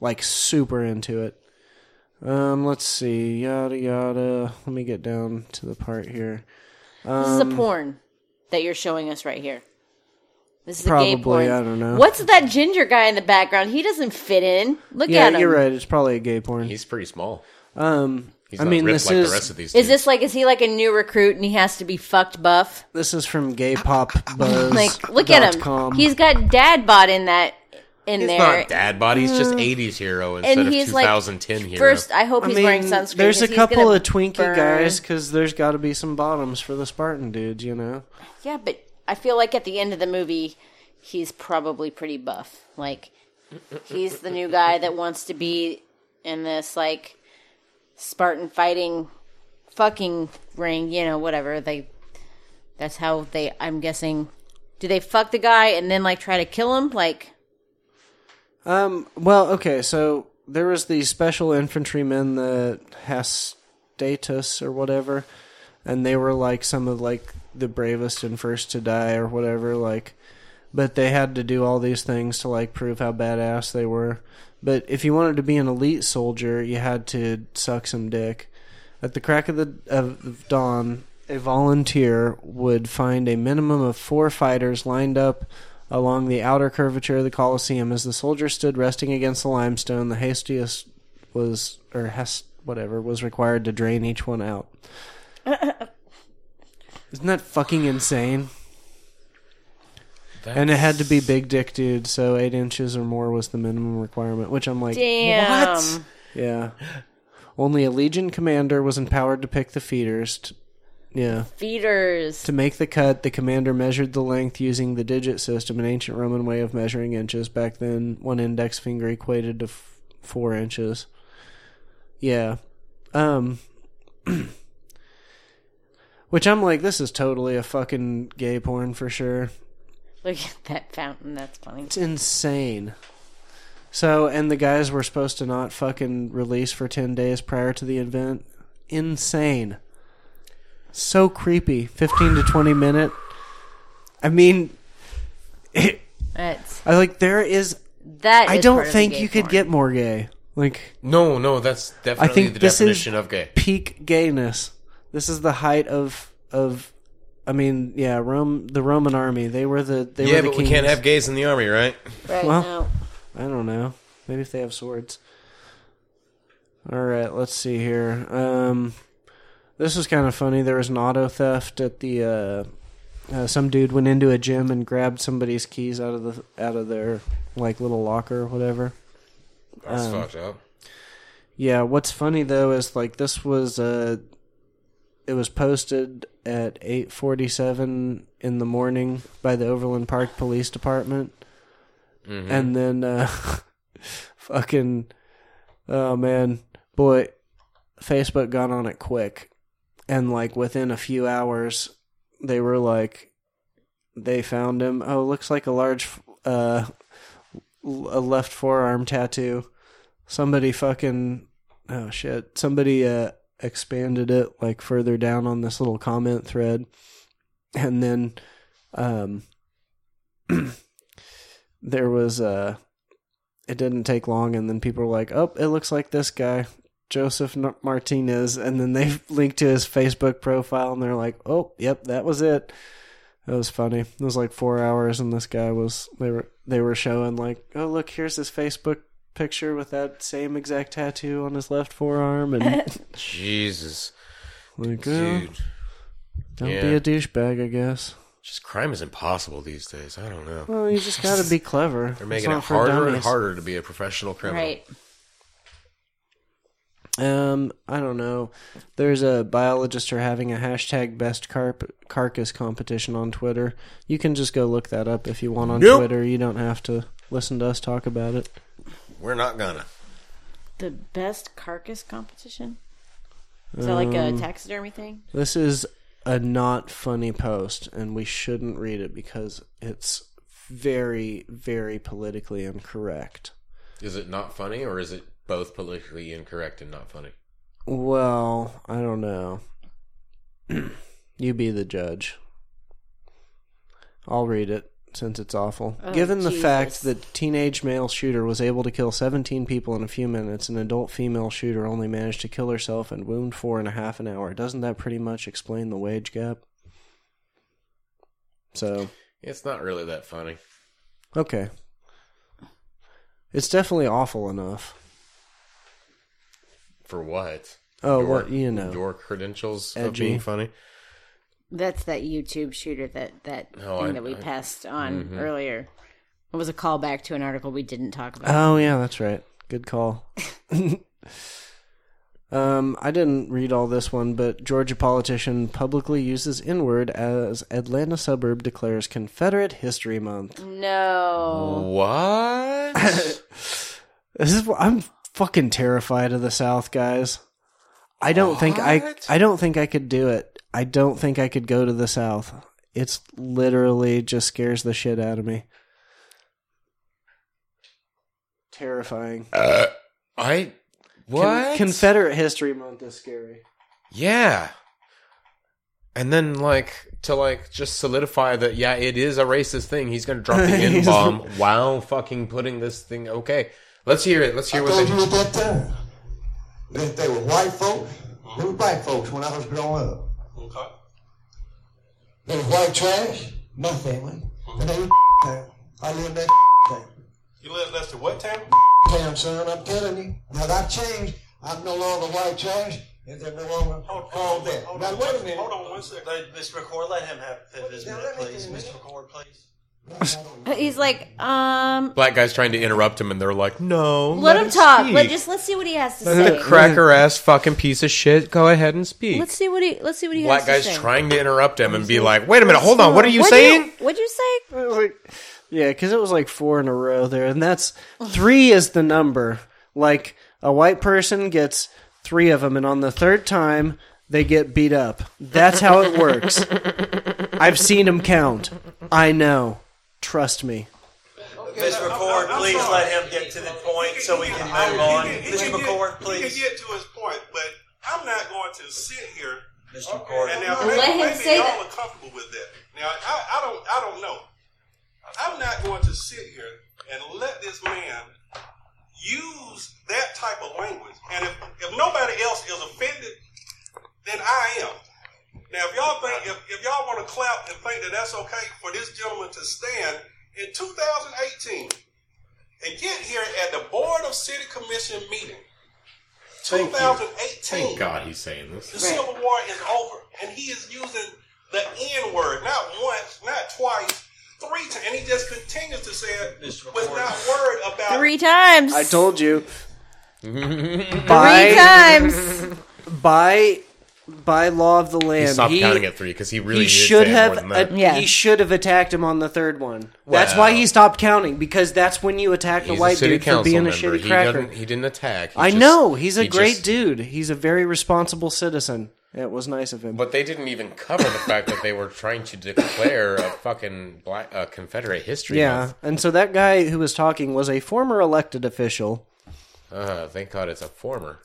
S1: Like super into it. Um, let's see. Yada yada. Let me get down to the part here.
S2: this
S1: Um,
S2: is a porn that you're showing us right here. This is a gay
S1: Probably,
S2: porn.
S1: I don't know.
S2: What's that ginger guy in the background? He doesn't fit in. Look
S1: Yeah,
S2: at him.
S1: you're right. It's probably a gay porn.
S5: He's pretty small.
S1: Um,
S5: He's
S1: I
S5: not
S1: mean,
S5: ripped
S1: this
S5: like
S1: is
S5: the rest of these.
S2: Is
S5: dudes.
S2: this like is he like a new recruit and he has to be fucked buff?
S1: this is from Gay Pop Buzz.
S2: Like look at him. He's got dad bod in that in
S5: He's
S2: there. Mm.
S5: not dad body. He's just '80s hero instead
S2: and
S5: of
S2: he's like
S5: 2010 hero.
S2: First, I hope he's wearing sunscreen.
S1: there's
S2: 'cause
S1: a
S2: he's
S1: couple
S2: gonna
S1: of Twinkie
S2: burn.
S1: guys because there's got to be some bottoms for the Spartan dudes, you know.
S2: Yeah, but I feel like at the end of the movie, he's probably pretty buff. Like he's the new guy that wants to be in this like Spartan fighting fucking ring, you know, whatever. They that's how they I'm guessing do they fuck the guy and then like try to kill him? Like
S1: Um. Well, okay. So there was these special infantrymen, the Hastatus or whatever, and they were like some of like the bravest and first to die or whatever. Like, but they had to do all these things to like prove how badass they were. But if you wanted to be an elite soldier, you had to suck some dick. At the crack of the of dawn, a volunteer would find a minimum of four fighters lined up along the outer curvature of the Colosseum. As the soldier stood resting against the limestone, the hastiest was or hast whatever was required to drain each one out. Isn't that fucking insane? and it had to be big dick dude, so eight inches or more was the minimum requirement. Which I'm like,
S2: Damn.
S1: yeah. Only a legion commander was empowered to pick the feeders. T- yeah.
S2: Feeders.
S1: To make the cut, the commander measured the length using the digit system, an ancient Roman way of measuring inches. Back then, one index finger equated to f- four inches. Yeah. Um. Which I'm like, this is totally a fucking gay porn for sure.
S2: Look at that fountain. That's funny.
S1: It's insane. So, and the guys were supposed to not fucking release for 10 days prior to the event. Insane. So creepy. 15 to 20 minute. I mean,
S2: That's
S1: I like, there is.
S2: that.
S1: I
S2: is part
S1: don't
S2: of the
S1: think
S2: gay
S1: you could
S2: porn.
S1: get more gay. Like,
S5: No, no, that's definitely
S1: think
S5: the
S1: this is-
S5: definition of gay.
S1: peak gayness. This is the height of. of I mean, yeah, Rome, the Roman army. They were the. They
S3: Yeah,
S1: were the
S3: but we
S1: kings.
S3: can't have gays in the army, right?
S2: Right
S1: Well-
S2: now.
S1: I don't know. Maybe if they have swords. All right, let's see here. Um, this was kind of funny. There was an auto theft at the. Uh, uh, some dude went into a gym and grabbed somebody's keys out of the out of their like little locker or whatever.
S5: That's
S1: Uh.
S5: fucked up.
S1: Yeah, what's funny though is like this was uh it was posted at 8:47 in the morning by the Overland Park Police Department. And then uh fucking oh man, boy, Facebook got on it quick. And like within a few hours they were like they found him. Oh, looks like a large uh a left forearm tattoo somebody fucking oh shit somebody uh expanded it like further down on this little comment thread and then um there was uh it didn't take long and then people were like oh it looks like this guy joseph N- martinez and then they linked to his facebook profile and they're like oh yep that was it that was funny it was like four hours and this guy was they were they were showing like oh look here's this facebook picture with that same exact tattoo on his left forearm and
S5: Jesus,
S1: like oh,
S5: dude.
S1: don't
S5: Yeah.
S1: be a douchebag i guess
S3: Just crime is impossible these days. I don't know.
S1: well you just gotta be clever
S3: They're making it harder and harder to be a professional criminal.
S2: Right.
S1: Um, I don't know. There's a biologist are having a hashtag best carp- carcass competition on Twitter. You can just go look that up if you want on Twitter. You don't have to listen to us talk about it.
S3: We're not gonna.
S2: The best carcass competition. Is that like a taxidermy thing?
S1: This is a not funny post, and we shouldn't read it because it's very, very politically incorrect.
S5: Is it not funny or is it both politically incorrect and not funny?
S1: Well, I don't know. you be the judge. I'll read it since it's awful. Given the fact
S2: Jesus.
S1: that teenage male shooter was able to kill 17 people in a few minutes, an adult female shooter only managed to kill herself and wound four in a half an hour. Doesn't that pretty much explain the wage gap? So,
S5: It's not really that funny.
S1: okay. It's definitely awful enough.
S5: For what?
S1: Oh,
S5: Your-
S1: well, you know.
S5: Your credentials of
S1: Edgy.
S5: being funny.
S2: That's that YouTube shooter that that
S5: No,
S2: thing
S5: I-
S2: that we
S5: I-
S2: passed on earlier. It was a callback to an article we didn't talk about.
S1: Oh yeah, that's right. Good call. um, I didn't read all this one, but Georgia politician publicly uses N-word as Atlanta suburb declares Confederate History Month.
S2: no.
S5: What?
S1: This is what I'm fucking terrified of the South, guys. I don't think I
S5: What?
S1: I don't think I could do it. I don't think I could go to the South. It's literally just scares the shit out of me. Terrifying.
S5: Uh, I
S1: Con-
S5: what?
S1: Confederate History Month is scary.
S5: yeah. And then like to like just solidify that yeah, it is a racist thing. He's gonna drop the N bomb while fucking putting this thing okay. Let's hear it. Let's hear what
S7: told
S5: they
S7: you at that time that they were white folks, they were black folks when I was growing up. Okay. They was white trash, my family, and they was town. I lived in that town.
S8: You live less than what town?
S7: Town, son, I'm telling you. Now that I've changed. I'm no longer white trash, and they're no longer called that.
S8: Hold
S7: Now
S8: on,
S7: wait a minute.
S8: Hold on one second.
S9: Let Mr. McCord, let him have his
S7: Now,
S9: minute,
S7: let me
S9: please.
S7: do a minute.
S9: Mr. McCord, please.
S2: He's like, um,
S3: Black guy's trying to interrupt him, and they're like, "No,
S2: let, him talk. Let
S3: speak.
S2: just let's see what he has to
S3: the
S2: say.
S3: cracker ass fucking piece of shit. Go ahead and speak."
S2: Let's see what he. Let's see what he
S3: Black
S2: has
S3: guy's
S2: to say.
S3: trying to interrupt him and be like, "Wait a minute, hold on. What are you
S2: What'd
S3: saying?"
S2: what'd you say?
S1: It was like- yeah, because it was like four in a row there, and that's three is the number. Like a white person gets three of them, and on the third time they get beat up. That's how it works. I've seen them count. I know. Trust me.
S9: Mr. McCord, please let him get to the point so we can move on. Mr. McCord,
S8: He
S9: please.
S8: can get to his point, but I'm not going to sit here.
S9: Mr. McCord.
S8: And now
S2: Let
S8: maybe,
S2: him
S8: maybe
S2: say
S8: y'all
S2: that.
S8: are comfortable with that. Now I, I don't I don't know. I'm not going to sit here and let this man use that type of language. And if, if nobody else is offended, then I am. Now if y'all think if, if y'all want to clap and think that that's okay for this gentleman to stand in 2018 and get here at the Board of City Commission meeting. 2018
S3: God, he's saying this.
S8: the Civil War is over, and he is using the N word not once, not twice, three times, and he just continues to say it with not worried about
S2: Three times.
S1: I told you.
S2: Three
S1: by
S2: times.
S1: by by law of the land,
S3: Stop
S1: he,
S3: counting at three because he really
S1: he
S3: did
S1: should
S3: say it
S1: have
S3: More than that.
S1: a-
S2: Yeah.
S1: he should have attacked him on the third one. That's
S3: Well.
S1: why he stopped counting because that's when you attack a
S3: He's
S1: white
S3: city
S1: dude for being a
S3: council member.
S1: shitty
S3: he
S1: cracker.
S3: Didn't, he didn't attack. He
S1: I
S3: just-
S1: know he's a
S3: he
S1: great
S3: just-
S1: dude. He's a very responsible citizen. It was nice of him.
S3: But they didn't even cover the fact that they were trying to declare a fucking black uh, Confederate history.
S1: yeah,
S3: Month.
S1: and so that guy who was talking was a former elected official.
S3: Uh, thank God it's a former.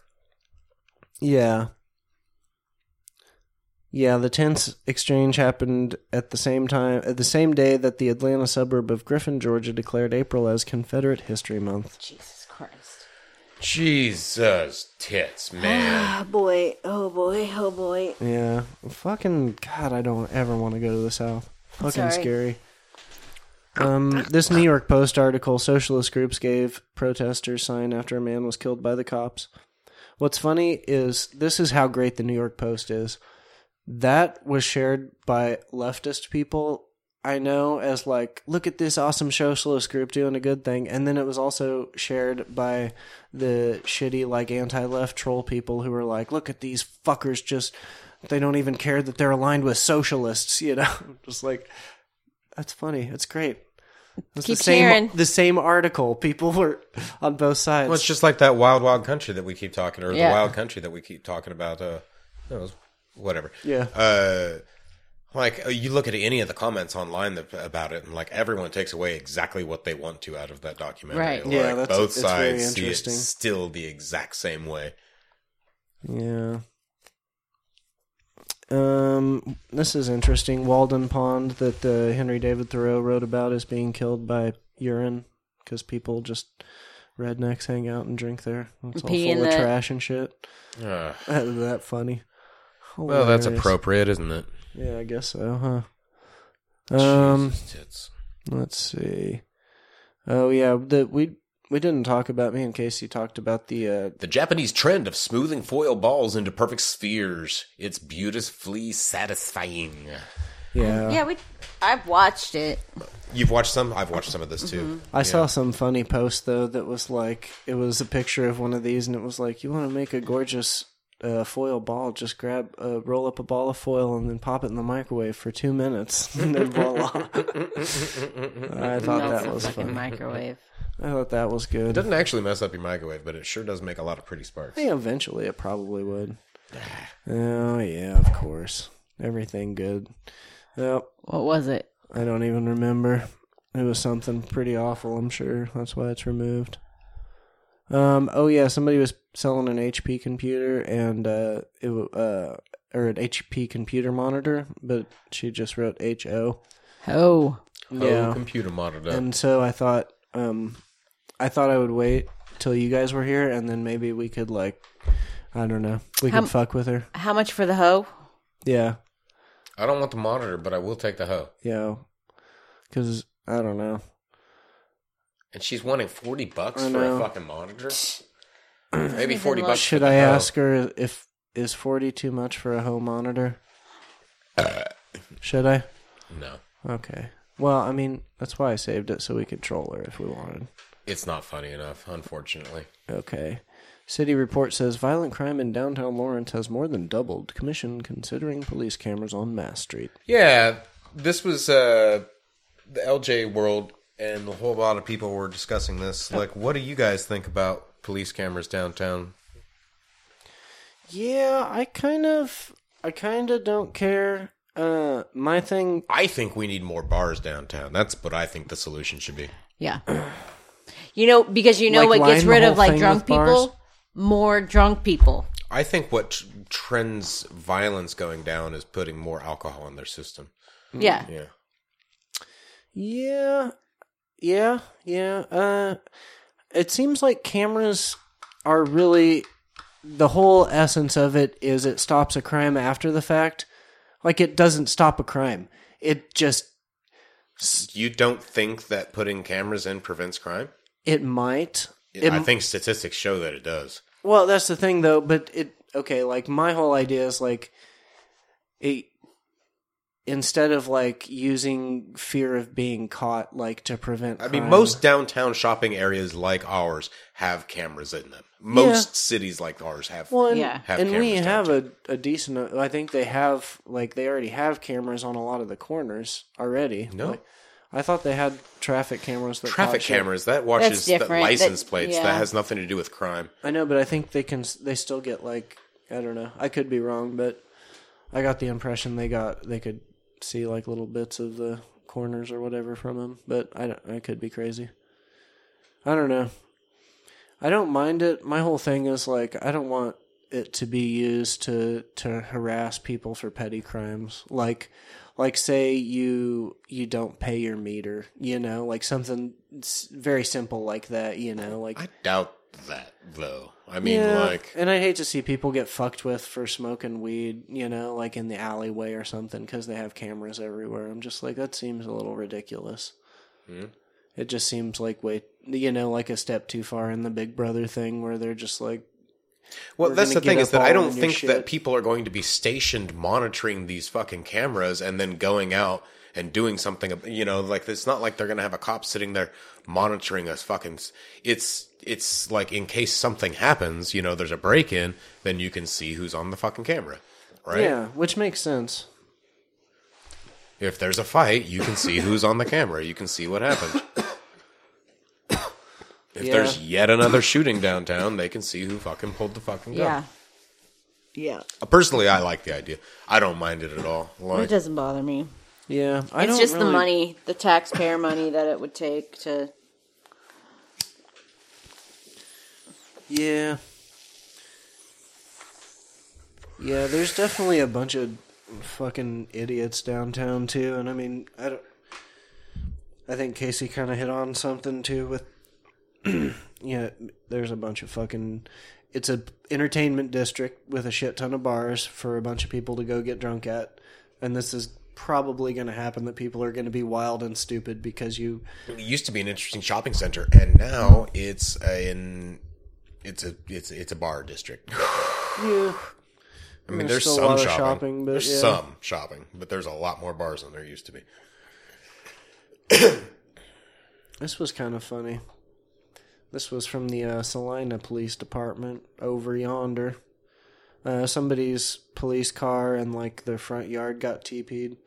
S1: Yeah. Yeah, the tense exchange happened at the same time at the same day that the Atlanta suburb of Griffin, Georgia declared April as Confederate History Month.
S2: Jesus Christ.
S3: Jesus tits, man.
S2: Oh boy. Oh boy. Oh boy.
S1: Yeah. Fucking God, I don't ever want to go to the South. Fucking
S2: Sorry.
S1: scary. Um, this New York Post article socialist groups gave protesters sign after a man was killed by the cops. What's funny is this is how great the New York Post is. That was shared by leftist people I know as like, look at this awesome socialist group doing a good thing. And then it was also shared by the shitty, like, anti left troll people who were like, look at these fuckers just, they don't even care that they're aligned with socialists, you know? just like, that's funny. It's great. It's
S2: Keep
S1: the same,
S2: sharing.
S1: The same article. People were on both sides.
S3: Well, it's just like that wild, wild country that we keep talking, or
S2: Yeah.
S3: the wild country that we keep talking about. Uh, no, it was- whatever.
S1: yeah.
S3: Uh, like uh, you look at any of the comments online that, about it, and like everyone takes away exactly what they want to out of that documentary.
S2: Right.
S3: Like,
S1: Yeah, that's-
S3: both
S1: it's very
S3: sides see it
S1: interesting.
S3: still the exact same way.
S1: Yeah. Um, this is interesting. Walden Pond that uh, Henry David Thoreau wrote about is being killed by urine because people just rednecks hang out and drink there. It's all
S2: Pee in
S1: full of
S2: the-
S1: trash and shit.
S3: Ugh.
S1: That, that funny.
S3: Uh, well, that's
S1: Hilarious.
S3: appropriate, isn't it?
S1: Yeah, I guess so, huh? Um,
S3: Jesus tits.
S1: let's see. Oh yeah, the, we we didn't talk about. Me and Casey talked about the uh,
S3: The Japanese trend of smoothing foil balls into perfect spheres. It's beautifully satisfying.
S1: yeah.
S2: Yeah, we. I've watched it.
S3: You've watched some? I've watched some of this too.
S1: I saw some funny post though that was like it was a picture of one of these and it was like you want to make a gorgeous uh, foil ball just grab uh, roll up a ball of foil and then pop it in the microwave for 2 minutes and then voila. I thought that was
S2: fucking
S1: fun.
S2: microwave.
S1: I thought that was
S3: It
S1: good.
S3: doesn't actually mess up your microwave, but it sure does make a lot of pretty sparks.
S1: Yeah, eventually it probably would. Oh yeah, of course. Everything good. Yep.
S2: What was it?
S1: I don't even remember. It was something pretty awful, I'm sure. That's why it's removed. Um, oh yeah, somebody was selling an HP computer and uh, it wa- uh, or an HP computer monitor, but she just wrote H O.
S2: Oh.
S3: Oh,
S1: Yeah.
S3: computer monitor.
S1: And so I thought, um, I thought I would wait till you guys were here, and then maybe we could like, I don't know, we could
S2: How-
S1: fuck with her.
S2: How much for the hoe?
S1: Yeah,
S3: I don't want the monitor, but I will take the hoe.
S1: yeah, because I don't know.
S3: And she's wanting forty bucks
S1: I
S3: for a
S1: know.
S3: fucking monitor. Maybe forty
S2: look-
S3: bucks. for
S1: Should
S3: the
S1: I
S3: hoe.
S1: ask her if is forty too much for a home monitor? Should I?
S3: No.
S1: Okay. Well, I mean, that's why I saved it so we could troll her if we wanted.
S3: It's not funny enough, unfortunately.
S1: Okay. City report says violent crime in downtown Lawrence has more than doubled. Commission considering police cameras on Mass Street.
S3: Yeah, this was uh, the LJ world, and a whole lot of people were discussing this. Like, what do you guys think about police cameras downtown?
S1: Yeah, I kind of, I kind of don't care. Uh, my thing,
S3: I think we need more bars downtown. That's what I think the solution should be.
S2: Yeah. You know, because you know
S1: Like
S2: what gets
S1: line the
S2: rid of
S1: whole
S2: like
S1: thing
S2: drunk
S1: with bars?
S2: people? More drunk people.
S3: I think what tr- trends violence going down is putting more alcohol in their system.
S2: Yeah.
S3: Yeah.
S1: yeah, yeah, yeah. Uh, it seems like cameras are really the whole essence of it is it stops a crime after the fact. Like it doesn't stop a crime. It just
S3: You don't think that putting cameras in prevents crime?
S1: it might.
S3: I think statistics show that it does.
S1: Well, that's the thing though, but it okay, like my whole idea is like it instead of like using fear of being caught like to prevent
S3: I mean,
S1: crime-
S3: most downtown shopping areas like ours have cameras in them. Most
S1: Yeah.
S3: cities like ours have.
S1: well, and,
S2: Yeah.
S3: have
S1: and we
S3: cameras
S1: have a, a decent uh, I think they have like they already have cameras on a lot of the corners already.
S3: No.
S1: Like, I thought they had traffic cameras that
S3: traffic
S1: caught shit.
S3: cameras that watches the
S2: different.
S3: license
S2: That-
S3: plates.
S2: yeah.
S3: That has nothing to do with crime.
S1: I know, but I think they can they still get like I don't know. I could be wrong, but I got the impression they got they could see like little bits of the corners or whatever from them, but I don't I could be crazy. I don't know. I don't mind it. My whole thing is like I don't want it to be used to to harass people for petty crimes. Like like say you you don't pay your meter, you know, like something s- very simple like that, you know, like
S3: I doubt that though. I mean, like
S1: and I hate to see people get fucked with for smoking weed, you know, like in the alleyway or something, because they have cameras everywhere. I'm just like, that seems a little ridiculous.
S3: Hmm?
S1: It just seems like way, you know, like a step too far in the Big Brother thing, where they're just like,
S3: Well,
S1: We're
S3: that's
S1: gonna
S3: the thing
S1: get
S3: is
S1: up
S3: that I
S1: all
S3: don't
S1: in your
S3: think that
S1: shit.
S3: people are going to be stationed monitoring these fucking cameras and then going out and doing something. ab- You know, like it's not like they're going to have a cop sitting there monitoring us. Fucking, s- it's it's like in case something happens, you know, there's a break in, then you can see who's on the fucking camera, right?
S1: yeah, which makes sense.
S3: If there's a fight, you can see who's on the camera. You can see what happened. If
S1: Yeah.
S3: there's yet another shooting downtown, they can see who fucking pulled the fucking gun.
S2: Yeah. Yeah.
S3: Personally, I like the idea. I don't mind it at all.
S2: It
S3: Like,
S2: doesn't bother me.
S1: Yeah, I
S2: It's
S1: don't
S2: just the
S1: really-
S2: money, the taxpayer money that it would take to.
S1: Yeah. Yeah, there's definitely a bunch of fucking idiots downtown too, and I mean, I don't. I think Casey kind of hit on something too with. yeah, there's a bunch of fucking. It's a entertainment district with a shit ton of bars for a bunch of people to go get drunk at, and this is probably going to happen that people are going to be wild and stupid because you
S3: it used to be an interesting shopping center, and now it's an it's a it's it's a bar district.
S1: yeah
S3: I mean,
S1: There's
S3: there's,
S1: still a lot of
S3: some shopping.
S1: shopping, but
S3: there's
S1: yeah.
S3: some shopping, but there's a lot more bars than there used to be.
S1: This was kind of funny. This was from the uh, Salina Police Department over yonder. Uh, somebody's police car and like their front yard got TP'd.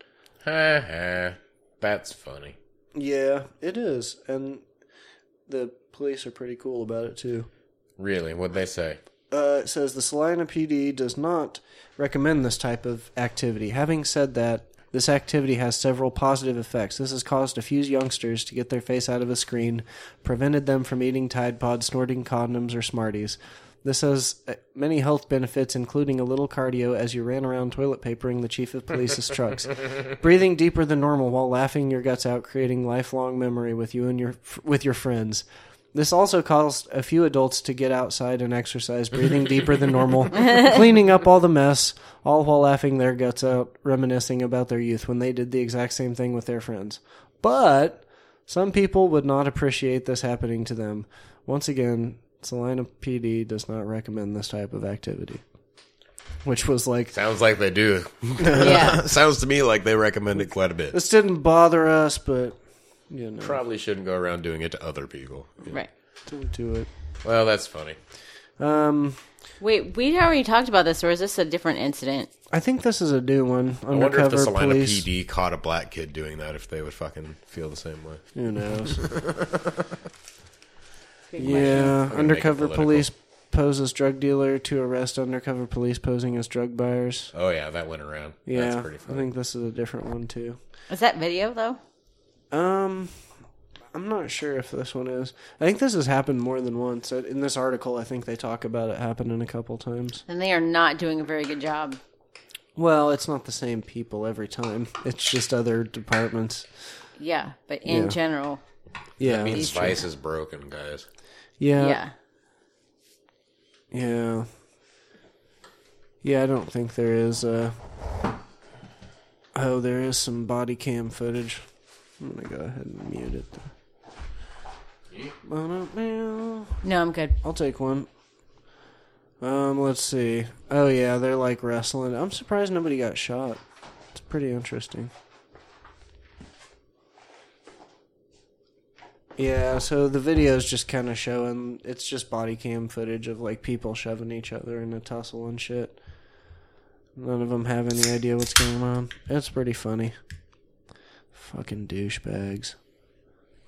S5: Ha ha. That's funny.
S1: Yeah, it is, and the police are pretty cool about it too.
S5: Really? What'd they say?
S1: uh, it says the Salina PD does not recommend this type of activity. Having said that, this activity has several positive effects. This has caused a few youngsters to get their face out of a screen, prevented them from eating Tide Pods, snorting condoms, or Smarties. This has uh, many health benefits, including a little cardio as you ran around toilet papering the chief of police's trucks, breathing deeper than normal while laughing your guts out, creating lifelong memory with you and your with your friends. This also caused a few adults to get outside and exercise, breathing deeper than normal, cleaning up all the mess, all while laughing their guts out, reminiscing about their youth when they did the exact same thing with their friends. But some people would not appreciate this happening to them. Once again, Salina PD does not recommend this type of activity. which was like
S3: Sounds like they do.
S2: Yeah.
S3: Sounds to me like they recommend it quite a bit.
S1: this didn't bother us, but you know,
S5: Probably shouldn't go around doing it to other people.
S2: Right.
S1: don't do it.
S5: Well, that's funny.
S1: Um,
S2: Wait, we already talked about this, or is this a different incident?
S1: I think this is a new one.
S3: I wonder if the
S1: Undercover
S3: Salina
S1: police.
S3: PD caught a black kid doing that, if they would fucking feel the same way.
S1: Who knows? yeah,
S5: it
S1: undercover
S5: political.
S1: police poses drug dealer to arrest undercover police posing as drug buyers.
S5: Oh yeah, that went around.
S1: Yeah,
S5: that's pretty
S1: I
S5: funny.
S1: think this is a different one too.
S2: Is that video though?
S1: Um, I'm not sure if this one is. I think this has happened more than once. Uh, In this article, I think they talk about it happening a couple times.
S2: Then they are not doing a very good job.
S1: Well, it's not the same people every time. It's just other departments.
S2: Yeah, but in
S1: Yeah.
S2: general,
S1: Yeah,
S5: His vice is broken, guys.
S1: yeah, yeah,
S2: yeah.
S1: yeah. I don't think there is. Uh... Oh, there is some body cam footage. I'm gonna go ahead and mute it. Though.
S2: No, I'm good.
S1: I'll take one. Um, let's see. Oh yeah, they're like wrestling. I'm surprised nobody got shot. It's pretty interesting. Yeah, so the video's just kind of showing it's just body cam footage of like people shoving each other in a tussle and shit. None of them have any idea what's going on. It's pretty funny. Fucking douchebags.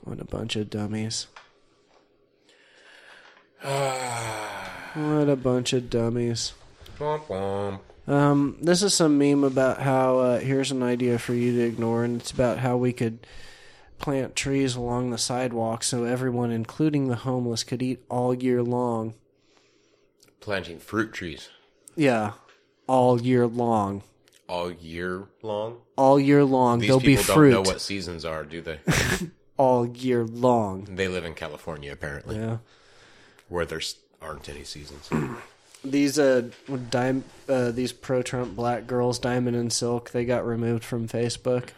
S1: What a bunch of dummies. What a bunch of dummies.
S5: Womp womp.
S1: Um, this is some meme about how uh, here's an idea for you to ignore, and it's about how we could plant trees along the sidewalk so everyone, including the homeless, could eat all year long.
S5: Planting fruit trees
S1: Yeah, all year long,
S5: all year long.
S1: all year long.
S5: These
S1: There'll be
S5: people
S1: fruit
S5: don't know what seasons are, do they?
S1: all year long.
S5: they live in California apparently,
S1: Yeah,
S5: where there s- aren't any seasons.
S1: these uh, dim- uh these pro Trump black girls, Diamond and Silk, they got removed from Facebook.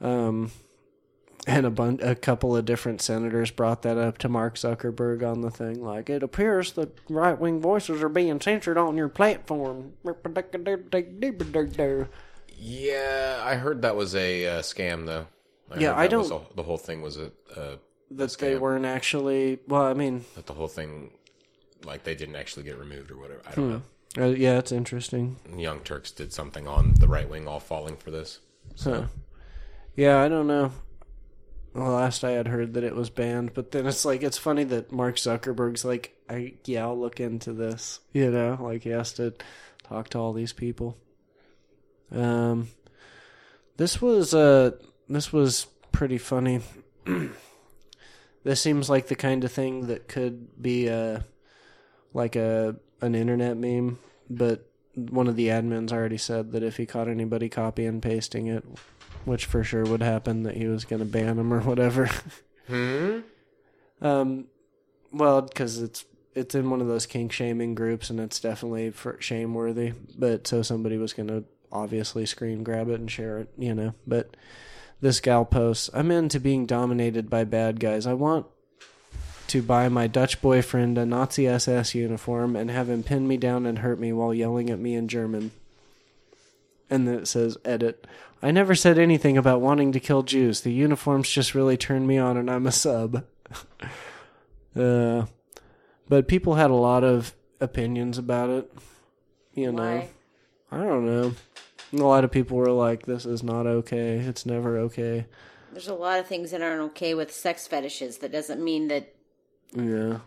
S1: Um, and a bun- a couple of different senators brought that up to Mark Zuckerberg on the thing. Like, it appears that right wing voices are being censored on your platform.
S5: yeah, I heard that was a uh, scam though.
S1: Yeah,
S5: heard
S1: I
S5: that was
S1: don't-
S5: a- the whole thing was a uh,
S1: That they weren't actually. Well, I mean,
S5: that the whole thing, like they didn't actually get removed or whatever. I don't know.
S1: uh, yeah, it's interesting.
S5: Young Turks did something on the right wing, all falling for this.
S1: Huh. Yeah, I don't know. Well, last I had heard that it was banned, but then it's like it's funny that Mark Zuckerberg's like, I yeah, I'll look into this. You know, like he has to talk to all these people. Um, this was uh this was pretty funny. this seems like the kind of thing that could be uh like a an internet meme, but one of the admins already said that if he caught anybody copy and pasting it, which for sure would happen, that he was going to ban him or whatever. hmm. Um. Well, because it's it's in one of those kink shaming groups, and it's definitely for shame worthy. But so somebody was going to obviously screen grab it and share it, you know. But this gal posts, "I'm into being dominated by bad guys. I want to buy my Dutch boyfriend a Nazi SS uniform and have him pin me down and hurt me while yelling at me in German. And then it says, edit. I never said anything about wanting to kill Jews. The uniforms just really turned me on and I'm a sub. uh, but people had a lot of opinions about it. You know,
S2: Why?
S1: I don't know. A lot of people were like, this is not okay. It's never okay.
S2: There's a lot of things that aren't okay with sex fetishes. That doesn't mean that
S1: Yeah.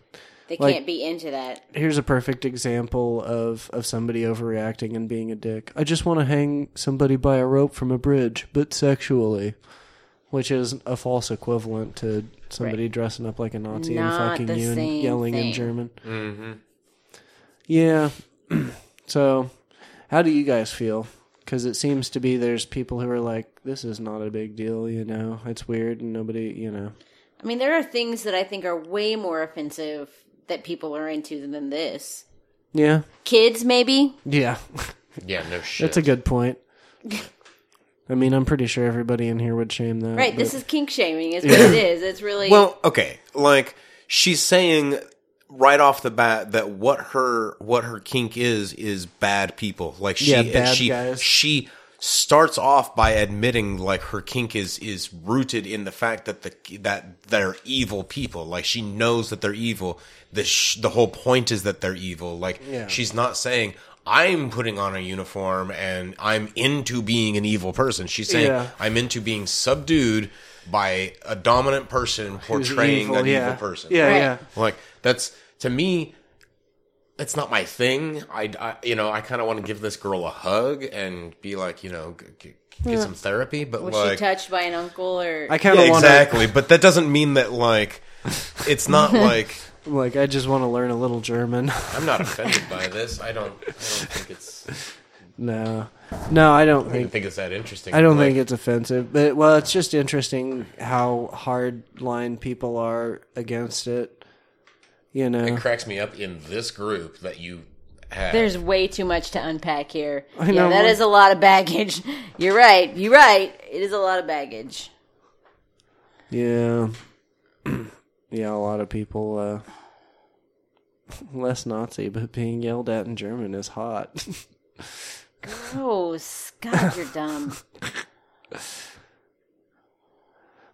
S2: they
S1: Like-
S2: can't be into that.
S1: here's a perfect example of of somebody overreacting and being a dick. I just want to hang somebody by a rope from a bridge, but sexually, which is a false equivalent to somebody dressing up like a Nazi
S2: Not
S1: and fucking
S2: the
S1: you and
S2: same
S1: yelling in
S2: thing.
S1: German. Mm-hmm. Yeah. so, how do you guys feel? Because it seems to be there's people who are like, this is not a big deal, you know, it's weird, and nobody, you know.
S2: I mean, there are things that I think are way more offensive that people are into than this.
S1: Yeah.
S2: Kids, maybe.
S1: Yeah.
S5: Yeah, no shit.
S1: That's a good point. I mean, I'm pretty sure everybody in here would shame that.
S2: Right. This
S1: but-
S2: is kink shaming. Is what it is. It's really
S3: Well, okay, like she's saying right off the bat that what her what her kink is is bad people. Like she
S1: Yeah,
S3: and
S1: bad
S3: she
S1: guys.
S3: she starts off by admitting like her kink is is rooted in the fact that the that they're evil people. Like she knows that they're evil. The sh- the whole point is that they're evil. Like
S1: Yeah.
S3: she's not saying I'm putting on a uniform and I'm into being an evil person. She's saying
S1: Yeah.
S3: I'm into being subdued by a dominant person portraying
S1: evil,
S3: an
S1: yeah.
S3: evil person.
S1: Yeah,
S2: Right.
S1: yeah.
S3: Like that's to me, that's not my thing. I, I- you know, I kind of want to give this girl a hug and be like, you know, g- g- get some therapy. But
S2: Was
S3: like,
S2: she touched by an uncle or?
S1: I kind
S3: yeah,
S1: of want
S3: exactly. But that doesn't mean that like it's not like
S1: to like. I just want to learn a little German.
S3: I'm not offended by this. I don't. I don't think it's.
S1: no, no, I don't
S3: I
S1: think
S3: don't think it's that interesting.
S1: I don't
S3: Like,
S1: think it's offensive, but well, it's just interesting how hard line people are against it. You know,
S3: it cracks me up in this group that you have.
S2: There's way too much to unpack here. yeah,
S1: know,
S2: that
S1: what-
S2: is a lot of baggage. You're right. You're right. It is a lot of baggage.
S1: yeah, yeah. A lot of people uh, less Nazi, but being yelled at in German is hot.
S2: Oh, Scott, you're dumb.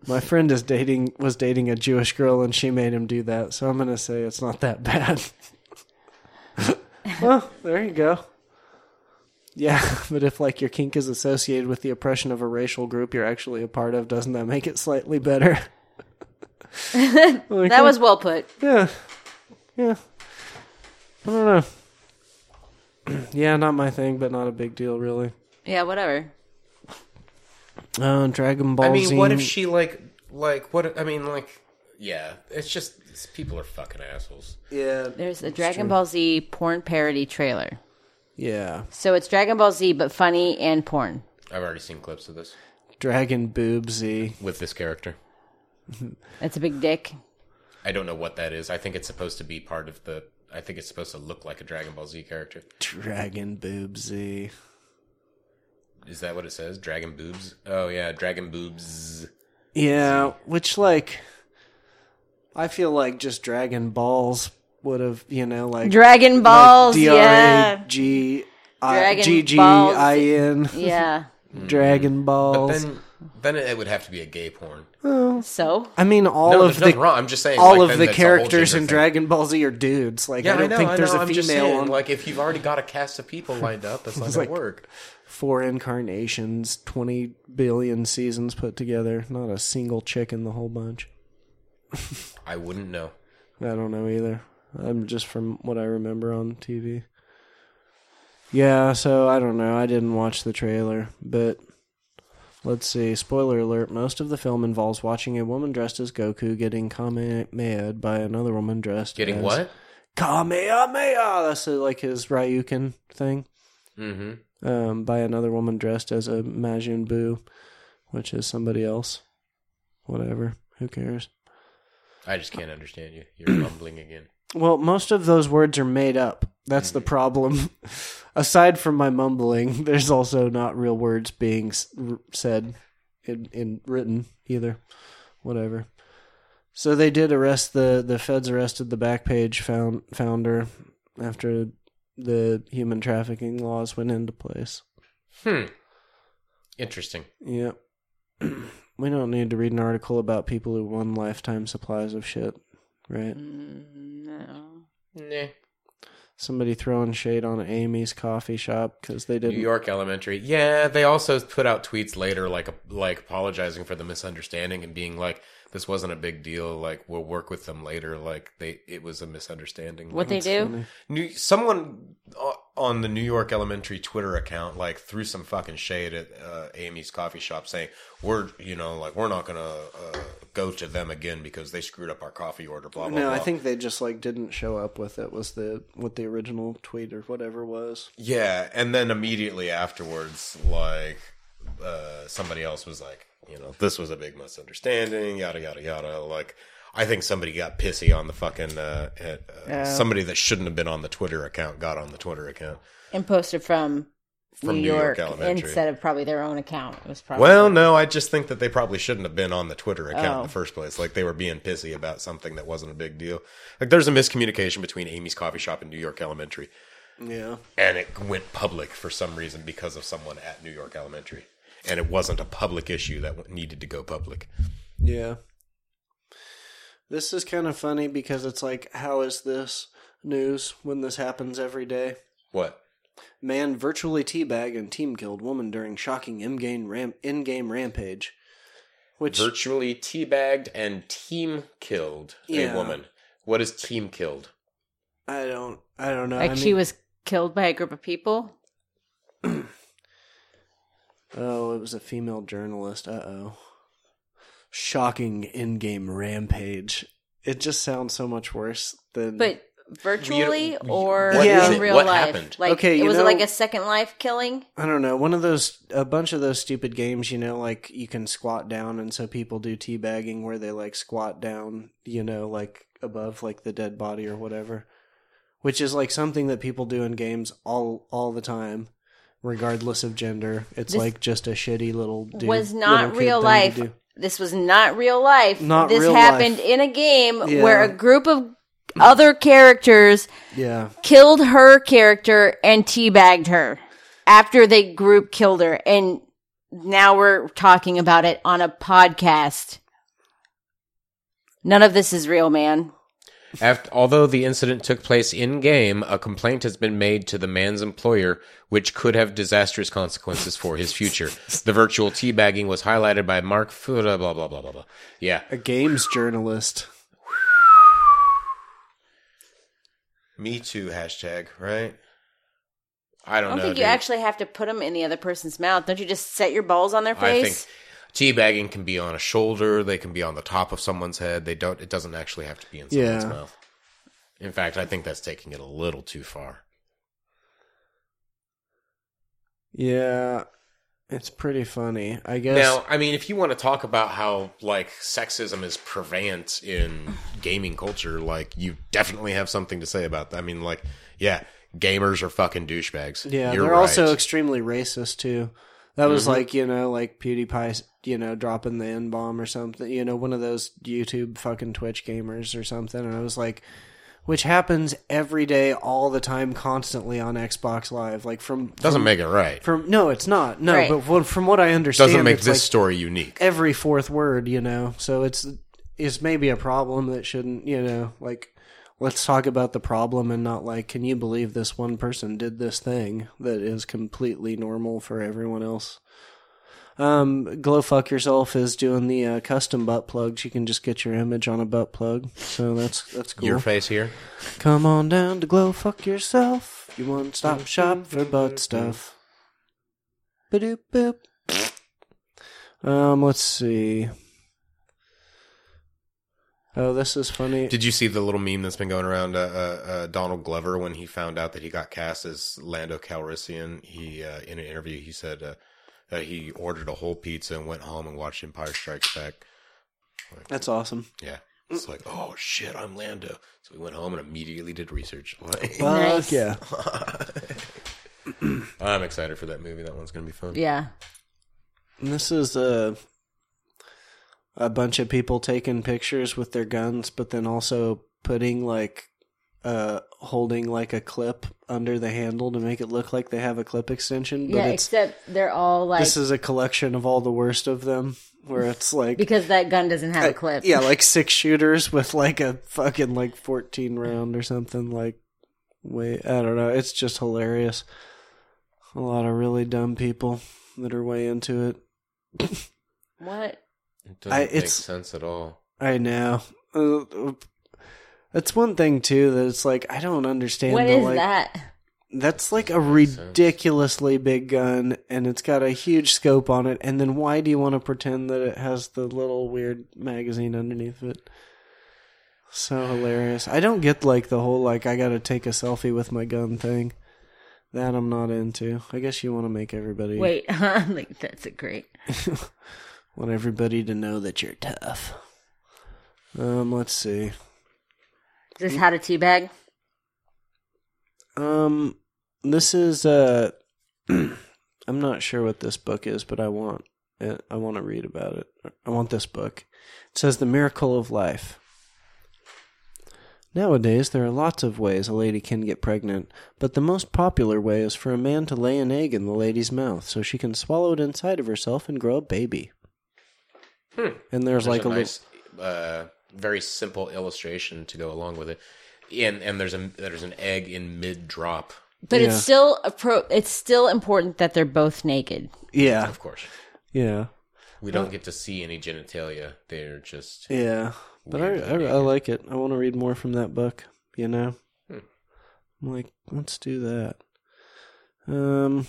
S1: My friend is dating was dating a Jewish girl, and she made him do that. So I'm gonna say it's not that bad. well, there you go. Yeah, but if like your kink is associated with the oppression of a racial group you're actually a part of, doesn't that make it slightly better? Like,
S2: That was well put.
S1: yeah, yeah. I don't know. yeah, not my thing, but not a big deal really.
S2: Yeah, whatever.
S1: Uh, Dragon Ball
S3: I mean, what if
S1: Z-
S3: she like like what? I mean, like yeah. It's just it's, people are fucking assholes.
S1: Yeah,
S2: There's a Dragon Ball Z porn parody trailer.
S1: yeah.
S2: So it's Dragon Ball Z, but funny and porn.
S3: I've already seen clips of this
S1: Dragon Boob Z.
S3: with this character.
S2: That's a big dick.
S3: I don't know what that is. I think it's supposed to be part of the. I think it's supposed to look like a Dragon Ball Z character.
S1: Dragon Boob Z.
S3: Is that what it says? Dragon boobs? Oh yeah, Dragon boobs.
S1: Yeah, which like I feel like just Dragon Balls would have, you know, like
S2: Dragon Balls.
S1: D R
S2: yeah.
S1: A G I
S2: Dragon
S1: G G I N
S2: Yeah.
S1: Mm. Dragon
S3: But
S1: Balls.
S3: then, then it would have to be a gay porn.
S2: So
S1: I mean all
S3: no,
S1: of
S3: there's nothing
S1: the
S3: wrong. I'm just saying.
S1: all
S3: like,
S1: of
S3: then
S1: the
S3: that's a whole
S1: characters
S3: gender
S1: in
S3: thing.
S1: Dragon Ball Z are dudes. Like
S3: Yeah,
S1: I don't think there's a
S3: I'm just
S1: female
S3: saying,
S1: one.
S3: Like if you've already got a cast of people lined up, that's not gonna
S1: like-
S3: work.
S1: Four incarnations, twenty billion seasons put together. Not a single chick in the whole bunch.
S3: I wouldn't know.
S1: I don't know either. I'm just from what I remember on TV. Yeah, so I don't know. I didn't watch the trailer, but let's see. Spoiler alert: most of the film involves watching a woman dressed as Goku getting kamehameha by another woman dressed
S3: Getting
S1: as
S3: what?
S1: Kamehameha. That's uh, like his Ryukin thing. Mm-hmm. Um, by another woman dressed as a Majin Buu, which is somebody else. Whatever. Who cares?
S3: I just can't understand you. You're mumbling again.
S1: Well, most of those words are made up. That's the problem. Aside from my mumbling, there's also not real words being s- r- said in, in written either. Whatever. So they did arrest the the feds arrested the Backpage found, founder after the human trafficking laws went into place.
S3: Hmm. Interesting.
S1: Yep. we don't need to read an article about people who won lifetime supplies of shit, right?
S3: Nah.
S1: somebody throwing shade on Amy's coffee shop because they
S3: New
S1: didn't.
S3: York Elementary. Yeah, they also put out tweets later, like like apologizing for the misunderstanding and being like, "This wasn't a big deal. Like, we'll work with them later. Like, they it was a misunderstanding."
S2: what they
S3: like,
S2: do?
S3: New, someone o- on the New York Elementary Twitter account like threw some fucking shade at uh, Amy's coffee shop, saying, "We're you know like we're not gonna uh, go to them again because they screwed up our coffee order." Blah blah.
S1: No,
S3: blah.
S1: I think they just like didn't show up with it. Was the what the original tweet or whatever was?
S3: Yeah, and then immediately afterwards, like uh, somebody else was like, you know, this was a big misunderstanding, yada yada yada. Like, I think somebody got pissy on the fucking uh, at, uh, somebody that shouldn't have been on the Twitter account got on the Twitter account.
S2: And posted from
S3: From New York Elementary.
S2: instead of probably their own account. It was probably
S3: Well, no, I just think that they probably shouldn't have been on the Twitter account in
S2: Oh.
S3: the first place. Like they were being pissy about something that wasn't a big deal. Like there's a miscommunication between Amy's coffee shop and New York Elementary,
S1: Yeah.
S3: and it went public for some reason because of someone at New York Elementary, and it wasn't a public issue that w- needed to go public.
S1: Yeah. This is kind of funny because it's like, how is this news when this happens every day?
S3: What?
S1: Man virtually teabag and team killed woman during shocking in-game, ram- in-game rampage. Which
S5: Virtually teabagged and team killed
S1: Yeah.
S5: a woman. What is team killed?
S1: I don't, I don't know.
S2: like
S1: I
S2: she
S1: mean-
S2: was killed by a group of people.
S1: Oh, it was a female journalist. Uh oh. Shocking in-game rampage. It just sounds so much worse than.
S2: But virtually or
S1: what is
S2: in
S1: it?
S2: real
S5: What
S2: life?
S5: happened?
S2: Like
S1: Okay,
S2: it
S1: you
S2: was
S1: know-
S2: like a second life killing.
S1: I don't know. One of those, a bunch of those stupid games, you know, like you can squat down, and so people do teabagging where they like squat down, you know, like above like the dead body or whatever, which is like something that people do in games all all the time, regardless of gender. It's
S2: This
S1: like just a shitty little dude,
S2: was not
S1: little kid
S2: real
S1: thing to
S2: life.
S1: do.
S2: This was not real life.
S1: Not
S2: this
S1: real
S2: happened
S1: life.
S2: in a game
S1: Yeah.
S2: where a group of other characters
S1: Yeah,
S2: killed her character and teabagged her after they group killed her and now we're talking about it on a podcast. None of this is real, man.
S5: After, although the incident took place in game, a complaint has been made to the man's employer, which could have disastrous consequences for his future. The virtual teabagging was highlighted by Mark. Fu- Blah blah blah blah blah. blah. Yeah,
S1: a games journalist.
S3: Me too hashtag right.
S5: I don't,
S2: I don't
S5: know.
S2: think you
S5: dude.
S2: actually have to put them in the other person's mouth. Don't you just set your balls on their
S5: I
S2: face?
S5: think teabagging can be on a shoulder. They can be on the top of someone's head. They don't. It doesn't actually have to be in someone's
S1: Yeah.
S5: mouth. In fact, I think that's taking it a little too far.
S1: Yeah, it's pretty funny, I guess.
S5: Now, I mean, if you want to talk about how like sexism is prevalent in gaming culture, like you definitely have something to say about that. I mean, like, yeah, gamers are fucking douchebags.
S1: Yeah,
S5: You're
S1: they're also
S5: right. Mm-hmm.
S1: extremely racist too. That was like you know, like PewDiePie, you know, dropping the n bomb or something. You know, one of those YouTube fucking Twitch gamers or something. And I was like, which happens every day, all the time, constantly on Xbox Live. Like from
S5: doesn't make it right.
S1: from no, it's not no.
S2: Right.
S1: But what, from what I understand,
S5: Doesn't make
S1: it's
S5: this
S1: like
S5: story unique.
S1: every fourth word. You know, so it's it's maybe a problem that shouldn't. You know, like. Let's talk about the problem and not like, can you believe this one person did this thing that is completely normal for everyone else? Um, Glow Fuck Yourself is doing the uh, custom butt plugs. You can just get your image on a butt plug. So that's that's cool.
S5: Your face here.
S1: Come on down to Glow Fuck Yourself. You one stop shop for butt stuff. Badoop boop. Um, let's see. Oh, this is funny.
S3: Did you see the little meme that's been going around? Uh, uh, uh, Donald Glover, when he found out that he got cast as Lando Calrissian, he uh, in an interview he said uh, that he ordered a whole pizza and went home and watched Empire Strikes Back.
S1: That's awesome.
S3: Yeah,
S2: Mm.
S3: it's like, oh shit, I'm Lando. So we went home and immediately did research.
S1: Fuck
S2: Nice.
S1: yeah.
S5: I'm excited for that movie. That one's gonna be fun.
S2: yeah.
S1: And This is a a bunch of people taking pictures with their guns, but then also putting like uh holding like a clip under the handle to make it look like they have a clip extension. But
S2: yeah,
S1: it's
S2: except they're all like
S1: this is a collection of all the worst of them, where it's like
S2: because that gun doesn't have a clip.
S1: yeah, like six shooters with like a fucking like fourteen round or something. Like, wait, I don't know. It's just hilarious. A lot of really dumb people that are way into it.
S2: What?
S5: It doesn't
S1: I-
S5: make
S1: it's-
S5: sense at all.
S1: I know. Uh, That's one thing too. That it's like I don't understand.
S2: What
S1: the,
S2: is
S1: like,
S2: that?
S1: That's like a ridiculously big gun, and it's got a huge scope on it. And then why do you want to pretend that it has the little weird magazine underneath it? So hilarious. I don't get like the whole like I gotta take a selfie with my gun thing. That I'm not into. I guess you want to make everybody
S2: Wait, I'm like that's a great.
S1: want everybody to know that you're tough. Um, let's see.
S2: Is
S1: Mm-hmm.
S2: this how to teabag?
S1: Um, this is uh, I'm not sure what this book is, but I want it. I want to read about it. I want this book. It says The Miracle of Life. Nowadays, there are lots of ways a lady can get pregnant, but the most popular way is for a man to lay an egg in the lady's mouth so she can swallow it inside of herself and grow a baby. And there's, like
S5: like
S1: a,
S5: a
S1: little
S5: nice, uh, very simple illustration to go along with it, and and there's a there's an egg in mid drop,
S2: But
S1: Yeah.
S2: it's still appro- it's still important that they're both naked.
S1: yeah,
S5: of course.
S1: yeah,
S5: We don't get to see any genitalia. They're just
S1: yeah. But I, I, I like it. I want to read more from that book. You know, I'm like, let's do that. Um,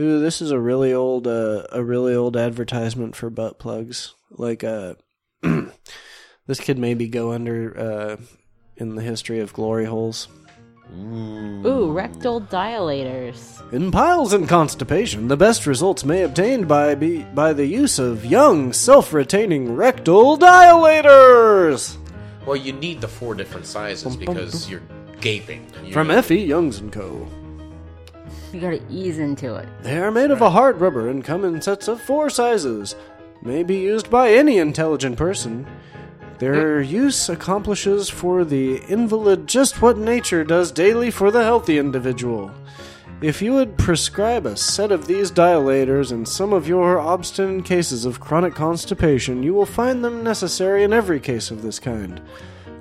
S1: ooh, this is a really old, uh, a really old advertisement for butt plugs. Like, uh, this could maybe go under uh, in the history of glory holes. Mm.
S2: Ooh, rectal dilators.
S1: In piles and constipation, the best results may obtained by be, by the use of young, self-retaining rectal dilators.
S5: well, you need the four different sizes because you're gaping. You're-
S1: From Effie Youngs and Co.
S2: You gotta ease into it.
S1: They are made of a hard rubber and come in sets of four sizes. May be used by any intelligent person. Their use accomplishes for the invalid just what nature does daily for the healthy individual. If you would prescribe a set of these dilators in some of your obstinate cases of chronic constipation, you will find them necessary in every case of this kind.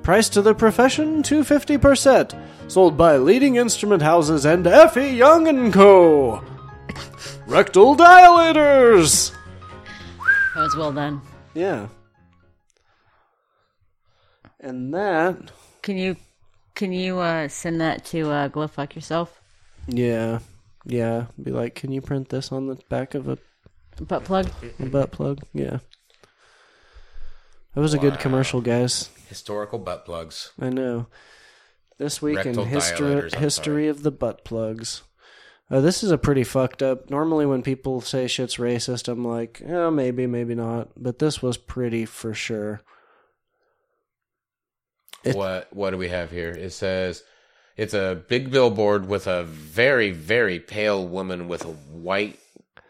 S1: Price to the profession 250 per set. Sold by leading instrument houses and Effie Young and Co. Rectal dilators.
S2: That was well done.
S1: Yeah. And that.
S2: Can you can you uh, send that to uh, Glow Fuck Yourself?
S1: Yeah. Yeah. Be like, can you print this on the back of a
S2: Butt plug?
S1: butt plug? Yeah. That was a good commercial, guys.
S5: historical butt plugs.
S1: I know. This week
S5: Rectal
S1: in history,
S5: dilators, I'm
S1: history of the butt plugs. Uh, this is a pretty fucked up. Normally, when people say shit's racist, I'm like, eh, maybe, maybe not. But this was pretty for sure. It-
S5: what what do we have here? It says it's a big billboard with a very very pale woman with a white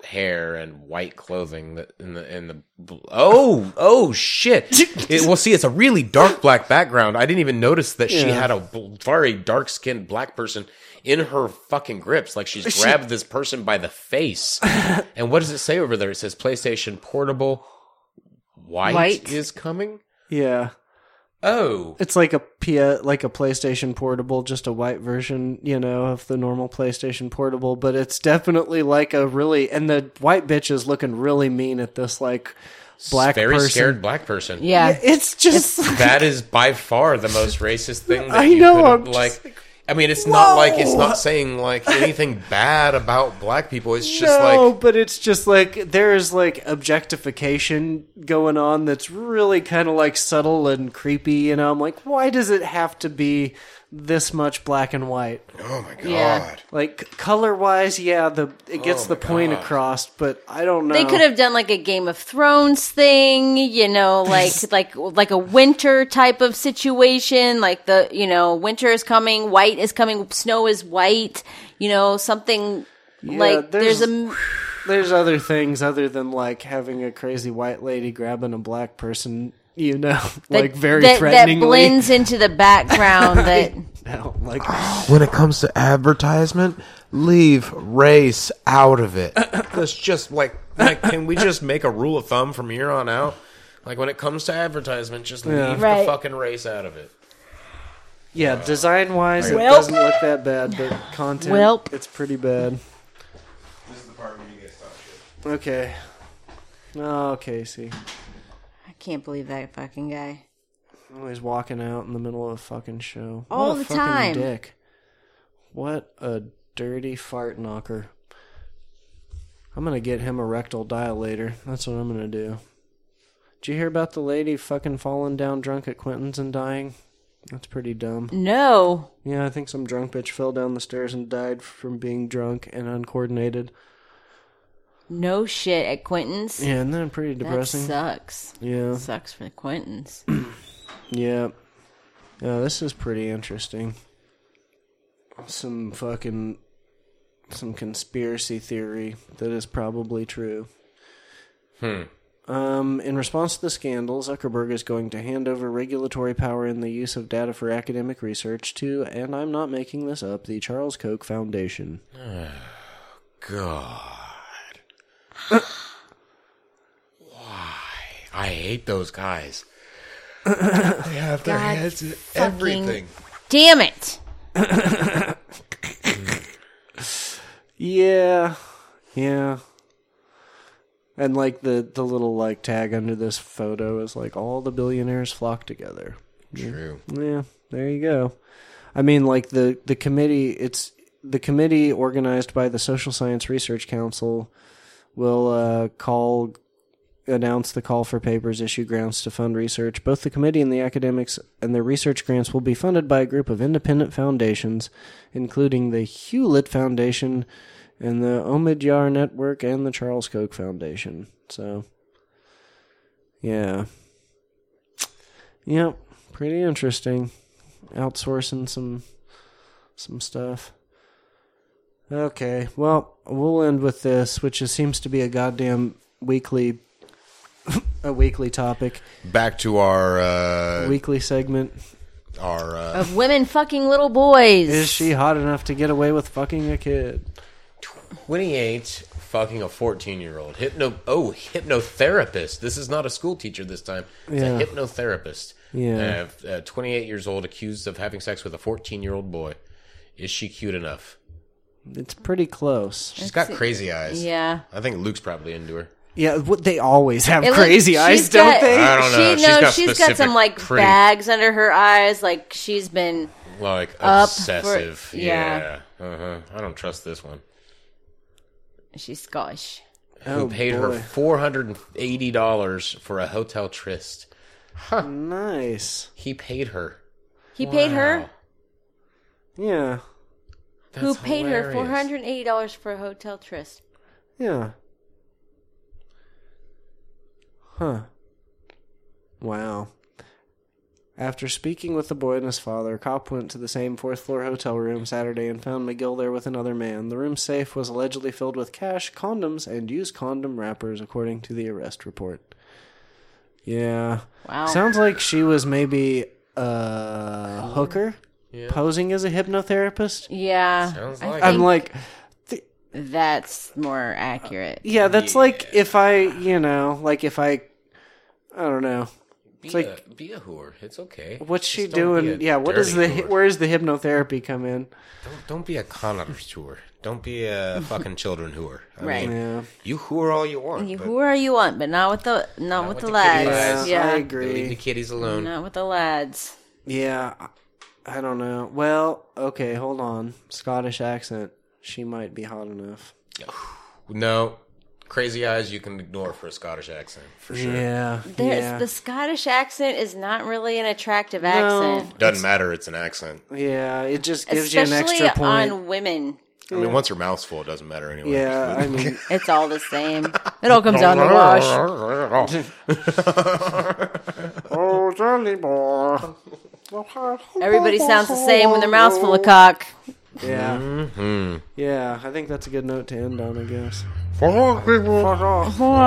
S5: hair and white clothing that in the in the bl- oh oh shit it, well see it's a really dark black background i didn't even notice that she
S1: Yeah.
S5: had a bl- very dark skinned black person in her fucking grips like she's grabbed this person by the face and what does it say over there it says playstation portable white,
S2: White.
S5: is coming
S1: Yeah.
S5: oh
S1: It's like a P- like a PlayStation Portable, just a white version, you know, of the normal PlayStation Portable. But it's definitely like a really and the white bitch is looking really mean at this like black
S5: very
S1: person.
S5: scared black person
S2: Yeah.
S1: It's just
S5: that is by far the most racist thing that
S1: I
S5: you
S1: know,
S5: could
S1: I'm just
S5: like I mean it's not like it's not saying like anything bad about black people. It's just
S1: no,
S5: like
S1: but it's just like there's like objectification going on that's really kind of like subtle and creepy. You know, I'm like, why does it have to be this much black and white?
S3: Oh my god.
S2: Yeah.
S1: Like color wise, yeah, the it gets
S5: Oh
S1: the point across, but I don't know.
S2: They could have done like a Game of Thrones thing, you know, like like like a winter type of situation, like the you know winter is coming, white is coming, snow is white, you know, something like there's, a m-
S1: there's other things other than like having a crazy white lady grabbing a black person, you know,
S2: that-
S1: like very
S2: that, that
S1: threateningly.
S2: blends into the background that
S1: No, like
S3: When it comes to advertisement, leave race out of it. That's just like like can we just make a rule of thumb from here on out?
S5: like when it comes to advertisement, just leave
S1: Yeah.
S5: the
S2: Right.
S5: fucking race out of it.
S1: yeah, design wise, it
S2: Welp.
S1: doesn't look that bad, but content,
S2: Welp.
S1: it's pretty bad. Okay. Oh, Casey.
S2: I can't believe that fucking guy.
S1: Always walking out in the middle of a fucking show. What
S2: All
S1: a
S2: the
S1: fucking
S2: time.
S1: Dick. What a dirty fart knocker. I'm gonna get him a rectal dilator. That's what I'm gonna do. Did you hear about the lady fucking falling down drunk at Quentin's and dying? That's pretty dumb.
S2: No,
S1: Yeah, I think some drunk bitch fell down the stairs and died from being drunk and uncoordinated.
S2: no shit at Quentin's.
S1: Yeah, and then pretty
S2: That
S1: depressing.
S2: sucks.
S1: Yeah,
S2: Sucks for the Quentins.
S1: yeah. Yeah, this is pretty interesting. Some fucking some conspiracy theory that is probably true. Um, in response to the scandal, Zuckerberg is going to hand over regulatory power in the use of data for academic research to, and I'm not making this up, the Charles Koch Foundation.
S5: God. Why? I hate those guys.
S3: They have their
S2: God
S3: heads in
S2: fucking-
S3: everything.
S2: Damn it.
S1: Yeah, yeah. And like the the little like tag under this photo is like all the billionaires flock together.
S5: True.
S1: Yeah, there you go. I mean, like the the committee, it's the committee organized by the Social Science Research Council will uh, call announce the call for papers, issue grants to fund research. Both the committee and the academics and their research grants will be funded by a group of independent foundations, including the Hewlett Foundation and the Omidyar Network and the Charles Koch Foundation. So, yeah. Yep, pretty interesting. Outsourcing some some stuff. Okay, well, we'll end with this, which is, seems to be a goddamn weekly a weekly topic,
S3: Back to our uh,
S1: weekly segment.
S3: our uh,
S2: Of women fucking little boys.
S1: Is she hot enough to get away with fucking a kid?
S5: 28 fucking a 14 year old hypno oh hypnotherapist this is not a school teacher this time it's
S1: Yeah.
S5: a hypnotherapist
S1: Yeah.
S5: Uh, uh, 28 years old accused of having sex with a 14 year old boy is she cute enough
S1: It's pretty close.
S5: she's got crazy eyes
S2: Yeah.
S5: i think luke's probably into her
S1: Yeah, what they always have
S2: It looks-
S1: crazy
S2: she's
S1: eyes, don't
S2: got-
S1: they?
S5: I don't know.
S2: She,
S5: She's
S2: no,
S5: got
S2: she's got
S5: specific
S2: some like
S5: pretty-
S2: bags under her eyes. Like she's been.
S5: like
S2: Up for-
S5: obsessive
S2: yeah.
S5: yeah, uh-huh i don't trust this one
S2: She's Scottish.
S1: Oh,
S5: who paid
S1: boy.
S5: her $480 for a hotel tryst
S1: Nice.
S5: he paid her
S2: He paid her.
S5: Wow.
S1: Yeah,
S2: Who
S5: That's
S2: paid her four
S5: hilarious.
S2: hundred and eighty dollars for a hotel tryst?
S1: yeah. Huh. Wow. After speaking with the boy and his father, Cop went to the same fourth floor hotel room Saturday and found McGill there with another man. The room safe was allegedly filled with cash, condoms, and used condom wrappers, according to the arrest report. Yeah.
S2: Wow.
S1: Sounds like she was maybe a hooker posing as a hypnotherapist.
S2: yeah.
S5: Sounds
S2: I
S5: like-
S1: I'm
S2: think
S1: like,
S2: that's more accurate.
S1: yeah, that's like if I, you know, like if I, I don't know.
S5: Be,
S1: like-
S5: a, be a whore. It's okay.
S1: What's she
S5: Just don't be
S1: doing?
S5: a
S1: Yeah, what is the
S5: dirty whore.
S1: where's the hypnotherapy come in?
S5: Don't, don't be a con artist whore. Don't be a fucking children whore. I
S2: Right.
S5: mean,
S1: Yeah,
S5: you whore all you want.
S2: You-
S5: but
S2: Who are you on? But not with the not, with,
S5: with
S2: the,
S5: the kitty
S2: lads.
S5: eyes.
S1: I
S2: Yeah.
S5: leave the
S1: agree.
S5: kitties alone.
S2: Not with the lads.
S1: Yeah, I- I don't know. Well, okay, hold on. Scottish accent. She might be hot enough.
S5: No. Crazy eyes you can ignore for a Scottish accent. For sure.
S1: Yeah,
S2: There's
S1: yeah,
S2: the Scottish accent is not really an attractive accent.
S5: Doesn't matter. It's an accent.
S1: yeah. It just gives you an
S2: Especially
S1: extra point.
S2: on women.
S5: I mean, once your mouth's full, it doesn't matter anyway.
S1: yeah, I mean,
S2: It's all the same. It all comes out in the wash.
S1: oh, Johnny boy.
S2: Everybody sounds the same when their mouth's full of cock.
S1: Yeah.
S5: Mm-hmm.
S1: Yeah, I think that's a good note to end on, I guess.
S2: All